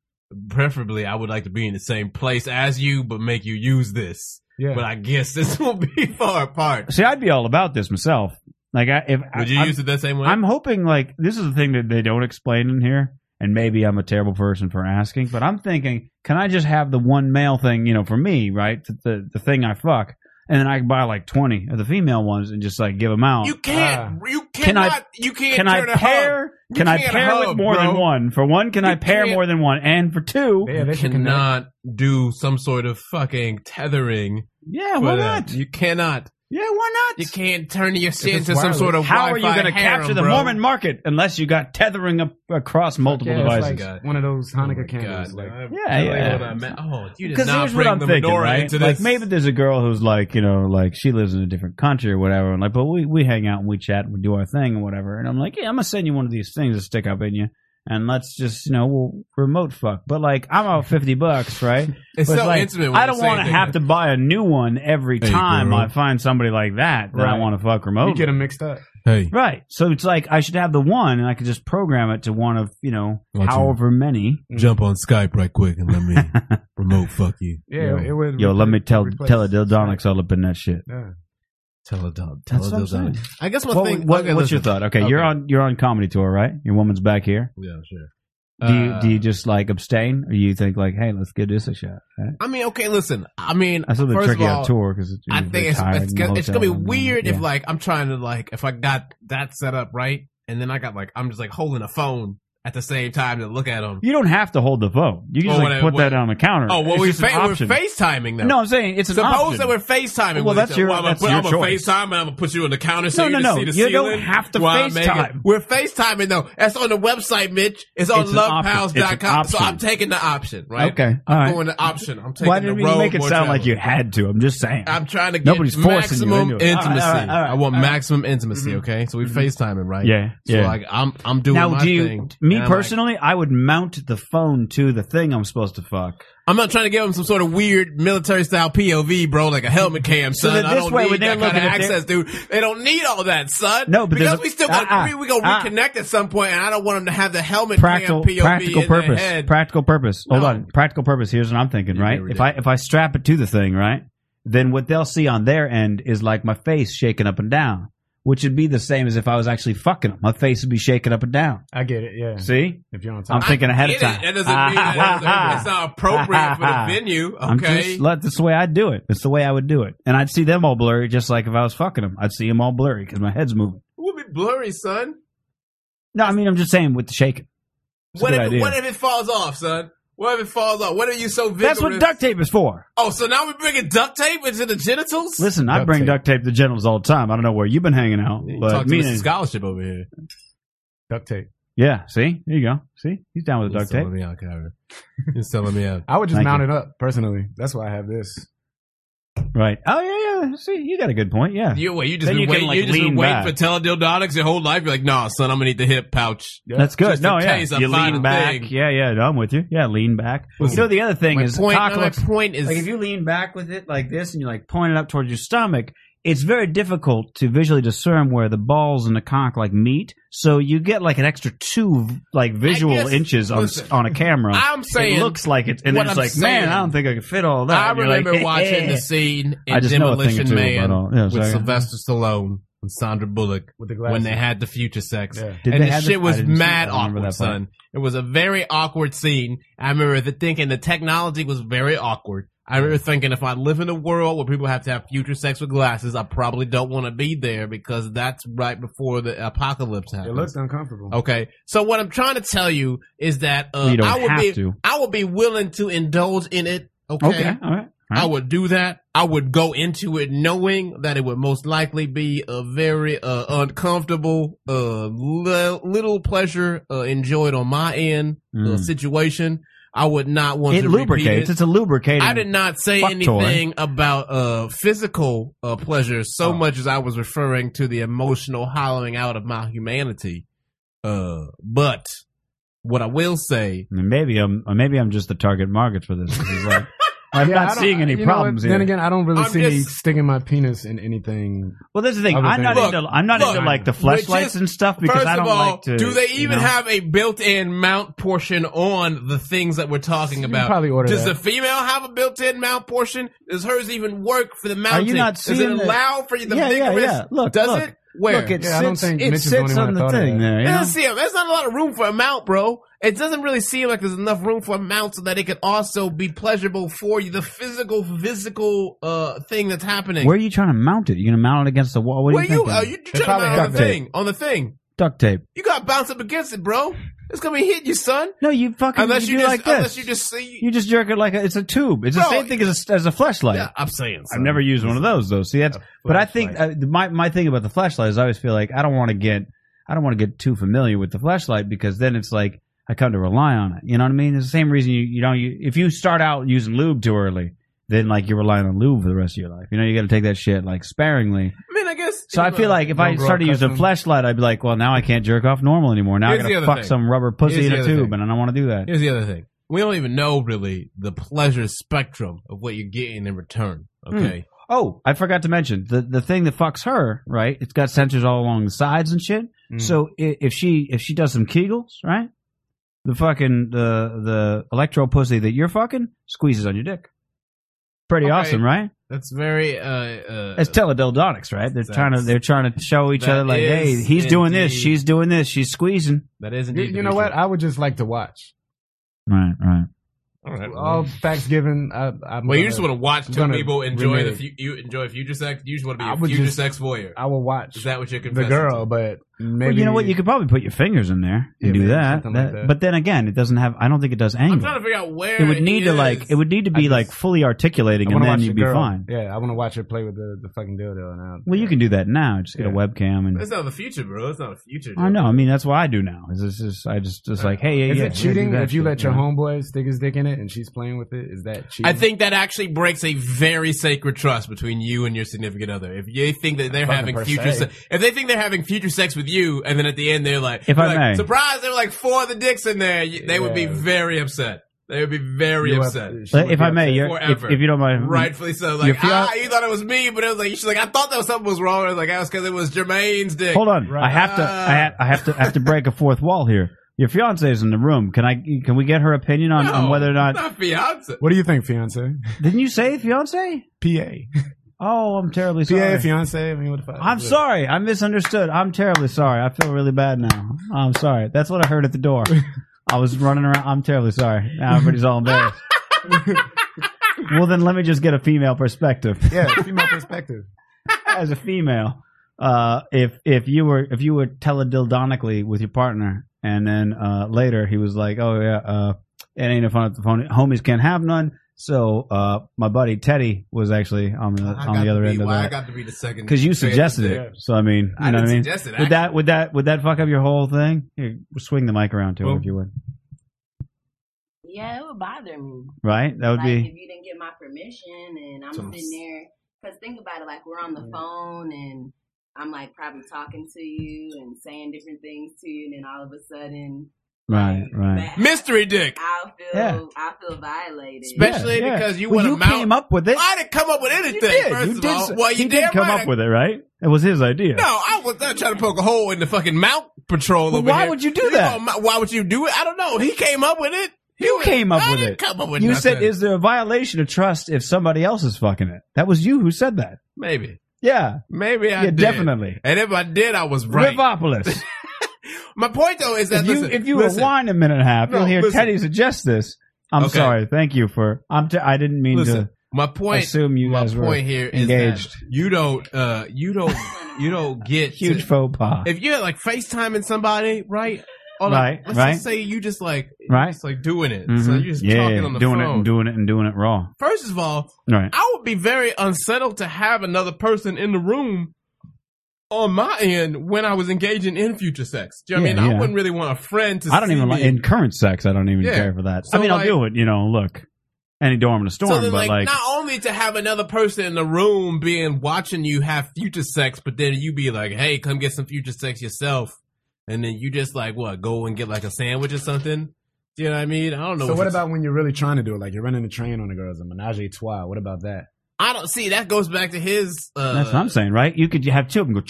preferably, I would like to be in the same place as you, but make you use this.
Yeah,
But I guess this will be far apart.
See, I'd be all about this myself. Like, I, if I,
Would you
I'm-
use it that same way?
I'm hoping like this is the thing that they don't explain in here, and maybe I'm a terrible person for asking, but I'm thinking, can I just have the one male thing, you know, for me, right? The the, the thing I fuck, and then I can buy like twenty of the female ones and just like give them out.
you can't. you
Can I-
cannot. you can't.
can I
turn a hoe.
pair?
You
Can I
can't
pair with
hug,
more than
bro.
one? For one, can I
You
pair
can't-
more than one? And for two,
yeah,
you
they can connect.
cannot do some sort of fucking tethering.
yeah,
for
why
that.
not?
You cannot.
Yeah, why
You
not?
can't turn your shit
it's
into some
wireless.
sort of
How are you
Wi-Fi
going to
harem,
capture the
bro?
Mormon market unless you got tethering up across multiple
Yeah, it's
devices?
like
God.
one of those
Oh my
Hanukkah candles.
God.
Like,
I'm
Yeah,
telling you
yeah.
what I meant. Oh, you did
Because
not
here's what
bring
I'm
the
thinking,
menorah
right?
into
Like
this.
maybe there's a girl who's like, you know, like she lives in a different country or whatever, and like, but we we hang out and we chat and we do our thing and whatever. And I'm like, yeah, I'm gonna send you one of these things to stick up in you, and let's just, you know, we'll remote fuck. But like, I'm out fifty bucks, right?
it's
But
so
like,
intimate. When
I don't
want to
have to buy a new one every
Hey,
time
girl.
I find somebody like that that I
Right.
want to fuck
you
remotely.
get them mixed up.
Hey,
Right. So it's like I should have the one, and I could just program it to one of you know
Watch
however many.
jump on Skype right quick and let me remote fuck you.
Yeah, it would.
Yo, let me tell
replace-
teledildonics all up in that shit.
Yeah.
Teledub.
That's what I'm saying.
Teledub. I guess one
What-
thing.
what-
okay,
what's
listen.
your thought? Okay, you're
Okay.
on you're on comedy tour, right? Your woman's back here.
Yeah, sure.
Do you
Uh,
do you just like abstain, or you think like, hey, let's give this a shot? Right?
I mean, okay, listen. I mean,
That's a little
first
tricky
of all,
on tour because
I think it's it's, gonna, it's gonna be weird if like I'm trying to like if I got that set up right and then I got like I'm just like holding a phone at the same time to look at them.
you don't have to hold the phone. You can
Well,
just like,
what I-
put
what-
that on the counter.
Oh, well,
It's
we
just an
fa- we're
option.
FaceTiming them.
No, I'm saying it's an
Suppose
option. Oh,
that we're FaceTiming.
Well,
with
that's
each other.
your-
Well, I'm
that's
gonna,
your
I'm gonna
choice.
FaceTime and I'm gonna put you on the counter so
No,
you
no,
can
no.
see the
You don't
ceiling.
have to
while I make it.
FaceTime.
We're FaceTiming though. That's on the website, Mitch. It's on
It's an option. It's an
lovepounds.com. So
option.
I'm taking the option, right?
Okay, all
I'm
right.
going the option. I'm taking
Why
the
didn't
road
you make it
more
sound like
traveled.
you had to? I'm just saying.
I'm trying to get
Nobody's forcing you
maximum
into it. All right,
intimacy.
all right, all right,
I want
all right.
maximum intimacy. Okay, so we FaceTime it, right?
yeah,
So
yeah.
like I'm I'm doing
now,
my
do you?
thing.
Me
and I'm like-
personally, I would mount the phone to the thing I'm supposed to fuck.
I'm not trying to give him some sort of weird military style POV, bro, like a helmet cam,
So
son.
that
I
this
don't
way,
need
when they're
that kind of
looking at
access, dude. They don't need all that, son.
No, but there's
because
a-
we still got
uh-uh,
we, we gonna
uh-uh.
reconnect at some point, and I don't want them to have the helmet
practical
cam POV
practical
in their
purpose
head.
practical purpose hold
No.
on practical purpose here's what i'm thinking
You're
right if i
ridiculous.
if i strap it to the thing right then what they'll see on their end is like my face shaking up and down which would be the same as if i was actually fucking them my face would be shaking up and down
I get it.
Mm.
Yeah,
see
if you're on
i'm
top.
thinking ahead of
It is-
time
That doesn't mean that it's- it's not appropriate for the venue.
I'm
Okay,
just let that's the way I do it. That's the way I would do it, and I'd see them all blurry, just like if I was fucking them. I'd see them all blurry because my head's moving.
we'll be blurry, son.
No, I mean I'm just saying with the shaking. It's a
What
good
if,
idea.
what if it falls off, son? What if it falls off? What are you so vigorous?
That's what duct tape is for.
Oh, so now we're bringing duct tape into the genitals?
Listen, I
Duct
bring
tape.
duct tape to genitals all the time. I don't know where you've been hanging out, but
Talk to
me
Mr.
and-
scholarship over here.
duct tape.
yeah. See, there you go. See, he's down with the
You're
duct tape.
selling me out, Kyron. You're selling me out.
I would just
Thank
mount
you.
it up personally. That's why I have this.
Right. Oh yeah, yeah. See, you got a good point. Yeah.
You wait. You just
Then
been
you can,
waiting.
like,
you just been
lean
waiting
back.
for teledildonics your whole life. You're like, nah, son, I'm gonna need the hip pouch.
That's good.
Just in
no, yeah.
case I
You
find
lean
a
back.
thing.
Yeah, yeah. No, I'm with you. Yeah, lean back. You know, the other thing
My
is
point,
cock
no, my
looks-
point is
like if you lean back with it like this and you like point it up towards your stomach, it's very difficult to visually discern where the balls and the cock like meet. So you get like an extra two like visual
guess-
inches on
listen,
on a camera.
I'm saying
it looks like it, and
what
it's
I'm
like, man,
saying-
I don't think I can fit all that.
I
And you're like,
remember watching the scene
I
in
just know a thing or
Demolition
two about
Man
all- yeah,
with
sorry.
Sylvester Stallone, with Sandra Bullock
with the glasses.
when they had the future sex.
yeah.
Did
and
they
the
have
shit
I
was
didn't see-
mad
I don't remember
awkward,
that part.
son. It was a very awkward scene. I remember the thinking the technology was very awkward. I remember thinking if I live in a world where people have to have future sex with glasses, I probably don't want to be there because that's right before the apocalypse
It
happens.
looks uncomfortable.
Okay. So what I'm trying to tell you is that uh,
Well, you don't
I would
have
be
to.
I would be willing to indulge in it. Okay.
Okay, all right.
I would do that. I would go into it knowing that it would most likely be a very uh, uncomfortable, uh, li- little pleasure uh, enjoyed on my end uh,
Mm.
situation. I would not want
It
to repeat
lubricates.
it.
It's a lubricating.
I did not say
Fuck toy.
anything about uh physical uh, pleasure so
Oh.
much as I was referring to the emotional hollowing out of my humanity. Uh, but what I will say,
Maybe I'm or maybe I'm just the target market for this. It's like, I'm
Yeah, I
not
don't-
seeing any
you know
problems
what?
here.
Then again, I don't really
I'm
see me
just-
sticking my penis in anything.
well, that's the thing.
Other
I'm not
things.
into I'm not
Look,
into like the fleshlights
just-
and stuff because
first
I don't
of all,
like to.
do they
you
even
know?
have a built-in mount portion on the things that we're talking about?
probably order
Does
that.
the female have a built-in mount portion? Does hers even work for the mounting?
you not
Does it
seeing that-
allow for the
Yeah, yeah,
vigorous?
yeah. Look,
does
look.
it? Where?
Look, it
Yeah, I don't
sits,
think
it
Mitch is the only
sits
one
on
that
the
thought of
thing
that.
there. You
It
know?
doesn't seem, there's not a lot of room for a mount, bro. It doesn't really seem like there's enough room for a mount so that it could also be pleasurable for you. The physical, physical uh thing that's happening.
Where are you trying to mount it? You gonna mount it against the wall? What
Where
are you,
you?
thinking?
Are you trying to
probably
mount on the
duct tape.
thing? On the thing,
duct tape?
you got to bounce up against it, bro. It's gonna be hitting you, son.
No, you fucking
Unless
you,
you,
do
just,
like this.
unless you just see.
You just jerk it like a, it's a tube. It's the
Bro,
same thing as a, as a flashlight.
yeah, I'm saying.
I've
son.
never used one of those though. See, that's but I think uh, my my thing about the flashlight is I always feel like I don't want to get I don't want to get too familiar with the flashlight because then it's like I come to rely on it. You know what I mean? It's the same reason you you know you, if you start out using lube too early, then like you're relying on lube for the rest of your life. You know you got to take that shit like sparingly.
I mean, I guess.
So I feel like if I
don't grow
started using a
accustomed.
flashlight, I'd be like, well, now I can't jerk off normal anymore. Now
Here's
I
the
gotta
other
fuck
thing.
some rubber pussy
Here's
in
the
a
other
tube,
thing.
and I don't want to do that.
Here's the other thing. We don't even know really the pleasure spectrum of what you're getting in return. Okay.
Oh, I forgot to mention the the thing that fucks her, right? It's got sensors all along the sides and shit.
Mm.
So i- if she if she does some Kegels, right? The fucking the the electro pussy that you're fucking squeezes on your dick. Pretty
Okay.
awesome, right?
That's very. uh uh
It's teledildonics, right? They're
That's-
trying to they're trying to show each
that
other like, hey,
is
he's doing this,
indeed-
she's doing this, she's squeezing.
That is
You,
indeed.
you know what? I would just like to watch.
Right, right.
All right.
All facts given. I, I'm
Mm. well,
gonna-
you just want to watch two
gonna
people enjoy the
remake.
fu- you enjoy future sex. You just want to
I
be a
would
future
just-
sex voyeur.
I will watch
Is that what you're
the
confessing?
girl,
to?
but maybe
Well, you know what? You could probably put your fingers in there and
Yeah,
do
maybe
that.
something
That-
like that.
But then again, it doesn't have. I don't think it does
I'm
angle.
trying to figure out where
It would need to
is.
like. It would need to be
I just-
like fully articulating,
I
and
wanna
then
watch
you'd
the
be
girl.
fine.
Yeah, I want to watch her play with the, the fucking dildo. And I,
Well, you can do that now. Just get a
Yeah.
webcam and
That's not the future, bro. That's not the future.
I know. I mean, that's what I do now. Is this just I just just like, hey, yeah,
Is
yeah,
it cheating
yeah, do that
if you
shit,
let your
know?
homeboy stick his dick in it and she's playing with it? Is that cheating?
I think that actually breaks a very sacred trust between you and your significant other. If you think that they're
Fucking
having
per
future,
se.
se- if they think they're having future sex with you, and then at the end they're like,
If I
like,
may.
surprise, there were like four of the dicks in there. You- They would be
Yeah.
very upset. They would be very
You have-
upset,
she would
If
be
I may,
upset.
you're, if,
forever.
if you don't mind,
rightfully so.
Your
Like,
fian-
ah, you thought it was me, but it was like she's like, I thought that was something was wrong. I was like, that was because it was Jermaine's dick.
Hold on,
Right.
I have to. I, ha- I have to. I have to break a fourth wall here. Your fiance is in the room. Can I? Can we get her opinion on, on
No,
whether or not?
not fiance.
What do you think, fiance?
Didn't you say fiance?
PA,
Oh, I'm terribly
PA,
sorry.
fiance. I mean, what the fuck?
I'm sorry. I misunderstood. I'm terribly sorry. I feel really bad now. I'm sorry. That's what I heard at the door. I was running around. I'm terribly sorry. Now everybody's all embarrassed. well, then let me just get a female perspective.
Yeah, female perspective.
As a female, uh, if if you were if you were teledildonically with your partner, and then uh, later he was like, "Oh yeah, uh, it ain't no fun at the phone. Homies can't have none." So uh, my buddy Teddy was actually on the
I got
on the
to
other
be-
end of
why I
that
got to be the second
because you
fan
suggested
of
it.
the-
So I mean, you
I
know
didn't
what I mean.
suggest it.
Would that would that would that fuck up your whole thing? Here, swing the mic around to him
Well-
if you would.
Yeah, it would bother me.
Right, that would
like if
be.
you didn't get my permission and I'm
Some-
sitting there. Because think about it, like we're on the phone and I'm like probably talking to you and saying different things to you, and then all of a sudden,
Right, right.
that-
mystery dick.
I'll feel
Yeah.
I feel violated.
Especially
Yeah, yeah.
because you
Well,
want
you
to mount.
came up with it.
I didn't come up with anything.
you did.
First
you
of
did.
all, well, you
he did
damn
come
right.
up with it, right? It was his idea.
No, I was not trying to poke a hole in the fucking mount patrol.
Well,
over
why
here.
would you do that?
know, my- why would you do it? I don't know. He came up with it. He
You
was-
came up
I
with
didn't
it.
Come up with
You
nothing.
said, "Is there a violation of trust if somebody else is fucking it?" That was you who said that.
maybe
Yeah.
Maybe I
yeah,
did.
definitely.
And if I did, I was right.
Rivopolis.
My point though is that
if you
listen,
if you
listen,
rewind a minute and a half,
No,
you'll hear
listen.
Teddy suggest this. I'm
Okay.
sorry. Thank you for. I'm. T- I didn't mean
listen.
to
My point
assume you
my
guys were
point here is
engaged.
that you don't uh you don't you don't get to-
Huge faux pas.
if you're like FaceTiming somebody, right? Or
Right,
like, let's
right.
just say you just like
Right.
it's like doing it. So
Mhm.
you're just
yeah,
talking on the
doing it
phone.
and doing it and doing it raw.
First of all,
Right.
I would be very unsettled to have another person in the room on my end when I was engaging in future sex. Do you know what
Yeah,
I mean?
yeah.
I wouldn't really want a friend to
I don't
see
even like
me.
in current sex. I don't even
Yeah.
care for that.
So,
I mean,
like-
I'll do it. You know, look, any dorm in a storm,
So then,
but like,
like, not only to have another person in the room being watching you have future sex, but then you be like, "Hey, come get some future sex yourself," and then you just like what go and get like a sandwich or something. Do you know what I mean? I don't know.
So
if
what
it's-
about when you're really trying to do it? Like you're running a train on the girls, a menage a trois. What about that?
I don't see that goes back to his. Uh,
that's what I'm saying, right? You could have two of them go.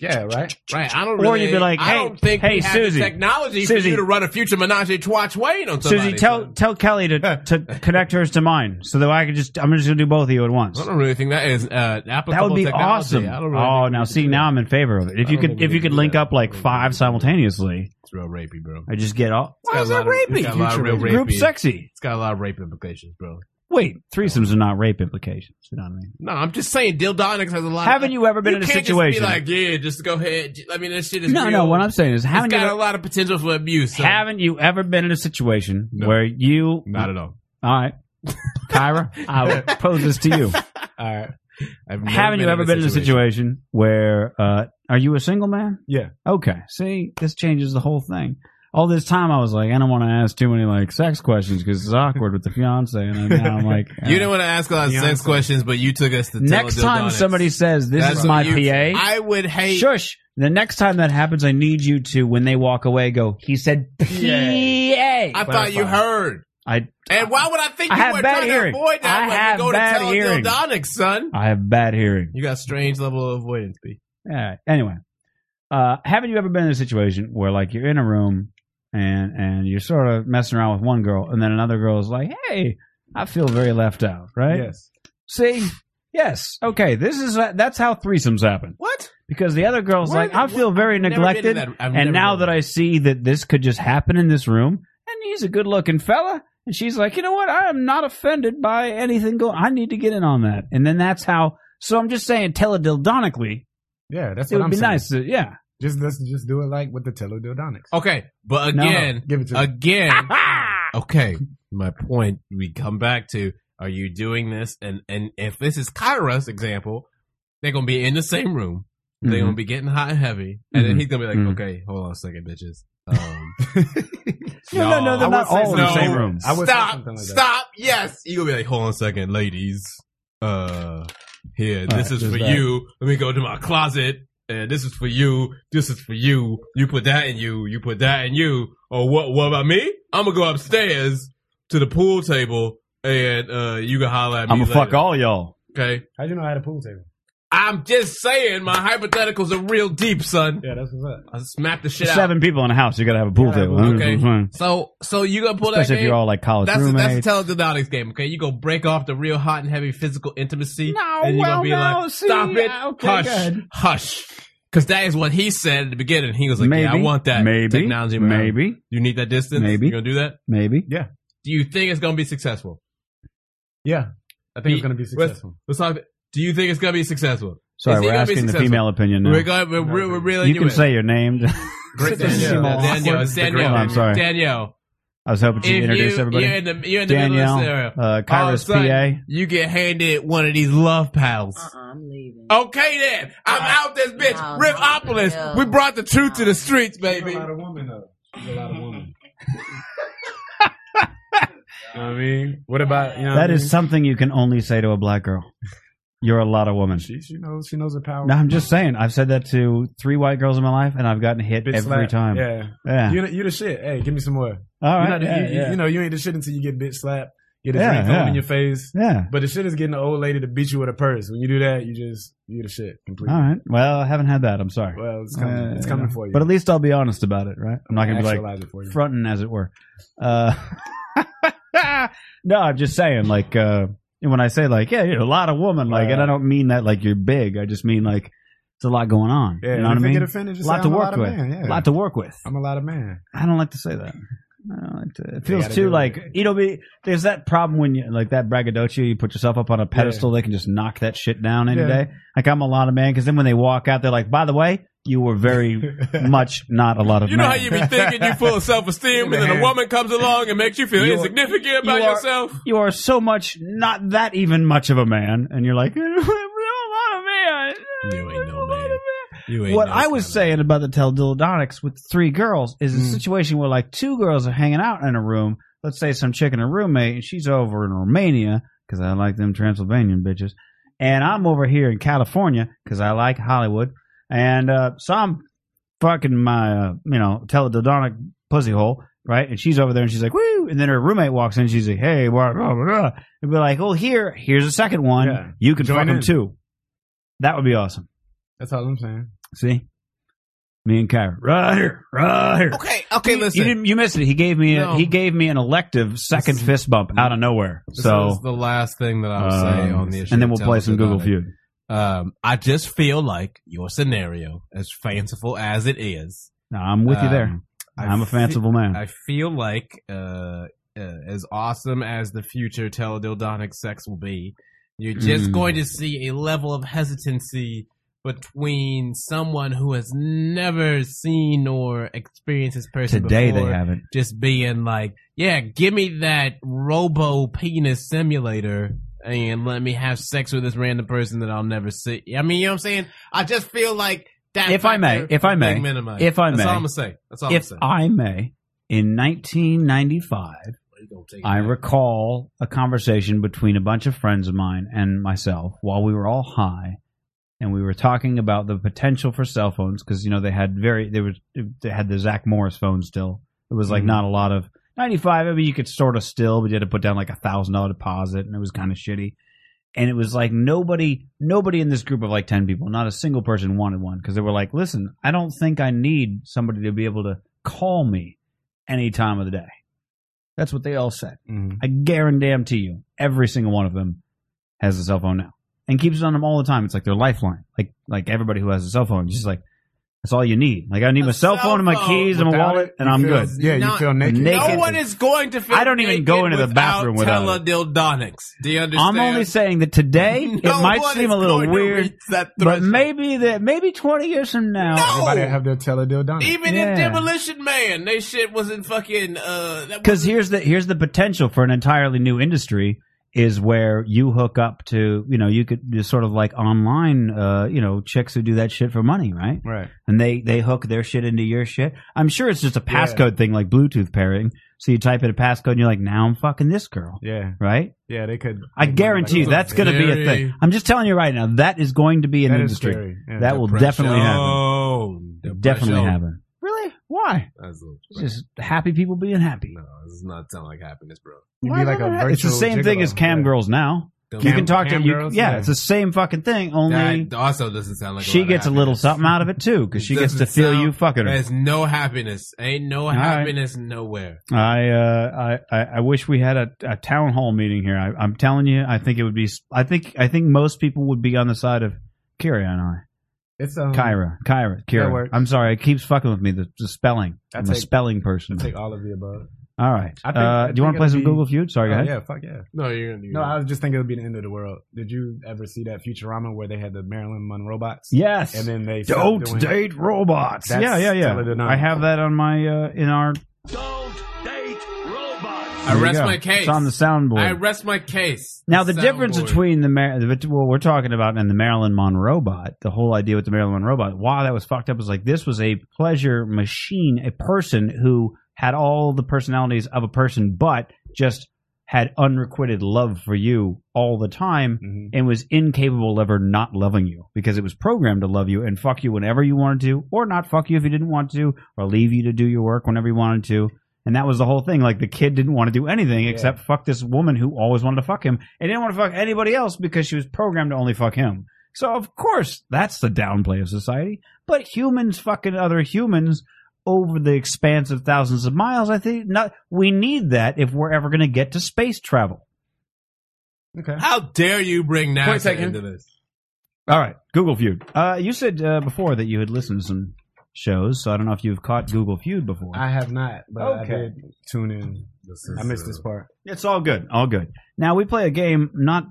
Yeah, right.
Right, I don't.
Or
Really,
you'd be like,
I
"Hey,
don't think
hey,
we have the
Susie,
technology for
Susie."
you to run a future menage a trois Wayne on somebody."
Susie, tell
So
tell Kelly to to connect hers to mine, so that I could just. I'm just gonna do both of you at once.
I don't really think that is uh, applicable.
That would be
technology.
awesome.
I don't really
oh,
think
now
we should
see,
do
now
that.
I'm in favor of it. If you
don't
could,
think we
if you
can
could
do
link
that.
up like five simultaneously,
it's real rapey, bro.
I just get all
Why is that rapey? It's got a lot of real rapey.
group sexy.
It's got a lot of rape implications, bro.
Wait, threesomes are not rape implications. You know what I mean?
No, I'm just saying, dildonics has a lot.
Haven't you ever been in a
can't
situation?
Just be like, yeah, just go ahead. I mean, this shit is
no,
real.
no. What I'm saying is,
it's
haven't you,
got a
ever,
lot of potential for abuse. So.
haven't you ever been in a situation
No.
where you?
Not at all.
All right, Kyra, I will pose this to you.
All right.
I've never
haven't you ever been in a situation where? uh Are you a single man?
Yeah.
Okay. See, this changes the whole thing. All this time, I was like, I don't want to ask too many like sex questions because it's awkward with the fiance, and then now I'm like, uh,
You didn't want to ask a lot of sex questions, but you took us to
next time
teledildonics.
somebody says this
That's
is my
what you-
PA,
I would hate.
shush. The next time that happens, I need you to, when they walk away, go. He said PA.
I
I,
thought you heard.
I
And why would I think
I
you
have
were
bad
trying
hearing.
to avoid that
I
when
have
we go
bad
to
hearing.
teledildonics, son?
have bad hearing.
You got strange level of avoidance, B.
All right. Anyway, uh, haven't you ever been in a situation where like you're in a room and and you're sort of messing around with one girl, and then another girl is like, "Hey, I feel very left out." Right?
Yes.
See? Yes. Okay. This is that's how threesomes happen
What?
because the other girl's
What
like,
are the-
"I feel
what-
very
never been in
neglected,"
that- I've never
and now
been
that
in
I see that this could just happen in this room, and he's a good-looking fella. And she's like, you know what? I am not offended by anything going. I need to get in on that. And then that's how. So I'm just saying, teledildonically,
Yeah, that's
it
what
would
I'm
be
saying.
nice. To, yeah.
Just let's just do it like with the teledildonics.
Okay, but
No.
again,
Give it to them.
again, okay. My point we come back to: Are you doing this? And and if this is Kyra's example, they're gonna be in the same room. They're
Mm-hmm.
gonna be getting hot and heavy, and then
Mhm.
he's gonna be like,
Mhm.
"Okay, hold on a second, bitches." Um,
No, no, no, they're
I
not
would say
all in the
something-
same room.
I would say
stop,
something like that.
stop. Yes, you gonna be like, "Hold on a second, ladies. Uh, here,
All
this
right,
is
just
for
that.
you. Let me go to my closet." And this is for you. This is for you. You put that in you. You put that in you. Or what? What about me? I'm gonna go upstairs to the pool table, and uh, you can holler at me.
I'm gonna fuck
later.
all y'all.
Okay.
How'd you know I had a pool table?
I'm just saying, my hypotheticals are real deep, son.
Yeah, that's what's up.
I smack the shit out.
Seven people in a house, you gotta have a pool
Yeah,
table.
okay. So, so you gonna pull
Especially
that
if
game?
you're all like college
that's a, that's
roommates.
a teledildonics game, okay? You gonna break off the real hot and heavy physical intimacy,
No,
and you
well,
gonna be
no,
like,
see,
"Stop it,
uh, okay,
hush,
good."
hush," because that is what he said at the beginning. He was like,
maybe
"Yeah, I want that
Maybe
technology, man.
Maybe,
You need that distance.
Maybe.
you gonna do that?
maybe.
Do you think it's gonna be successful?
Yeah, I think
Be-
it's gonna be successful.
Let's talk. Do you think it's gonna be successful?
Sorry,
Is he
we're
gonna be
asking the
successful?
female opinion now.
We're going. We're, we're, we're really.
you can say your name.
Great
Danielle.
Danielle.
Danielle.
Danielle. It's
Awkward. The great
Danielle.
one, I'm sorry.
Danielle.
I was hoping
If
you'd introduce
you,
everybody.
You're in the, you're in the middle of the
Danielle,
scenario.
uh,
All of a
Kyra's
sudden,
PA.
You get handed one of these love pals.
Uh-uh, I'm leaving.
Okay then. I'm out this bitch.
No,
Rivopolis.
no.
We brought the truth to the streets, baby.
of women though. She's a lot of women.
I mean, what about you know?
That is something you can only say to a black girl. You're a lot of woman.
She she knows she knows her power.
No, I'm just saying. I've said that to three white girls in my life, and I've gotten hit
Bitch
every
slap.
time.
Yeah.
Yeah.
You the- you the shit. Hey, give me some more.
All right.
You know, the-
yeah,
you, you-
yeah.
you know, you ain't the shit until you get bitch slapped. Get a
Yeah,
drink
yeah.
home in your face.
yeah.
But the shit is getting the old lady to beat you with a purse. When you do that, you just you the shit completely.
All right. Well, I haven't had that. I'm sorry.
Well, it's coming.
Uh,
it's
you
coming
know.
for you.
But at least I'll be honest about it, right? I'm not going to be like
Actualize it for you.
fronting, as it were. Uh, no, I'm just saying, like, uh, And when I say like, yeah, you're a lot of woman, like,
Uh,
and I don't mean that like you're big. I just mean like it's a lot going on.
Yeah,
you know what I
if they
mean?
get offended, just
a lot to
say, "I'm a
work
lot of
with.
man," yeah. Um,
A lot to work with.
I'm a lot of man.
I don't like to say that. I don't like to. It feels
gotta
too
do it.
like you know. be- There's that problem when you like that braggadocio. You put yourself up on a pedestal. They can just knock that shit down any
Yeah.
day. Like I'm a lot of man because then when they walk out, they're like, by the way, you were very much not a lot of
You know
man.
how you be thinking you full of self esteem, and then a woman comes along and makes you feel
You are-
insignificant about
you are-
yourself.
you are so much not that even much of a man, and you're like, I'm a lot of man.
You ain't no man. You
what I was saying about the teledildonics with three girls is
Mm.
a situation where like two girls are hanging out in a room. Let's say some chick and her roommate, and she's over in Romania because I like them Transylvanian bitches, and I'm over here in California because I like Hollywood, and uh, so I'm fucking my uh, you know teledildonic pussy hole. Right, and she's over there, and she's like, "Woo!" And then her roommate walks in, she's like, "Hey, blah blah blah," and be like, "Oh, here, here's a second one.
Yeah.
You can
Join
fuck
in.
him too." That would be awesome.
That's all I'm saying.
See? Me and Kyra. Right here. Right here.
Okay, okay, listen.
You, didn't, you missed it. He gave me a,
No.
he gave me an elective second fist bump out of nowhere.
This
So
is the last thing that I'll say
um,
on the issue.
and then
of
we'll play some Google
teledildonic.
Feud.
Um, I just feel like your scenario, as fanciful as it is,
No, I'm with you there.
um, I
I'm a
fe-
fanciful man.
I feel like uh, uh, as awesome as the future teledildonic sex will be, you're just
Mm.
going to see a level of hesitancy between someone who has never seen or experienced this person
Today
before,
they haven't.
just being like, "Yeah, give me that robo penis simulator." And let me have sex with this random person that I'll never see. I mean, you know what I'm saying? I just feel like that.
If I may,
factor
if I
is being
may,
minimized.
if I
That's
may,
all I'm gonna say. That's all I'm
If
saying.
I may, in 1995,
You gonna take it
I
back.
recall a conversation between a bunch of friends of mine and myself while we were all high, and we were talking about the potential for cell phones because you know they had very they were they had the Zach Morris phone still. It was like not a lot of ninety five. I mean, you could sort of still, but you had to put down like a thousand dollar deposit, and it was kind of shitty. And it was like nobody nobody in this group of like ten people, not a single person wanted one because they were like, listen, I don't think I need somebody to be able to call me any time of the day. That's what they all said.
Mm-hmm.
I guarantee you, every single one of them has a cell phone now and keeps it on them all the time. It's like their lifeline. Like like everybody who has a cell phone, just like that's all you need. Like I need
A
my cell
cell
phone and my
phone
keys and my
without
wallet,
it,
and
you
I'm
feel-
good.
Yeah, you
Not-
feel naked.
Naked.
No one is going to feel
I don't even
naked
go into the
without
bathroom without it.
teledildonics. Do you understand?
I'm only saying that today
No
it might
one
seem
is
a little
going to
weird,
reach that
but
threshold.
maybe that maybe 20 years from now.
No!
Everybody have their teledildonic.
even
Yeah.
in Demolition Man, they shit was in fucking uh that
because here's the here's the potential for an entirely new industry is where you hook up to you know you could just sort of like online uh you know chicks who do that shit for money right
Right.
and they they hook their shit into your shit i'm sure it's just a passcode thing like bluetooth pairing so you type in a passcode and you're like now i'm fucking this girl
Yeah.
right
Yeah, they could.
i guarantee you
a
that's going to be a
very-
thing i'm just telling you right now that is going to be an
That is
industry
scary. Yeah.
that will definitely happen
Oh,
definitely happen really why
That's a-
It's just happy people being happy
no, this does not sound like happiness, bro.
You'd be like a virtual
it's the same thing
gigolo.
as cam
Yeah.
girls now
Don't-
you can talk to
cam
you,
girls?
yeah,
Yeah.
it's the same fucking thing. Only
That also doesn't sound like
she
lot of
gets a little
happiness.
something out of it too, because she gets to
Doesn't
feel
sound-
you fucking her.
There's no happiness. Ain't no
right.
happiness nowhere.
I, uh, I, I, I wish we had a, a town hall meeting here. I, I'm telling you, I think it would be. s- I think, I think most people would be on the side of Kyra and I.
It's um,
Kyra, Kyra, Kyra.
works.
I'm sorry, it keeps fucking with me. The, the spelling.
I
I'm a
take-
spelling person.
I'll take all of the above.
All right.
I think-
uh,
I
do you want
think
to play
it'll
some
be-
Google feud? Sorry, go
Oh,
ahead.
yeah, fuck yeah.
No, you're gonna.
No, I was just thinking it would be the end of the world. Did you ever see that Futurama where they had the Marilyn Monroe bots?
Yes.
And then they stopped
Don't
doing-
date robots.
That's
yeah, yeah, yeah.
teledynamic.
I have that on my uh, in our.
Don't date robots.
I
There you
rest
go.
my case.
It's on the soundboard.
I rest my case.
Now the difference
soundboard.
between the Mar- the bet- what we're talking about and the Marilyn Monroe bot, the whole idea with the Marilyn Monroe bot, why that was fucked up was like this was a pleasure machine, a person who had all the personalities of a person, but just had unrequited love for you all the time
Mhm.
and was incapable of ever not loving you because it was programmed to love you and fuck you whenever you wanted to, or not fuck you if you didn't want to, or leave you to do your work whenever you wanted to. And that was the whole thing. Like the kid didn't want to do anything except fuck this woman who always wanted to fuck him and didn't want to fuck anybody else because she was programmed to only fuck him. So of course that's the downplay of society. But humans fucking other humans over the expanse of thousands of miles, I think not we need that if we're ever gonna get to space travel. Okay.
How dare you bring
Point
NASA
taken.
into this?
All right, Google Feud. Uh, you said uh, before that you had listened to some shows, so I don't know if you've caught Google Feud before.
I have not, but I
Okay.
did tune in. I
uh,
missed this part.
It's all good, all good. Now we play a game not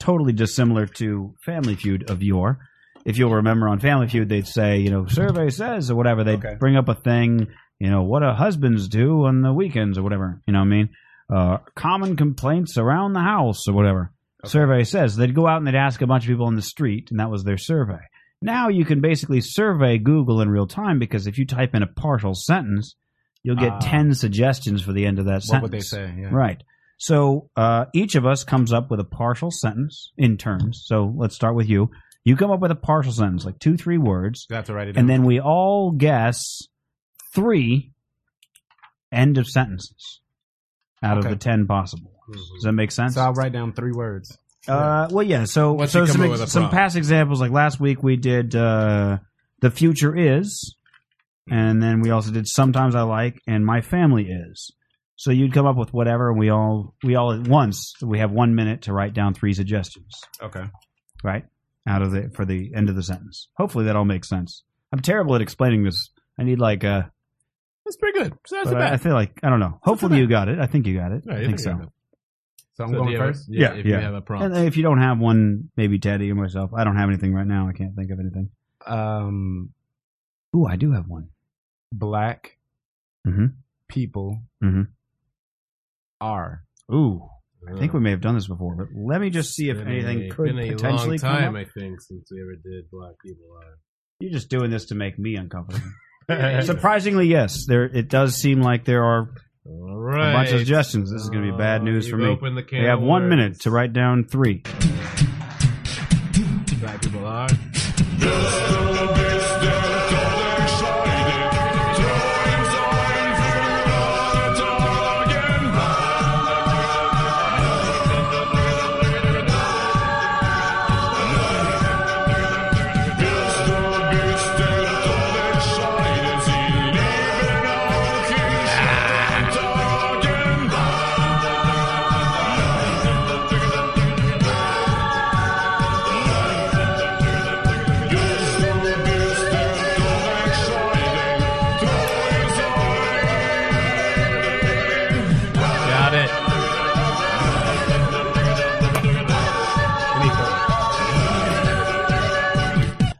totally dissimilar to Family Feud of yore. If you'll remember on Family Feud, they'd say, you know, survey says or whatever. They'd
Okay.
bring up a thing, you know, what do husbands do on the weekends or whatever. You know what I mean? Uh, common complaints around the house or whatever. Survey says. They'd go out and they'd ask a bunch of people in the street, and that was their survey. Now you can basically survey Google in real time because if you type in a partial sentence, you'll get
Ah.
10 suggestions for the end of that
What
sentence.
would they say? Yeah.
Right. So uh, each of us comes up with a partial sentence in terms. So let's start with you. You come up with a partial sentence, like two, three words,
You have to write it down.
and then we all guess three end of sentences out of
Okay.
the ten possible. Does that make sense?
Mm-hmm. so I'll write down three words.
Uh, well, yeah. So,
Once
so
you come
some,
up
ex-
with a
some
prompt.
past examples, like last week we did uh, the future is, and then we also did sometimes I like and my family is. So you'd come up with whatever, and we all we all at once we have one minute to write down three suggestions,
Okay.
right? Out of the for the end of the sentence. Hopefully that all makes sense. I'm terrible at explaining this. I need like uh,
That's pretty good. So that's
but I, I
about.
feel like I don't know. Hopefully you got it. I think you got it.
Yeah,
I
you
think
think you
so.
got
So I'm
So do
going
you have a-
first.
Yeah,
If
yeah.
you have a prompt.
And if you don't have one, maybe Teddy or myself. I don't have anything right now. I can't think of anything.
Um,
Ooh, I do have one.
black
Mm-hmm.
Mhm.
people
Mhm.
are.
Ooh, I think we may have done this before, but let me just see if anything could
been a
potentially
long time,
come up.
I think, since we ever did Black People Are.
You're just doing this to make me uncomfortable. Surprisingly, yes, there. It does seem like there are
All
a
right.
bunch of suggestions. This is going to be bad
Uh,
news for
you've
me.
opened the can
We have
of
one
worms.
minute to write down three.
Black people are. Got it.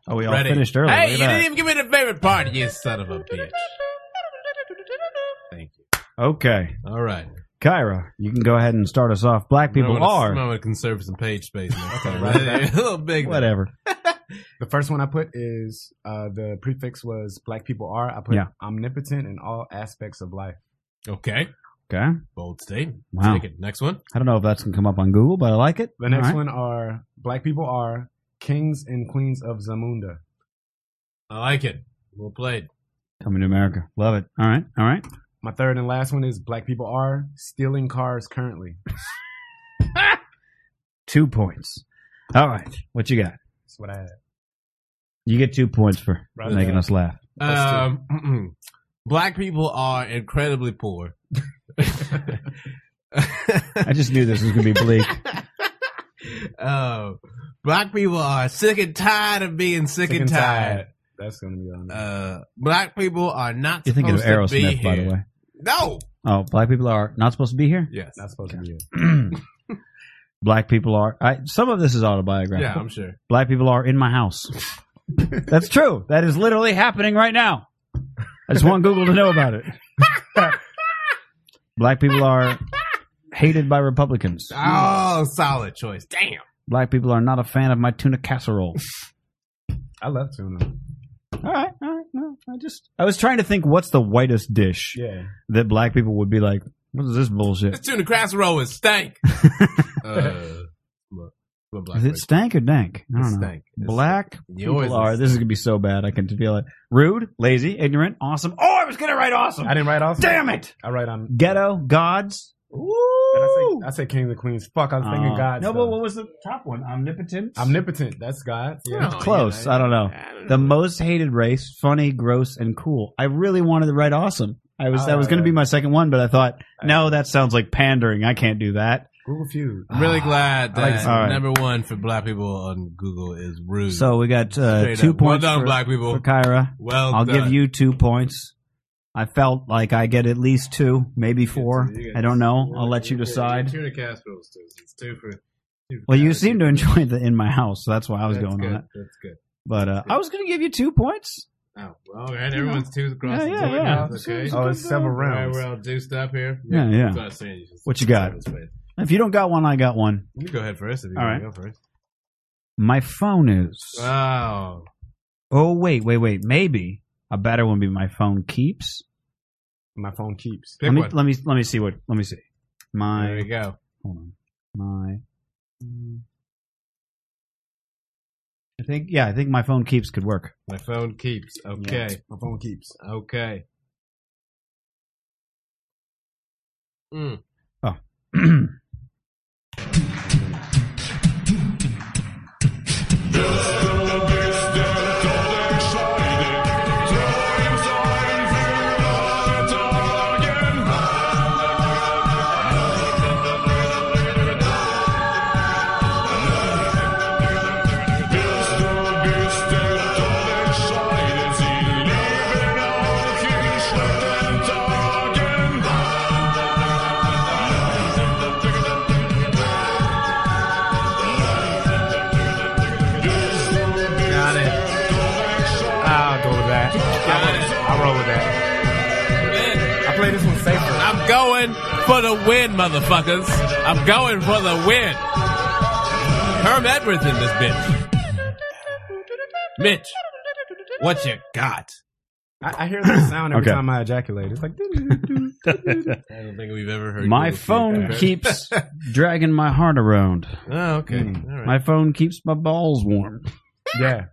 Oh, we all
Ready.
finished early.
Hey,
Look
you
at that.
didn't even give me the favorite part, you son of a bitch. Thank you.
Okay,
All right.
Kyra, you can go ahead and start us off. Black people
I'm gonna,
are
I'm gonna conserve some page space. Now. okay,
right.
a little big.
whatever.
The first one I put is uh, the prefix was black people are. I put
Yeah.
omnipotent in all aspects of life.
Okay.
Okay,
Bold statement.
Wow.
Take it. Next one.
I don't know if that's gonna come up on Google, but I like it.
The next
All right.
one are black people are kings and queens of Zamunda.
I like it. Well played.
coming to America, love it. All right, all right.
My third and last one is black people are stealing cars currently.
Two points. All right, what you got?
That's what I had.
You get two points for
Right.
making us laugh.
Um, black people are incredibly poor.
I just knew this was going to be bleak.
uh, black people are sick and tired of being sick, and tired.
That's gonna be on. there.
Uh, black people are not
You're thinking
supposed
of
to be
Aerosmith, by
here.
the way.
No.
Oh, black people are not supposed to be here.
Yes.
Not supposed to be. it.
black people are. I, some of this is
Yeah,
autobiographical.
I'm sure.
Black people are in my house. That's true. That is literally happening right now. I just want Google to know about it. black people are hated by Republicans.
Oh, solid choice. Damn.
Black people are not a fan of my tuna casserole.
I love tuna.
All right, all right. No, I just I was trying to think what's the whitest dish
Yeah.
that black people would be like. What is this bullshit?
This tuna casserole is stank. uh, but, but black
Is it
race-
stank or dank? I don't know.
stank. It's-
Black
Yours
people are.
is-
This is gonna be so bad. I can feel it. Rude, lazy, ignorant, awesome. Oh, I was gonna write awesome.
I didn't write off.
Damn it!
I write on.
Ghetto gods.
And I
Ooh.
say I say kings and queens. Fuck, I was thinking
Uh,
gods.
No,
though.
but what was the top one? Omnipotent.
omnipotent? That's God. Yeah.
Oh,
Close.
yeah,
I don't know.
I don't
The most hated race. Funny, gross, and cool. I really wanted to write awesome. I was that was
Uh,
Alright.
gonna be my second one, but I thought no, that sounds like pandering. I can't do that.
Google Feud.
I'm Ah. really glad
I like
that
this. All right.
number one for black people on Google is rude.
So we got uh,
Mm. Straight
two
up. Well
points
done,
for,
black people.
for Kyra.
well,
I'll
done.
give you two points. I felt like I get at least two, maybe four. I don't know. I'll let you decide.
Two to Castro's too. It's two for. two for
Well, you
Castro's.
seem to enjoy the in my house, so that's why I was
That's
going
good.
on it.
That's good.
But uh, I was going to give you two points.
Oh, well, all right. Everyone's two across
Yeah,
the
yeah,
board
yeah.
now.
It's
Okay.
good.
Oh, it's
All
several
right,
rounds.
we're all juiced up here.
Yeah, yeah.
That's what I'm saying. You just-
What you got? If you don't got one, I got one.
You go ahead first. If you
All
wanna
right.
go first.
My phone is.
Oh,
oh wait, wait, wait. Maybe a better one would be my phone keeps.
My phone keeps.
pick
let me
one.
let me let me see what let me see.
there you
My
go.
hold on. My um, I think yeah, I think my phone keeps could work.
My phone keeps. Okay.
My phone keeps.
Okay. Mm. Got it.
I'll go with that. I'll, I'll roll with that. I play this one safer.
I'm going for the win, motherfuckers. I'm going for the win. Herm Edwards in this bitch. Mitch, what you got?
I, I hear that sound every
Okay.
time I ejaculate. It's like,
I don't think we've ever heard.
My
Google Keep
phone
that.
keeps dragging my heart around.
Oh, okay.
Mm.
All right.
My phone keeps my balls warm.
yeah.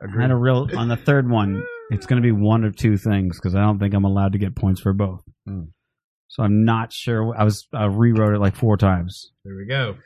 I had a real on the third one. It's going to be one of two things because I don't think I'm allowed to get points for both.
Hmm.
Mm.
So I'm not sure. I was I rewrote it like four times.
there we go.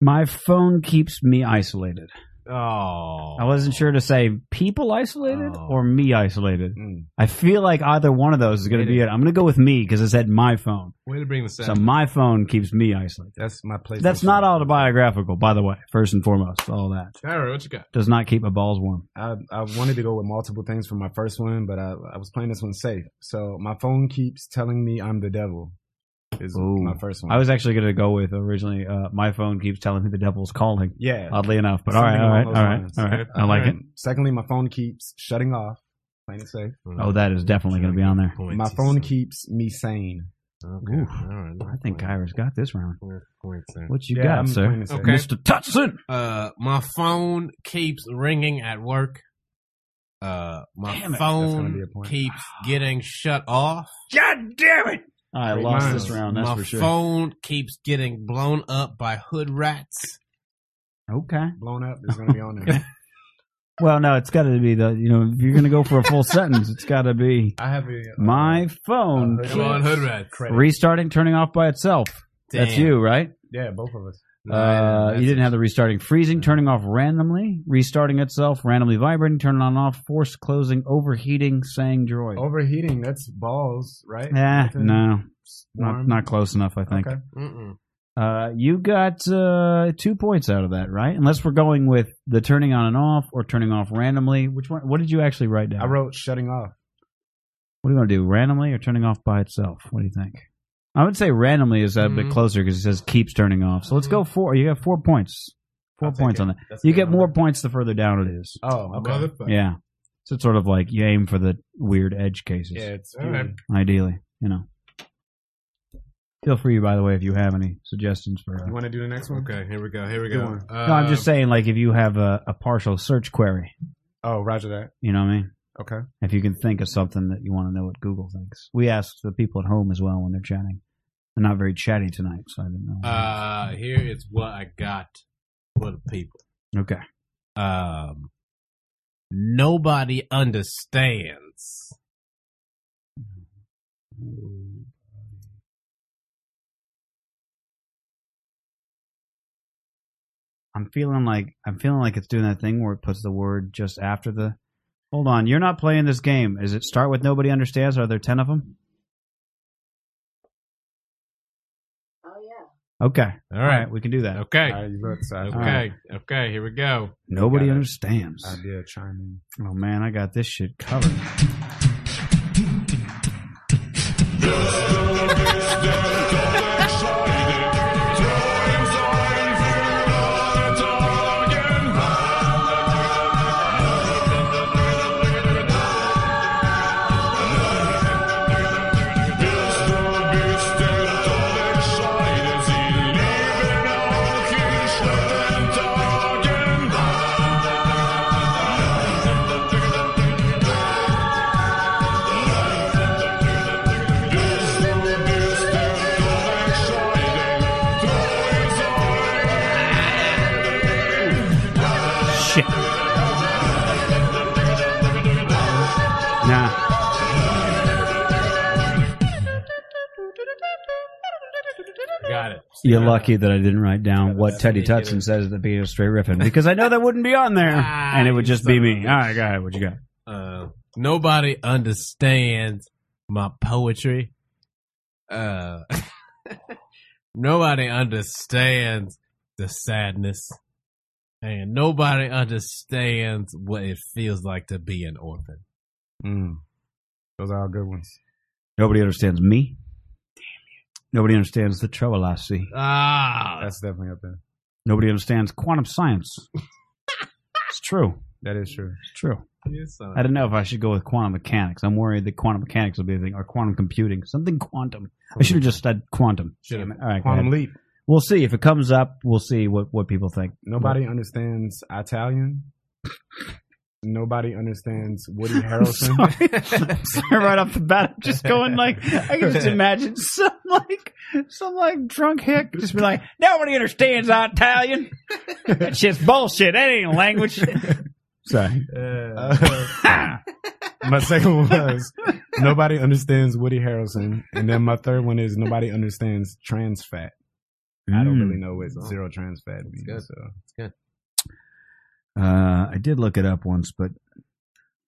My phone keeps me isolated.
Oh,
I wasn't sure to say people isolated
Oh. Hmm.
or me isolated.
Mm.
I feel like either one of those is going to be it. I'm going to go with me because it said my phone.
Way to bring the
So
sound.
my phone keeps me isolated.
That's my place.
That's not autobiographical, by the way. First and foremost, all that
All right, what you got?
does not keep my balls warm.
I, I wanted to go with multiple things for my first one, but I, I was playing this one safe. So my phone keeps telling me I'm the devil. Is
Ooh.
my first one.
I was actually going to go with originally. Uh, my phone keeps telling me the devil's calling.
yeah.
Oddly enough, Oh, but all right,
Something
all right, all
along
right,
those
all
lines.
right. I like it.
Um, Secondly, my phone keeps shutting off. Playing it safe.
Oh, that is definitely going to be on there.
Points.
My phone keeps me sane.
Okay.
Oof.
All right.
I think Kyra's got this round.
Points there.
What you
Yeah,
got,
I'm
sir?
playing it safe.
Okay.
Mr. Tutson.
Uh, my phone keeps ringing at work. Uh, my
Damn it.
That's gonna
phone
be a point.
keeps getting shut off.
God damn it! I
Great
lost
minds.
this round. That's
my
for sure.
phone keeps getting blown up by hood rats.
Okay.
Blown up is gonna be on there.
Well, no, it's got to be the you know if you're going to go for a full sentence, it's got to be
I have a uh,
my phone
Uh,
Come on, hood rats.
credit.
restarting, turning off by itself. That's
Damn.
you, right?
yeah, both of us.
Uh,
Right,
you didn't
that's-
have the restarting, freezing, turning off randomly, restarting itself, randomly vibrating, turning on and off, force closing, overheating, saying droid.
Oh, Overheating. That's balls, right?
Eh,
Nothing
no, not
warm.
not close enough. I think.
Okay.
Mm-mm.
Uh, you got uh, two points out of that, right? Unless we're going with the turning on and off or turning off randomly. Which one? What did you actually write down?
I wrote shutting off.
What are you going to do? Randomly or turning off by itself? What do you think? I would say randomly is a
Mm-hmm.
Mhm.
bit closer because it says keeps turning off. So let's go four. You got four points. 4
I'll take
points
it.
on that.
That's
You
good
get
number.
more points the further down it is.
Oh, okay.
Motherfucker.
Yeah. So it's sort of like you aim for the weird edge cases,
Yeah, it's
All right.
ideally. You know. Feel free, by the way, if you have any suggestions for. Uh,
You want to do the next one?
Okay, here we go. Here we
Good
go.
one.
Uh,
no, I'm just saying, like if you have a, a partial search query,
Oh, Roger that.
you know what I mean.
Okay.
If you can think of something that you want to know what Google thinks, we ask the people at home as well when they're chatting. They're not very chatty tonight, so I didn't know.
Uh, here is what I got for the people.
okay.
Um, nobody understands.
I'm feeling like I'm feeling like it's doing that thing where it puts the word just after the. Hold on, you're not playing this game. Is it start with nobody understands? Are there ten of them? Okay.
All
All
right.
right. We can do that.
Okay.
I, look, so I,
Okay.
right.
Okay. Here we go.
Nobody
Got it.
understands.
I did chime in.
Oh man, I got this shit covered. Shit. Nah.
Got it.
You're lucky that I didn't write down what Teddy
Sneak it
Tutson
in.
says at the beginning of Straight Riffin because I know that wouldn't be on there
Ah,
and it would
you
just be
son of a
me.
bitch.
All right, go ahead. What you got?
Uh, nobody understands my poetry. Uh, nobody understands the sadness, and nobody understands what it feels like to be an orphan.
Mm. Those are all good ones.
Nobody understands me. Nobody understands the trouble I see.
Ah,
That's definitely up there.
Nobody understands quantum science. it's true.
That is true.
It's true.
yes, son.
I don't know if I should go with quantum mechanics. I'm worried that quantum mechanics will be a thing, or quantum computing, something quantum. I should have just said quantum.
Should've.
Damn it. All right, go
Quantum
ahead.
leap.
We'll see if it comes up. We'll see what what people think.
Nobody understands Italian. Nobody understands Woody
I'm
Harrelson.
sorry. I'm sorry right off the bat. I'm just going like I can just imagine some like some like drunk hick just be like nobody understands Italian. That shit's bullshit. That ain't a language. Sorry.
Uh, my second one was nobody understands Woody Harrelson, and then my third one is nobody understands trans fat. I
Hmm.
don't really know what zero trans fat means.
good.
So
Uh, I did look it up once, but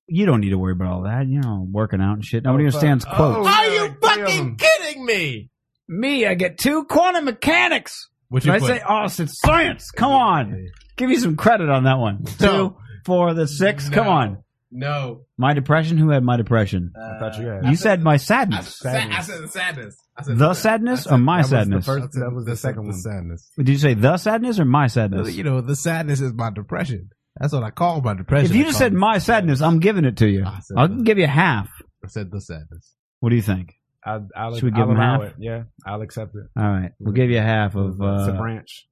you don't need to worry about all that. You know, working out and shit. Nobody understands quotes.
Are you fucking kidding me?
Me, I get two quantum mechanics.
What
Did I say? Oh, it's science. Come on, give me some credit on that one.
No.
Two for the six. Come
No.
on.
No, Uh,
My depression. Who had my depression?
I thought you had.
You said my
I,
sadness.
said- I said the sadness. I said
The sadness or my
that was
sadness?
The first, that was the second one.
sadness.
Did you say the sadness or my sadness?
You know, the sadness is my depression. That's what I call my depression.
If you
I
just
call
said
it-
my sadness, I'm giving it to you.
I said
I'll
the-
give you half.
I said the sadness.
What do you think?
I, I'll,
Should we give
I'll
him
allow
half?
it. Yeah, I'll accept it.
All right, we'll give you half of.
it's a
Uh,
branch.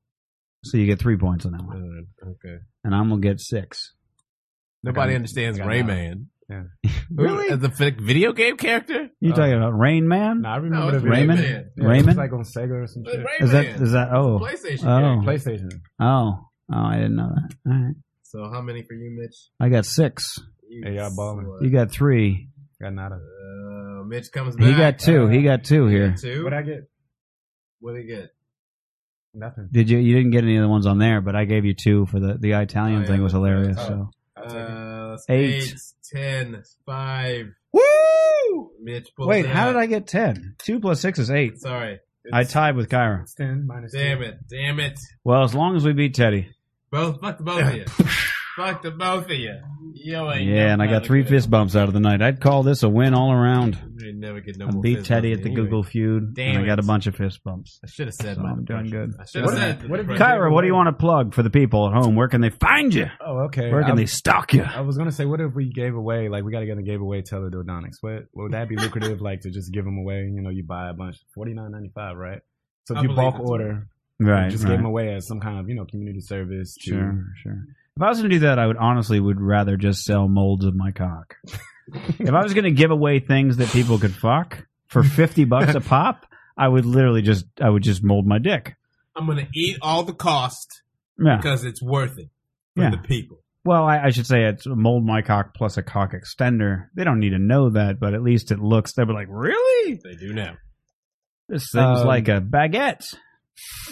so you get three points on that one,
okay.
and I'm gonna get six.
Nobody understands
got
Rayman.
Yeah.
Who- The fi- video game character?
You talking about Rain Man?
No, I
No,
remember
it's
the video.
Raymond?
Rayman.
Yeah,
Raymond?
It's like on Sega or some shit.
Rayman.
Is that is that? Oh, oh,
PlayStation
oh,
game.
PlayStation.
oh! I didn't know that. All right,
So how many for you, Mitch?
I got six.
You
Hey, y'all balling.
slut.
You got three.
Got nada.
Uh, Mitch comes back.
He got two. He got two here.
uh, Two?
What I get?
What did he get?
Nothing.
Did you? You didn't get any of the ones on there, but I gave you two for the the Italian
Oh, yeah.
thing was hilarious.
Oh.
So
Uh,
Eight.
eight, ten, five.
woo!
Mitch pulls
Wait,
it
how
out.
did I get ten? Two plus six is eight.
Sorry.
I tied with Kyra.
It's ten minus.
Damn it. Damn it.
Well, as long as we beat Teddy.
Both, fuck the both of you. fuck the both of you. Yo, ain't never
Yeah, and I got
gonna
three
get-
fist bumps out of the night. I'd call this a win all around.
You ain't never get no
I
more
beat
fist
Teddy
bumps
at the
anyway.
Google feud,
Damn
and I got
it.
a bunch of fist bumps.
I should have said
So
my
I'm doing
depression.
good.
I should have
What
said
if-
the
what if-
depression.
Kyra, what do you want to plug for the people at home? Where can they find you?
Oh, okay.
Where can
I'm-
they stalk you?
I was gonna say, what if we gave away, like, we gotta get a giveaway teledodonics? What would that be lucrative, like, to just give them away? You know, you buy a bunch, forty nine ninety five, right? So if
I
you
believe
bulk
it's
order,
Right,
just give
right.
them away as some kind of, you know, community service. To,
Sure, sure. If I was going to do that, I would honestly would rather just sell molds of my cock. if I was going to give away things that people could fuck for fifty bucks a pop, I would literally just I would just mold my dick.
I'm gonna eat all the cost
Yeah.
because it's worth it for
Yeah.
the people.
Well, I, I should say it's a mold my cock plus a cock extender. They don't need to know that, but at least it looks. They'll be like, really?
They do now.
This thing's
Um,
like a baguette.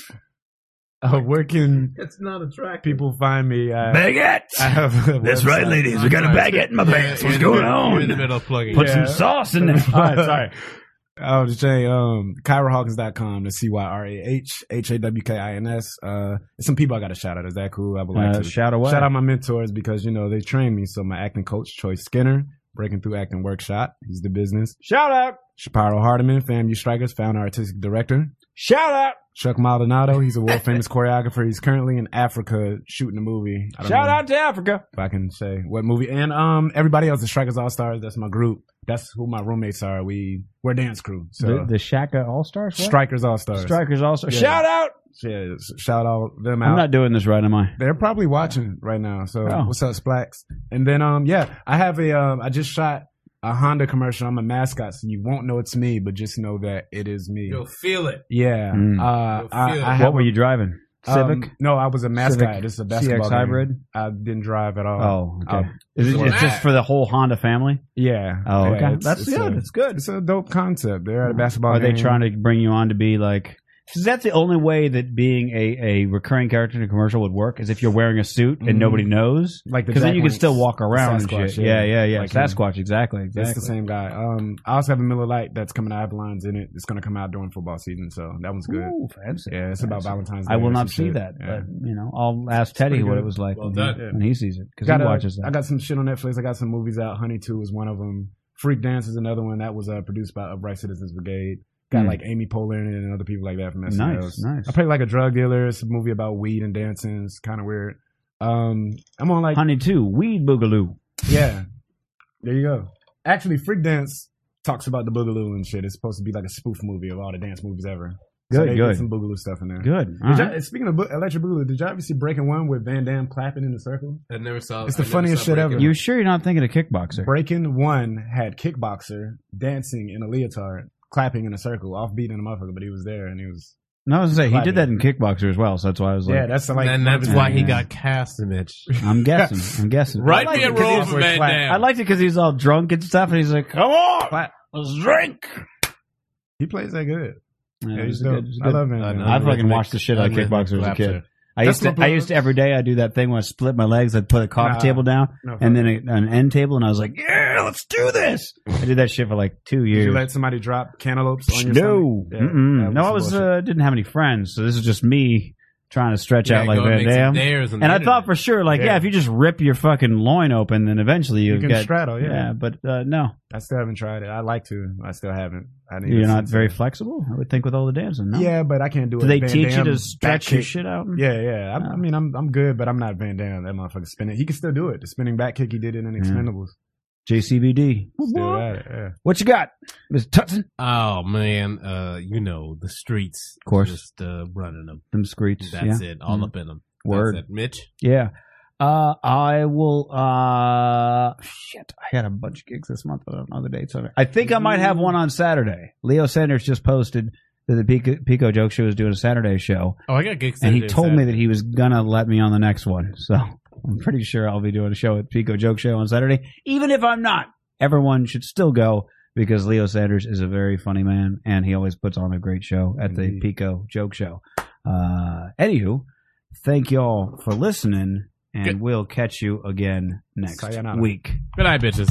Uh, where can
It's not attractive.
people find me? I,
Baguette.
I have. A
That's right,
website.
ladies. We got a baguette in my pants. What's going
You're in the
on?
middle of plugging.
Put
Yeah.
some sauce in there. All right, sorry.
Oh, just say um, KyraHawkins.com. That's C-Y-R-A-H, H-A-W-K-I-N-S. Uh, there's some people I got to shout out. Is that cool? I would like
Uh,
to.
shout away.
Shout out my mentors because, you know, they trained me. So my acting coach, Troy Skinner, Breaking Through Acting Workshop. He's the business.
Shout out.
Shapiro Hardiman, FAMU Strikers, founder, artistic director.
Shout out.
Chuck Maldonado, he's a world famous choreographer. He's currently in Africa shooting a movie. I don't
Shout
know
out to Africa.
if I can say what movie. And um, everybody else, the Strikers All Stars. That's my group. That's who my roommates are. We we're a dance crew. So
the, the Shaka All Stars.
Strikers All Stars.
Strikers also.
Yeah.
Shout out.
yeah, s- shout all them out.
I'm not doing this right, am I?
They're probably watching right now. So
Oh.
what's up, Splax? And then um, yeah, I have a um, I just shot a Honda commercial. I'm a mascot, so you won't know it's me, but just know that it is me.
You'll feel it.
Yeah.
Mm.
Uh,
You'll
I,
feel
I
it.
have
What were you driving?
um,
Civic.
no, I was a mascot.
Civic
This is a basketball
CX
game.
hybrid?
I didn't drive at all.
oh, okay.
um,
Is it it's just for the whole Honda family?
Yeah.
Oh,
Yeah,
okay.
it's-
That's
it's
good.
a-
That's good. Hmm.
It's a dope concept. They're at a basketball.
Are they
game.
trying to bring you on to be like? Because that's the only way that being a, a recurring character in a commercial would work is if you're wearing a suit and
Mhm.
nobody knows.
like the
Because then you can
Jack
still
Links,
walk
the
around and
Sasquatch,
shit. Yeah, yeah, yeah.
Like,
Sasquatch, exactly,
That's the
exactly.
same guy. Um, I also have a Miller Lite that's coming out. I have lines in it. It's gonna come out during football season, so that one's good.
Ooh, fancy.
Yeah, it's about Valentine's Day.
I will
or
not
some
see
shit.
that,
Yeah.
but you know, I'll ask Teddy
pretty
what
good.
it was like
Well
when,
done.
he, when he sees it because
Got
he
a-
watches that.
I got some shit on Netflix. I got some movies out. Honey Two is one of them. Freak Dance is another one that was uh, produced by Upright Citizens Brigade. Got
Hmm.
like Amy Poehler in it and other people like that from SNL.
Nice, nice.
I play like a drug dealer. It's a movie about weed and dancing. It's kind of weird. Um, I'm on like
Honey, too. Weed Boogaloo.
yeah. There you go. Actually, Freak Dance talks about the Boogaloo and shit. It's supposed to be like a spoof movie of all the dance movies ever. so
Good,
they
good.
Get some Boogaloo stuff in there.
Good. Uh-huh.
Did y'all- speaking of Bo- Electric Boogaloo, did y'all ever see Breaking One with Van Damme clapping in a circle?
I never saw.
It's the
I never
funniest
saw
shit
Breaking
ever.
You sure you're not thinking of kickboxer?
Breaking One had kickboxer dancing in a leotard, clapping in a circle, off beating a motherfucker, but he was there and he was.
No, I was gonna say he did
Lightning.
that in kickboxer as well. So that's why I was like,
yeah, that's like.
and
one of
that's
his-
why he
Yeah.
got cast in it.
I'm guessing. I'm guessing.
Write
I
me a
liked it 'cause
role
he-
for Van Damme.
I liked it because he's all drunk and stuff, and he's like, "Come on, let's drink."
He plays that good.
Yeah,
Yeah,
it
he's
was
dope.
good, it was
I
good.
love him.
I fucking watched the shit out of
Unrhythmic
kickboxer as a
claps
kid.
there.
I used
That's
to.
my
I used to
plug.
every day. I do that thing when I split my legs. I'd put a coffee
Nah.
table down
No, fuck
and then a, an end table, and I was like, "Yeah, let's do this." I did that shit for like two
Did you
years.
let somebody drop cantaloupes on your
No,
stomach? Yeah,
Mm-mm.
that
no, I
some
was
bullshit.
uh, didn't have any friends, so this is just me trying to stretch out
Yeah,
like
go and
Van
make some
Damme.
dares on the
And I
internet.
thought for sure, like, yeah.
Yeah.
if you just rip your fucking loin open, then eventually
You
you'll
can
get.
straddle, yeah.
yeah, but uh, no,
I still haven't tried it. I like to. I still haven't. I need
You're
to-
not very flexible, I would think, with all the dancing. No?
Yeah, but I can't do it.
Do they
Van
teach you
Damme
to
back
stretch
kick.
your shit out?
Yeah, yeah. I'm,
Oh.
I mean, I'm I'm good, but I'm not Van Damme. That motherfucker spinning. He can still do it. The spinning back kick he did in an
Yeah.
Expendables.
JCBD.
Still at it. Yeah.
What you got, Miss Tutson?
Oh man, uh, you know the streets, of
course.
just uh, running them.
Them screeches.
That's
yeah.
it, all
Mhm.
up in them.
Word.
That's it. Mitch.
Yeah. Uh, I will. Uh, shit, I had a bunch of gigs this month, but I don't know the dates on it. I think I might have one on Saturday. Leo Sanders just posted that the Pico, Pico Joke Show is doing a Saturday show,
Oh, I got gigs.
and he
Saturday,
told me
Saturday.
that he was gonna let me on the next one. So I'm pretty sure I'll be doing a show at Pico Joke Show on Saturday. Even if I'm not, everyone should still go because Leo Sanders is a very funny man, and he always puts on a great show at the
Indeed.
Pico Joke Show. Uh, anywho, thank y'all for listening, and
Good.
we'll catch you again next
Sayonara.
week.
Good night, bitches.